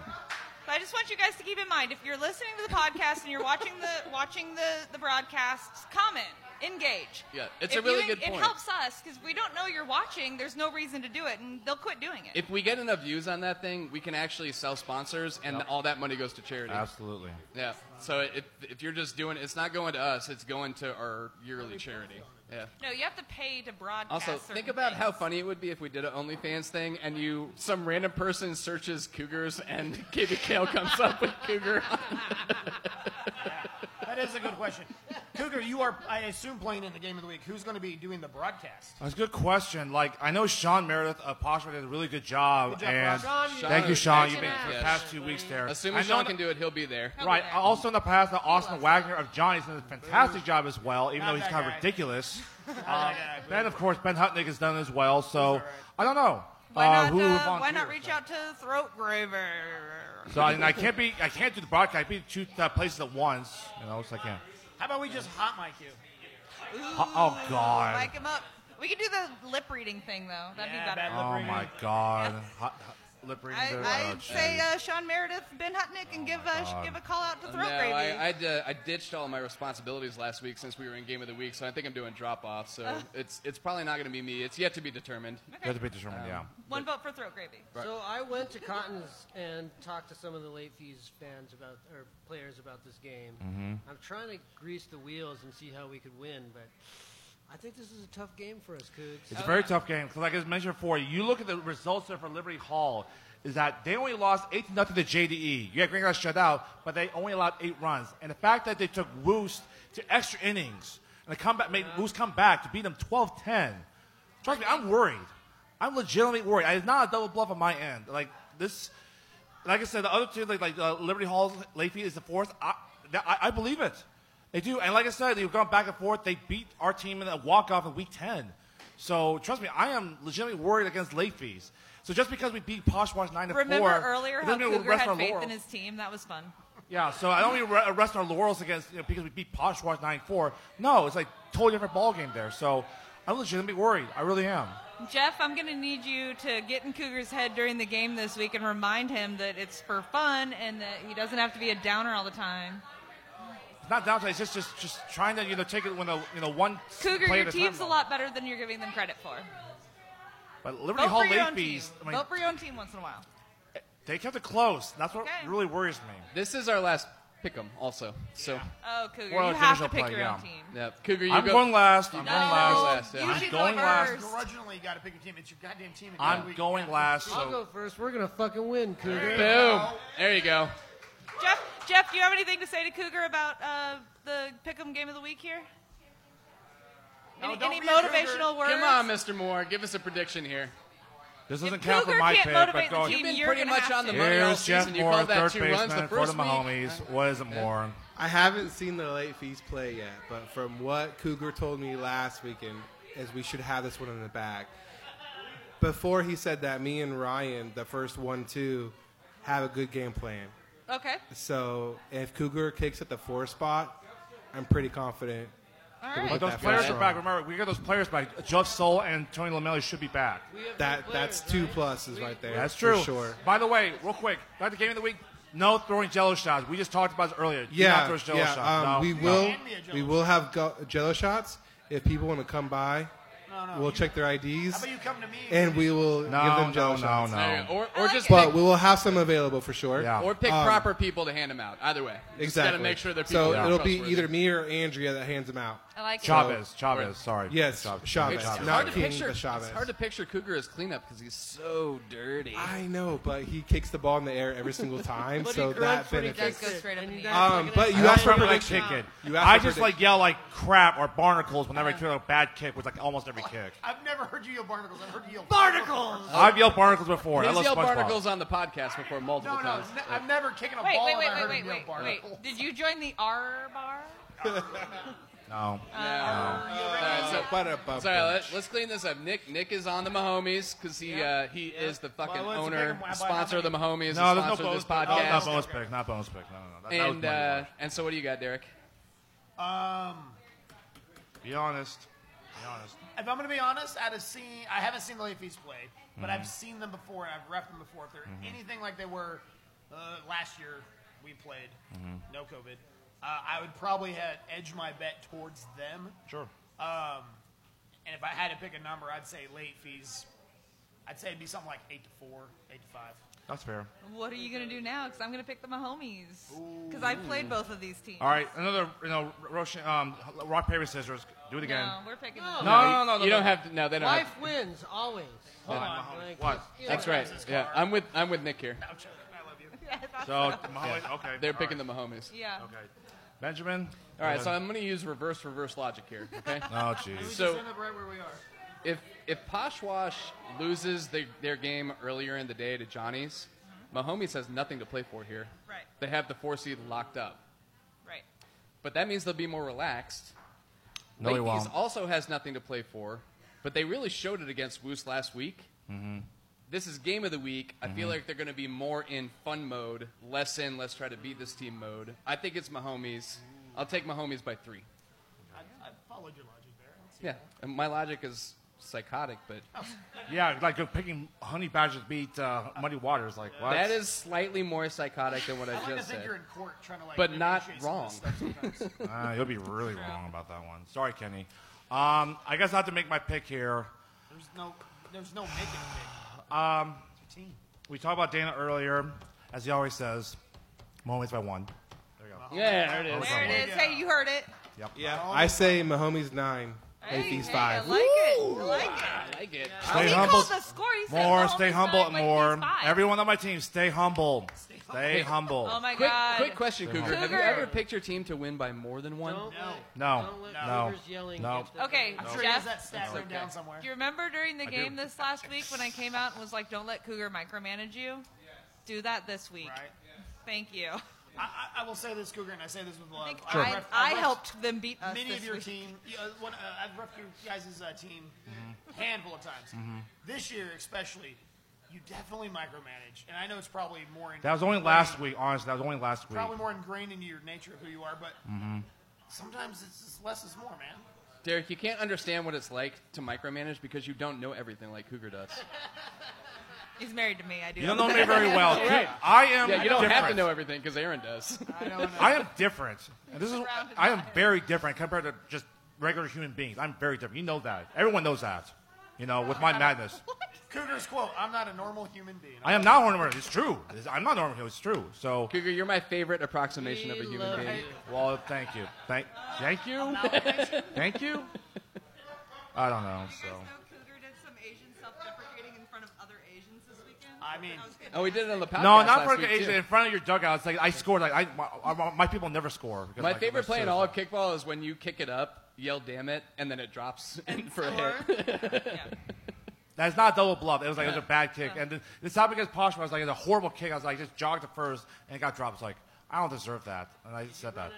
B: But I just want you guys to keep in mind if you're listening to the podcast and you're watching the watching the the broadcasts, comment, engage.
C: Yeah, it's
B: If
C: a really
B: you,
C: good
B: It
C: point.
B: helps us because we don't know you're watching. There's no reason to do it, and they'll quit doing it.
C: If we get enough views on that thing, we can actually sell sponsors, and all that money goes to charity.
A: Absolutely.
C: Yeah. So it, if you're just doing, it's not going to us. It's going to our yearly charity. Yeah.
B: No, you have to pay to broadcast.
C: Also,
B: certain
C: think about
B: things.
C: how funny it would be if we did an OnlyFans thing and you, some random person searches cougars and *laughs* KB Kale comes up with cougar.
D: That is a good question. Cougar, you are, I assume, playing in the game of the week. Who's going to be doing the broadcast?
A: That's a good question. Like I know Sean Meredith of Poshmark did a really good job,
D: Good job,
A: and
D: Sean.
C: Sean
A: thank you,
C: is
A: Sean. You've
C: excellent.
A: been for the
C: Yes.
A: past two weeks there.
C: Assuming
A: I know
C: Sean
A: in
C: can do it, he'll be there.
A: the- right. Also in the past, the Austin Wagner of Johnny's done a fantastic job as well, even
C: Not
A: though he's
C: that
A: kind of
C: guy.
A: ridiculous.
C: Not
B: *laughs*
C: that
A: Uh,
C: guy, but-
A: ben, of course, Ben Hutnick has done as well. So I don't know
B: Why
A: uh,
B: not,
A: who
B: uh,
A: would volunteer.
B: why not reach out to Throat Graver?
A: So I,
B: *laughs*
A: mean, I can't be. I can't do the broadcast. I can be two uh, places at once. You know, so I can't.
D: How about we just hot mic you?
B: Ooh,
A: Oh, God.
B: Mic him up. We could do the lip reading thing though. That'd
D: Yeah,
B: be better.
A: Oh my God. Hot, hot lip reading.
B: I,
A: there.
B: I'd
A: Oh,
B: say
A: geez.
B: uh, Sean Meredith, Ben Hutnick, and give
A: Oh,
B: a
C: God.
B: give a call out to
C: No,
B: Throat Graver.
C: I, I'd, uh, I ditched all my responsibilities last week since we were in Game of the Week, so I think I'm doing drop off. So
B: Uh.
C: it's it's probably not going to be me. It's yet to be determined. Um,
A: Yet to be determined. yeah.
B: One vote for throat gravy.
C: Right.
E: So I went to Cotton's and talked to some of the late fees fans about or players about this game.
K: Mhm.
C: Mm-hmm.
E: I'm trying to grease the wheels and see how we could win, but I think this is a tough game for us, Uh, Cougs.
A: It's a very tough game because, like I mentioned before, you look at the results there for Liberty Hall. Is that they only lost eight to nothing to JDE? Yeah, Green got shut out, but they only allowed eight runs. And the fact that they took Roost to extra innings and the comeback made Roost come back to beat them 12-10. Trust me, I'm worried. I'm legitimately worried. It's not a double bluff on my end. Like this, like I said, the other two, like, like uh, Liberty Hall, Lafayette is the fourth. I, that, I, I believe it. They do. And like I said, they've gone back and forth. They beat our team in a walk-off in week 10. So trust me, I am legitimately worried against late fees. So just because we beat Poshwash 9 to 4.
B: Remember earlier
A: it
B: how
A: doesn't mean we
B: Cougar
A: rest
B: had
A: our
B: faith in
A: laurels.
B: his team? That was fun.
A: Yeah, so I don't mean re- rest our laurels against you know, because we beat Poshwash 9 4. No, it's like totally different ballgame there. So I'm legitimately worried. I really am.
B: Jeff, I'm going to need you to get in Cougar's head during the game this week and remind him that it's for fun and that he doesn't have to be a downer all the time.
A: It's not downside. It's just just just trying to you know take it when the you know one
B: Cougar,
A: play
B: your
A: at a time.
B: team's a lot better than you're giving them credit for.
A: But Liberty
B: Vote
A: Hall
B: for your own
A: late
B: team.
A: fees. I mean,
B: Vote for your own team once in a while.
A: they kept it close. That's what really worries me.
C: This is our last pick 'em, also. So.
B: Oh, Cougar,
A: Well,
B: you
A: it's
B: have to
A: initial
B: pick
A: play,
B: your own
A: yeah.
B: team.
C: Yeah, Cougar, you
A: I'm
C: go.
A: going last.
C: You
A: I'm
C: go
A: going last.
C: yeah.
A: I'm going last.
D: Originally, you got to pick your team. It's your goddamn team. in
A: I'm
D: the week.
A: going last,
E: I'll
A: so-
E: go first. We're gonna fucking win, Cougar.
C: Boom. There you go.
B: Jeff, Jeff, do you have anything to say to Cougar about uh, the Pick'em game of the week here?
D: No,
B: any
D: don't
B: any
D: be a Cougar.
B: motivational words?
C: Come on, Mr. Moore. Give us a prediction here.
A: This doesn't
C: Cougar
A: count for my
C: can't
A: pick,
C: motivate
A: but
C: the
A: go
C: team,
A: ahead.
C: You've been you're pretty gonna much have on the to. money all
A: Here's Jeff
C: season. You
A: Moore,
C: called that
A: third
C: two runs the
A: baseman for the
C: first week.
A: Mahomes. What is it, Moore?
L: I haven't seen the late fees play yet, but from what Cougar told me last weekend, is we should have this one in the bag. Before he said that, me and Ryan, the first one two, have a good game plan.
B: Okay.
L: So if Cougar kicks at the four spot, I'm pretty confident.
B: All
L: that we
A: But
L: get
A: those
L: that
A: players
L: first
A: are
L: run.
A: back. Remember, we got those players back. Jeff Soul and Tony Lamelli should be back.
L: That that's two pluses right there.
A: That's
L: for
A: true.
L: Sure.
A: By the way, real quick, back to game of the week. No throwing jello shots. We just talked about this earlier. Do not
L: Yeah,
A: throw jello
L: yeah.
A: shots.
L: Um,
A: No,
L: we
A: no.
L: will. We will have go- Jello shots if people want to come by.
D: No, no,
L: we'll
D: you-
L: check their IDs.
D: How about you come to me?
L: And we will
A: No,
L: give them
A: no,
L: Jello
A: no,
L: shots.
A: no. There you
C: go. Or- or I like just it.
L: But
C: pick-
L: we will have some available for sure.
C: Or pick
L: Um,
C: proper people to hand them out. Either way, You just
L: Exactly.
C: gotta make sure that people
L: so
C: are
L: it'll be
C: trustworthy.
L: either me or Andrea that hands them out.
C: I like
L: So-
C: it.
A: Chavez, Chavez, sorry.
L: Yes,
A: Chavez,
L: Chavez,
A: Chavez.
L: not
C: hard to
L: King,
C: picture.
L: but Chavez.
C: It's hard to picture Cougar as cleanup because he's so dirty.
L: I know, but he kicks the ball in the air every
C: *laughs*
L: single time,
C: But he
L: so
C: grunts
L: that
C: when he
L: benefits.
C: does go straight up in the
L: Um,
C: air.
L: but
A: I
L: you
A: don't
L: asked for
A: remember that
L: prediction.
A: kick it.
L: You asked
A: I
L: for
A: just
L: prediction.
A: like yell like crap or barnacles whenever I threw a bad kick, which like almost every kick.
D: I've never heard you yell barnacles. I've heard you yell barnacles.
A: I've yelled barnacles before. I
C: He's
A: love
C: yelled
A: SpongeBob.
C: barnacles on the podcast before multiple
D: No, no,
C: times.
D: ne- I've never kicking a
B: Wait,
D: ball.
B: wait,
D: and I
B: wait,
D: heard
B: wait,
D: him yell
B: wait, wait,
D: barnacle.
B: wait. Did you join the R bar?
A: No.
C: No. Alright, so- Uh, Sorry, let, us clean this up. Nick Nick is on the Mahomies because he uh, he is the fucking
A: Well, let's
C: owner,
A: pick 'em
C: sponsor of the Mahomies, the
A: No, there's no
C: sponsor of
A: bonus
C: this
A: pick. No, not
C: podcast.
A: bonus pick. Not bonus pick. No, no, no. That- that was
C: and
A: money.
C: uh, and so what do you got, Derek?
D: Um,
A: Be honest. Be honest.
D: if I'm gonna be honest, I'd have seen. I haven't seen the late fees play, but I've
A: Mhm.
D: seen them before. I've ref them before. If they're
A: Mhm.
D: anything like they were uh, last year, we played.
A: Mhm.
D: No COVID. Uh, I would probably have edged my bet towards them.
A: Sure.
D: Um, and if I had to pick a number, I'd say late fees. I'd say it'd be something like eight to four, eight to five.
A: That's fair.
B: What are you going to do now? Because I'm going to pick the Mahomies. Because I've played both of these teams.
A: All right, another you know, Roshan, um, rock paper scissors. Do it again.
B: No, we're picking
A: No,
B: the
A: no, no, no.
C: you don't have to. No, they don't.
E: Life
C: have
E: wins always.
C: Hold
E: Come
C: on,
E: on, like,
A: What?
E: just-
C: That's right. Yeah, I'm with I'm with Nick here.
A: So Mahomes,
C: Yeah.
A: okay,
C: *laughs* they're
A: all
C: picking
A: right.
C: the Mahomes.
B: Yeah.
A: Okay. Benjamin.
C: All right,
A: go
C: so
A: ahead.
C: I'm going to use reverse reverse logic here. Okay.
A: *laughs* Oh, jeez. We just
C: So
D: end up right where we are.
C: if if Poshwash loses the, their game earlier in the day to Johnny's, Mahomes has nothing to play for here.
B: Right.
C: They have the four seed locked up,
B: Right.
C: but that means they'll be more relaxed.
A: No, he
C: Lakey's
A: won't.
C: also has nothing to play for, but they really showed it against Woos last week.
A: Mhm.
C: This is game of the week. I feel
A: Mhm.
C: like they're going to be more in fun mode, less in let's try to beat this team mode. I think it's Mahomes. I'll take Mahomes by three.
D: I, I followed your logic there. I see
C: Yeah, and my logic is psychotic, but
B: Oh.
A: Yeah, like you're picking Honey Badgers beat uh, Muddy Waters. Like what?
C: that is slightly more psychotic than what I,
D: I like to
C: just
D: think
C: said.
D: you're in court trying to, like,
C: but not
D: negotiate some
C: wrong.
D: of this stuff
A: *laughs* Uh, you'll be really wrong about that one. Sorry, Kenny. Um, I guess I have to make my pick here.
D: There's no, there's no making it.
A: Um,
D: It's your team.
A: we talked about Dana earlier, as he always says. Mahomes by one. There you go.
D: Yeah, there it is.
A: Mahomes by
B: There
A: one.
B: it is. Hey, you heard it.
A: Yep.
L: Yeah, I say Mahomes nine,
B: Hey,
L: AP's
B: hey,
L: five.
B: I like it. I like it.
C: I like it.
A: Stay
B: he
A: humble.
B: called the score. He said
A: more.
B: Mahomes
A: Stay
B: is
A: humble
B: nine,
A: and
B: Lakey's
A: more.
B: five.
A: Everyone on my team, stay humble. Stay
B: *laughs*
C: Hey,
A: humble.
B: Oh my
C: quick,
B: God.
C: Quick question,
A: Stay
C: Cougar.
A: humble.
C: Have you
B: Cougar.
C: ever picked your team to win by more than one?
A: No.
E: Don't let
A: No.
E: Cougars yelling
A: No.
E: get the-
B: Okay,
D: I'm
B: Jeff.
D: sure he has that stat
B: That's
D: written down
B: okay.
D: somewhere.
B: Do you remember during the
A: I
B: game
A: do.
B: this last week when I came out and was like, "Don't let Cougar micromanage you." Do that this week.
D: Right.
B: Thank you.
D: I, I, I will say this, Cougar, and I say this with love.
B: Sure. I- I helped them beat us
D: Many
B: this
D: of your
B: week.
D: team, you, uh, one, uh, I've repped your guys' uh, team a handful of times.
A: Mhm.
D: This year, especially, you definitely micromanage, and I know it's probably more. In,
A: That was only
D: ingrained-
A: last week. Honestly, that was only last week.
D: Probably more ingrained into your nature of who you are, but
A: hmm
D: sometimes it's just less is more, man.
C: Derek, you can't understand what it's like to micromanage because you don't know everything like Cougar does.
B: He's married to me. I do.
A: You don't know me very well. Right. I
C: *laughs*
A: am
C: Yeah, you don't have to
A: different.
C: know everything because Aaron does. *laughs*
A: I am different. And this is I am very different compared to just regular human beings. I'm very different. You know that. Everyone knows that. You know,
B: *laughs*
A: with my madness.
D: Cougar's quote: "I'm not a normal human being."
A: I am not normal. It's true. It's- I'm not normal. It's true. So
C: Cougar, you're my favorite approximation of a human being.
A: Well, thank you. Thank, thank you. thank you. I don't know. So.
B: Cougar did some Asian self-deprecating in front of other Asians this weekend.
D: I mean,
C: Oh, we did it on the podcast.
A: No, not
C: last
A: for
C: week,
A: Asia.
C: too.
A: In front of your dugout, it's like I scored. Like I, my, my- my people never score. because,
C: My
A: like,
C: favorite
A: they're
C: play in
A: so-
C: all of kickball is when you kick it up, yell "damn it," and then it drops *laughs* in for a *laughs* hit.
A: That's not double bluff. It was like it was a bad kick. And then this happened against Poshmark. I was like, it's a horrible kick. I was like, just jogged to first and it got dropped. It's like I don't deserve that. And I said that.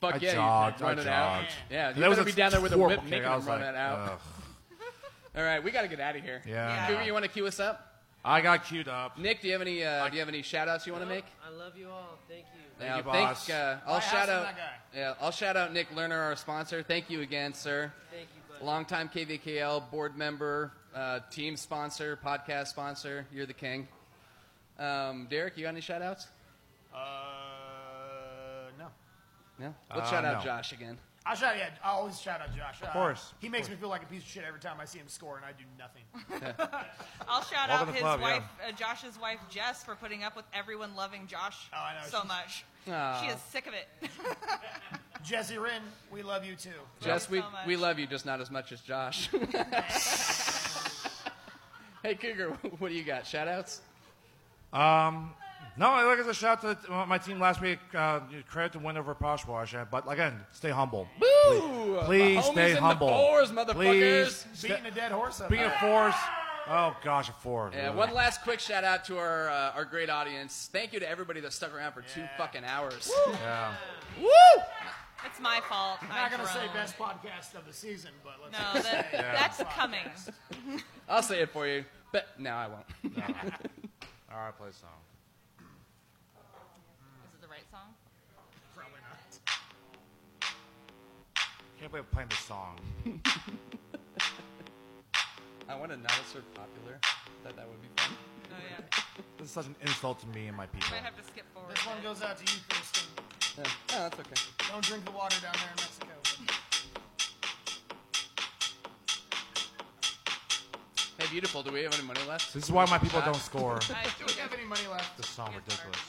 C: Fuck
A: I
C: yeah,
A: jogged,
C: you run
A: I
C: it out.
A: jogged.
C: Yeah,
A: That
C: you
A: was
C: better
A: a
C: be down there with a
A: horrible
C: whip
A: kick.
C: making
A: I
C: them
A: was
C: run
A: like,
C: that out.
A: ugh.
C: *laughs* All right, we got to get out of here.
A: Yeah.
C: Cougar, you want to cue us up?
A: I got queued up.
C: Nick, do you have any? Uh, do you have any shout outs you want to make?
E: I love you all. Thank you.
C: Yeah,
A: you, boss.
C: Uh, I'll
E: My ass
C: shout
E: is
C: out.
E: my guy.
C: Yeah, I'll shout out Nick Lerner, our sponsor. Thank you again, sir.
E: Thank you, buddy.
C: Longtime KVKL board member, uh, team sponsor, podcast sponsor. You're the king. Um, Derek, you got any shout outs?
D: Uh, no.
C: No? Let's
D: Uh,
C: shout out
D: no.
C: Josh again.
D: I shout yeah. I always shout out Josh. Of
C: course,
D: he
C: of
D: makes
C: course.
D: me feel like a piece of shit every time I see him score, and I do nothing.
B: I'll shout
D: Welcome
B: out
D: to
B: his
D: club, yeah.
B: wife, uh, Josh's wife Jess, for putting up with everyone loving
D: Oh,
B: Josh so much.
C: Aw.
B: She is sick of it. *laughs*
D: Jesse Wren, we love you too.
C: Jess, we, we love you, just not as much
D: *laughs*
C: as Josh. hey, Cougar, *laughs* what do you got? Shout outs?
A: Um, no, like I said, shout out to uh, my team last week. Uh, credit to win over Poshwash, uh, but again, stay humble.
C: Boo!
A: Please
D: My homies
A: stay
D: in the
A: humble.
D: fours,
A: Please,
D: motherfuckers. Beating a dead horse up.
A: Being a force. Oh gosh, a four.
C: Yeah,
A: really.
C: one last quick shout out to our uh, our great audience. Thank you to everybody that stuck around for two fucking hours.
A: Yeah.
C: Woo!
B: It's my fault.
D: I'm
B: I
D: not gonna say
B: drone.
D: best podcast of the season, but let's
B: No,
D: just
B: that,
D: say
B: that's
D: podcast.
B: coming.
C: *laughs* I'll say it for you, but no, I
A: *laughs*
C: won't.
A: All right, play a song.
B: Is it the right song?
D: Probably not.
A: Can't believe I'm playing
C: *laughs*
A: this song.
C: I want to not assert popular. Thought that would be
B: Oh
C: fun.
B: yeah.
A: This is such an insult to me and my people.
B: Might have to skip forward.
D: This one goes out to you, Kristen.
C: Yeah. No, that's okay.
D: Don't drink the water down there in Mexico.
C: Hey, beautiful. Do we have any money left?
A: This is why my people don't score.
D: I don't have any money
C: *laughs*
D: left.
A: This song ridiculous.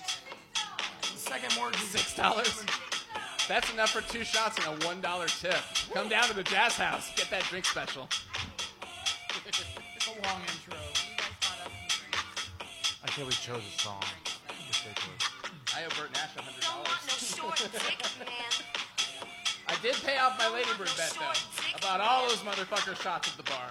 D: The second mortgage. is-
C: Six dollars. That's enough for two shots and a one dollar tip. Come down to the jazz house. Get that drink special.
D: It's a long intro.
A: I can't believe you chose this song. Ridiculous.
C: I owe Bert Nash hundred dollars. *laughs* I did pay off my ladybird bet though. About all those motherfucker shots at the bar.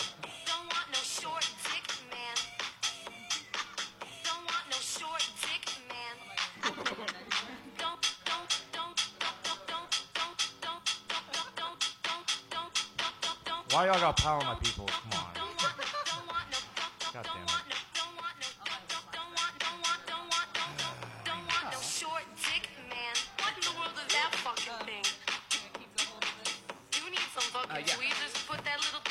A: Why y'all got power on my people? Come on. God damn it.
C: Uh, yeah.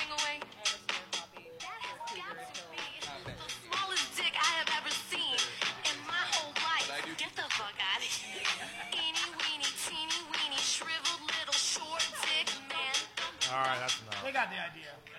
Q: Get the fuck out of here. Eeny weeny, teeny weeny, shriveled little short dick man.
A: All right, that's enough.
D: They got the idea.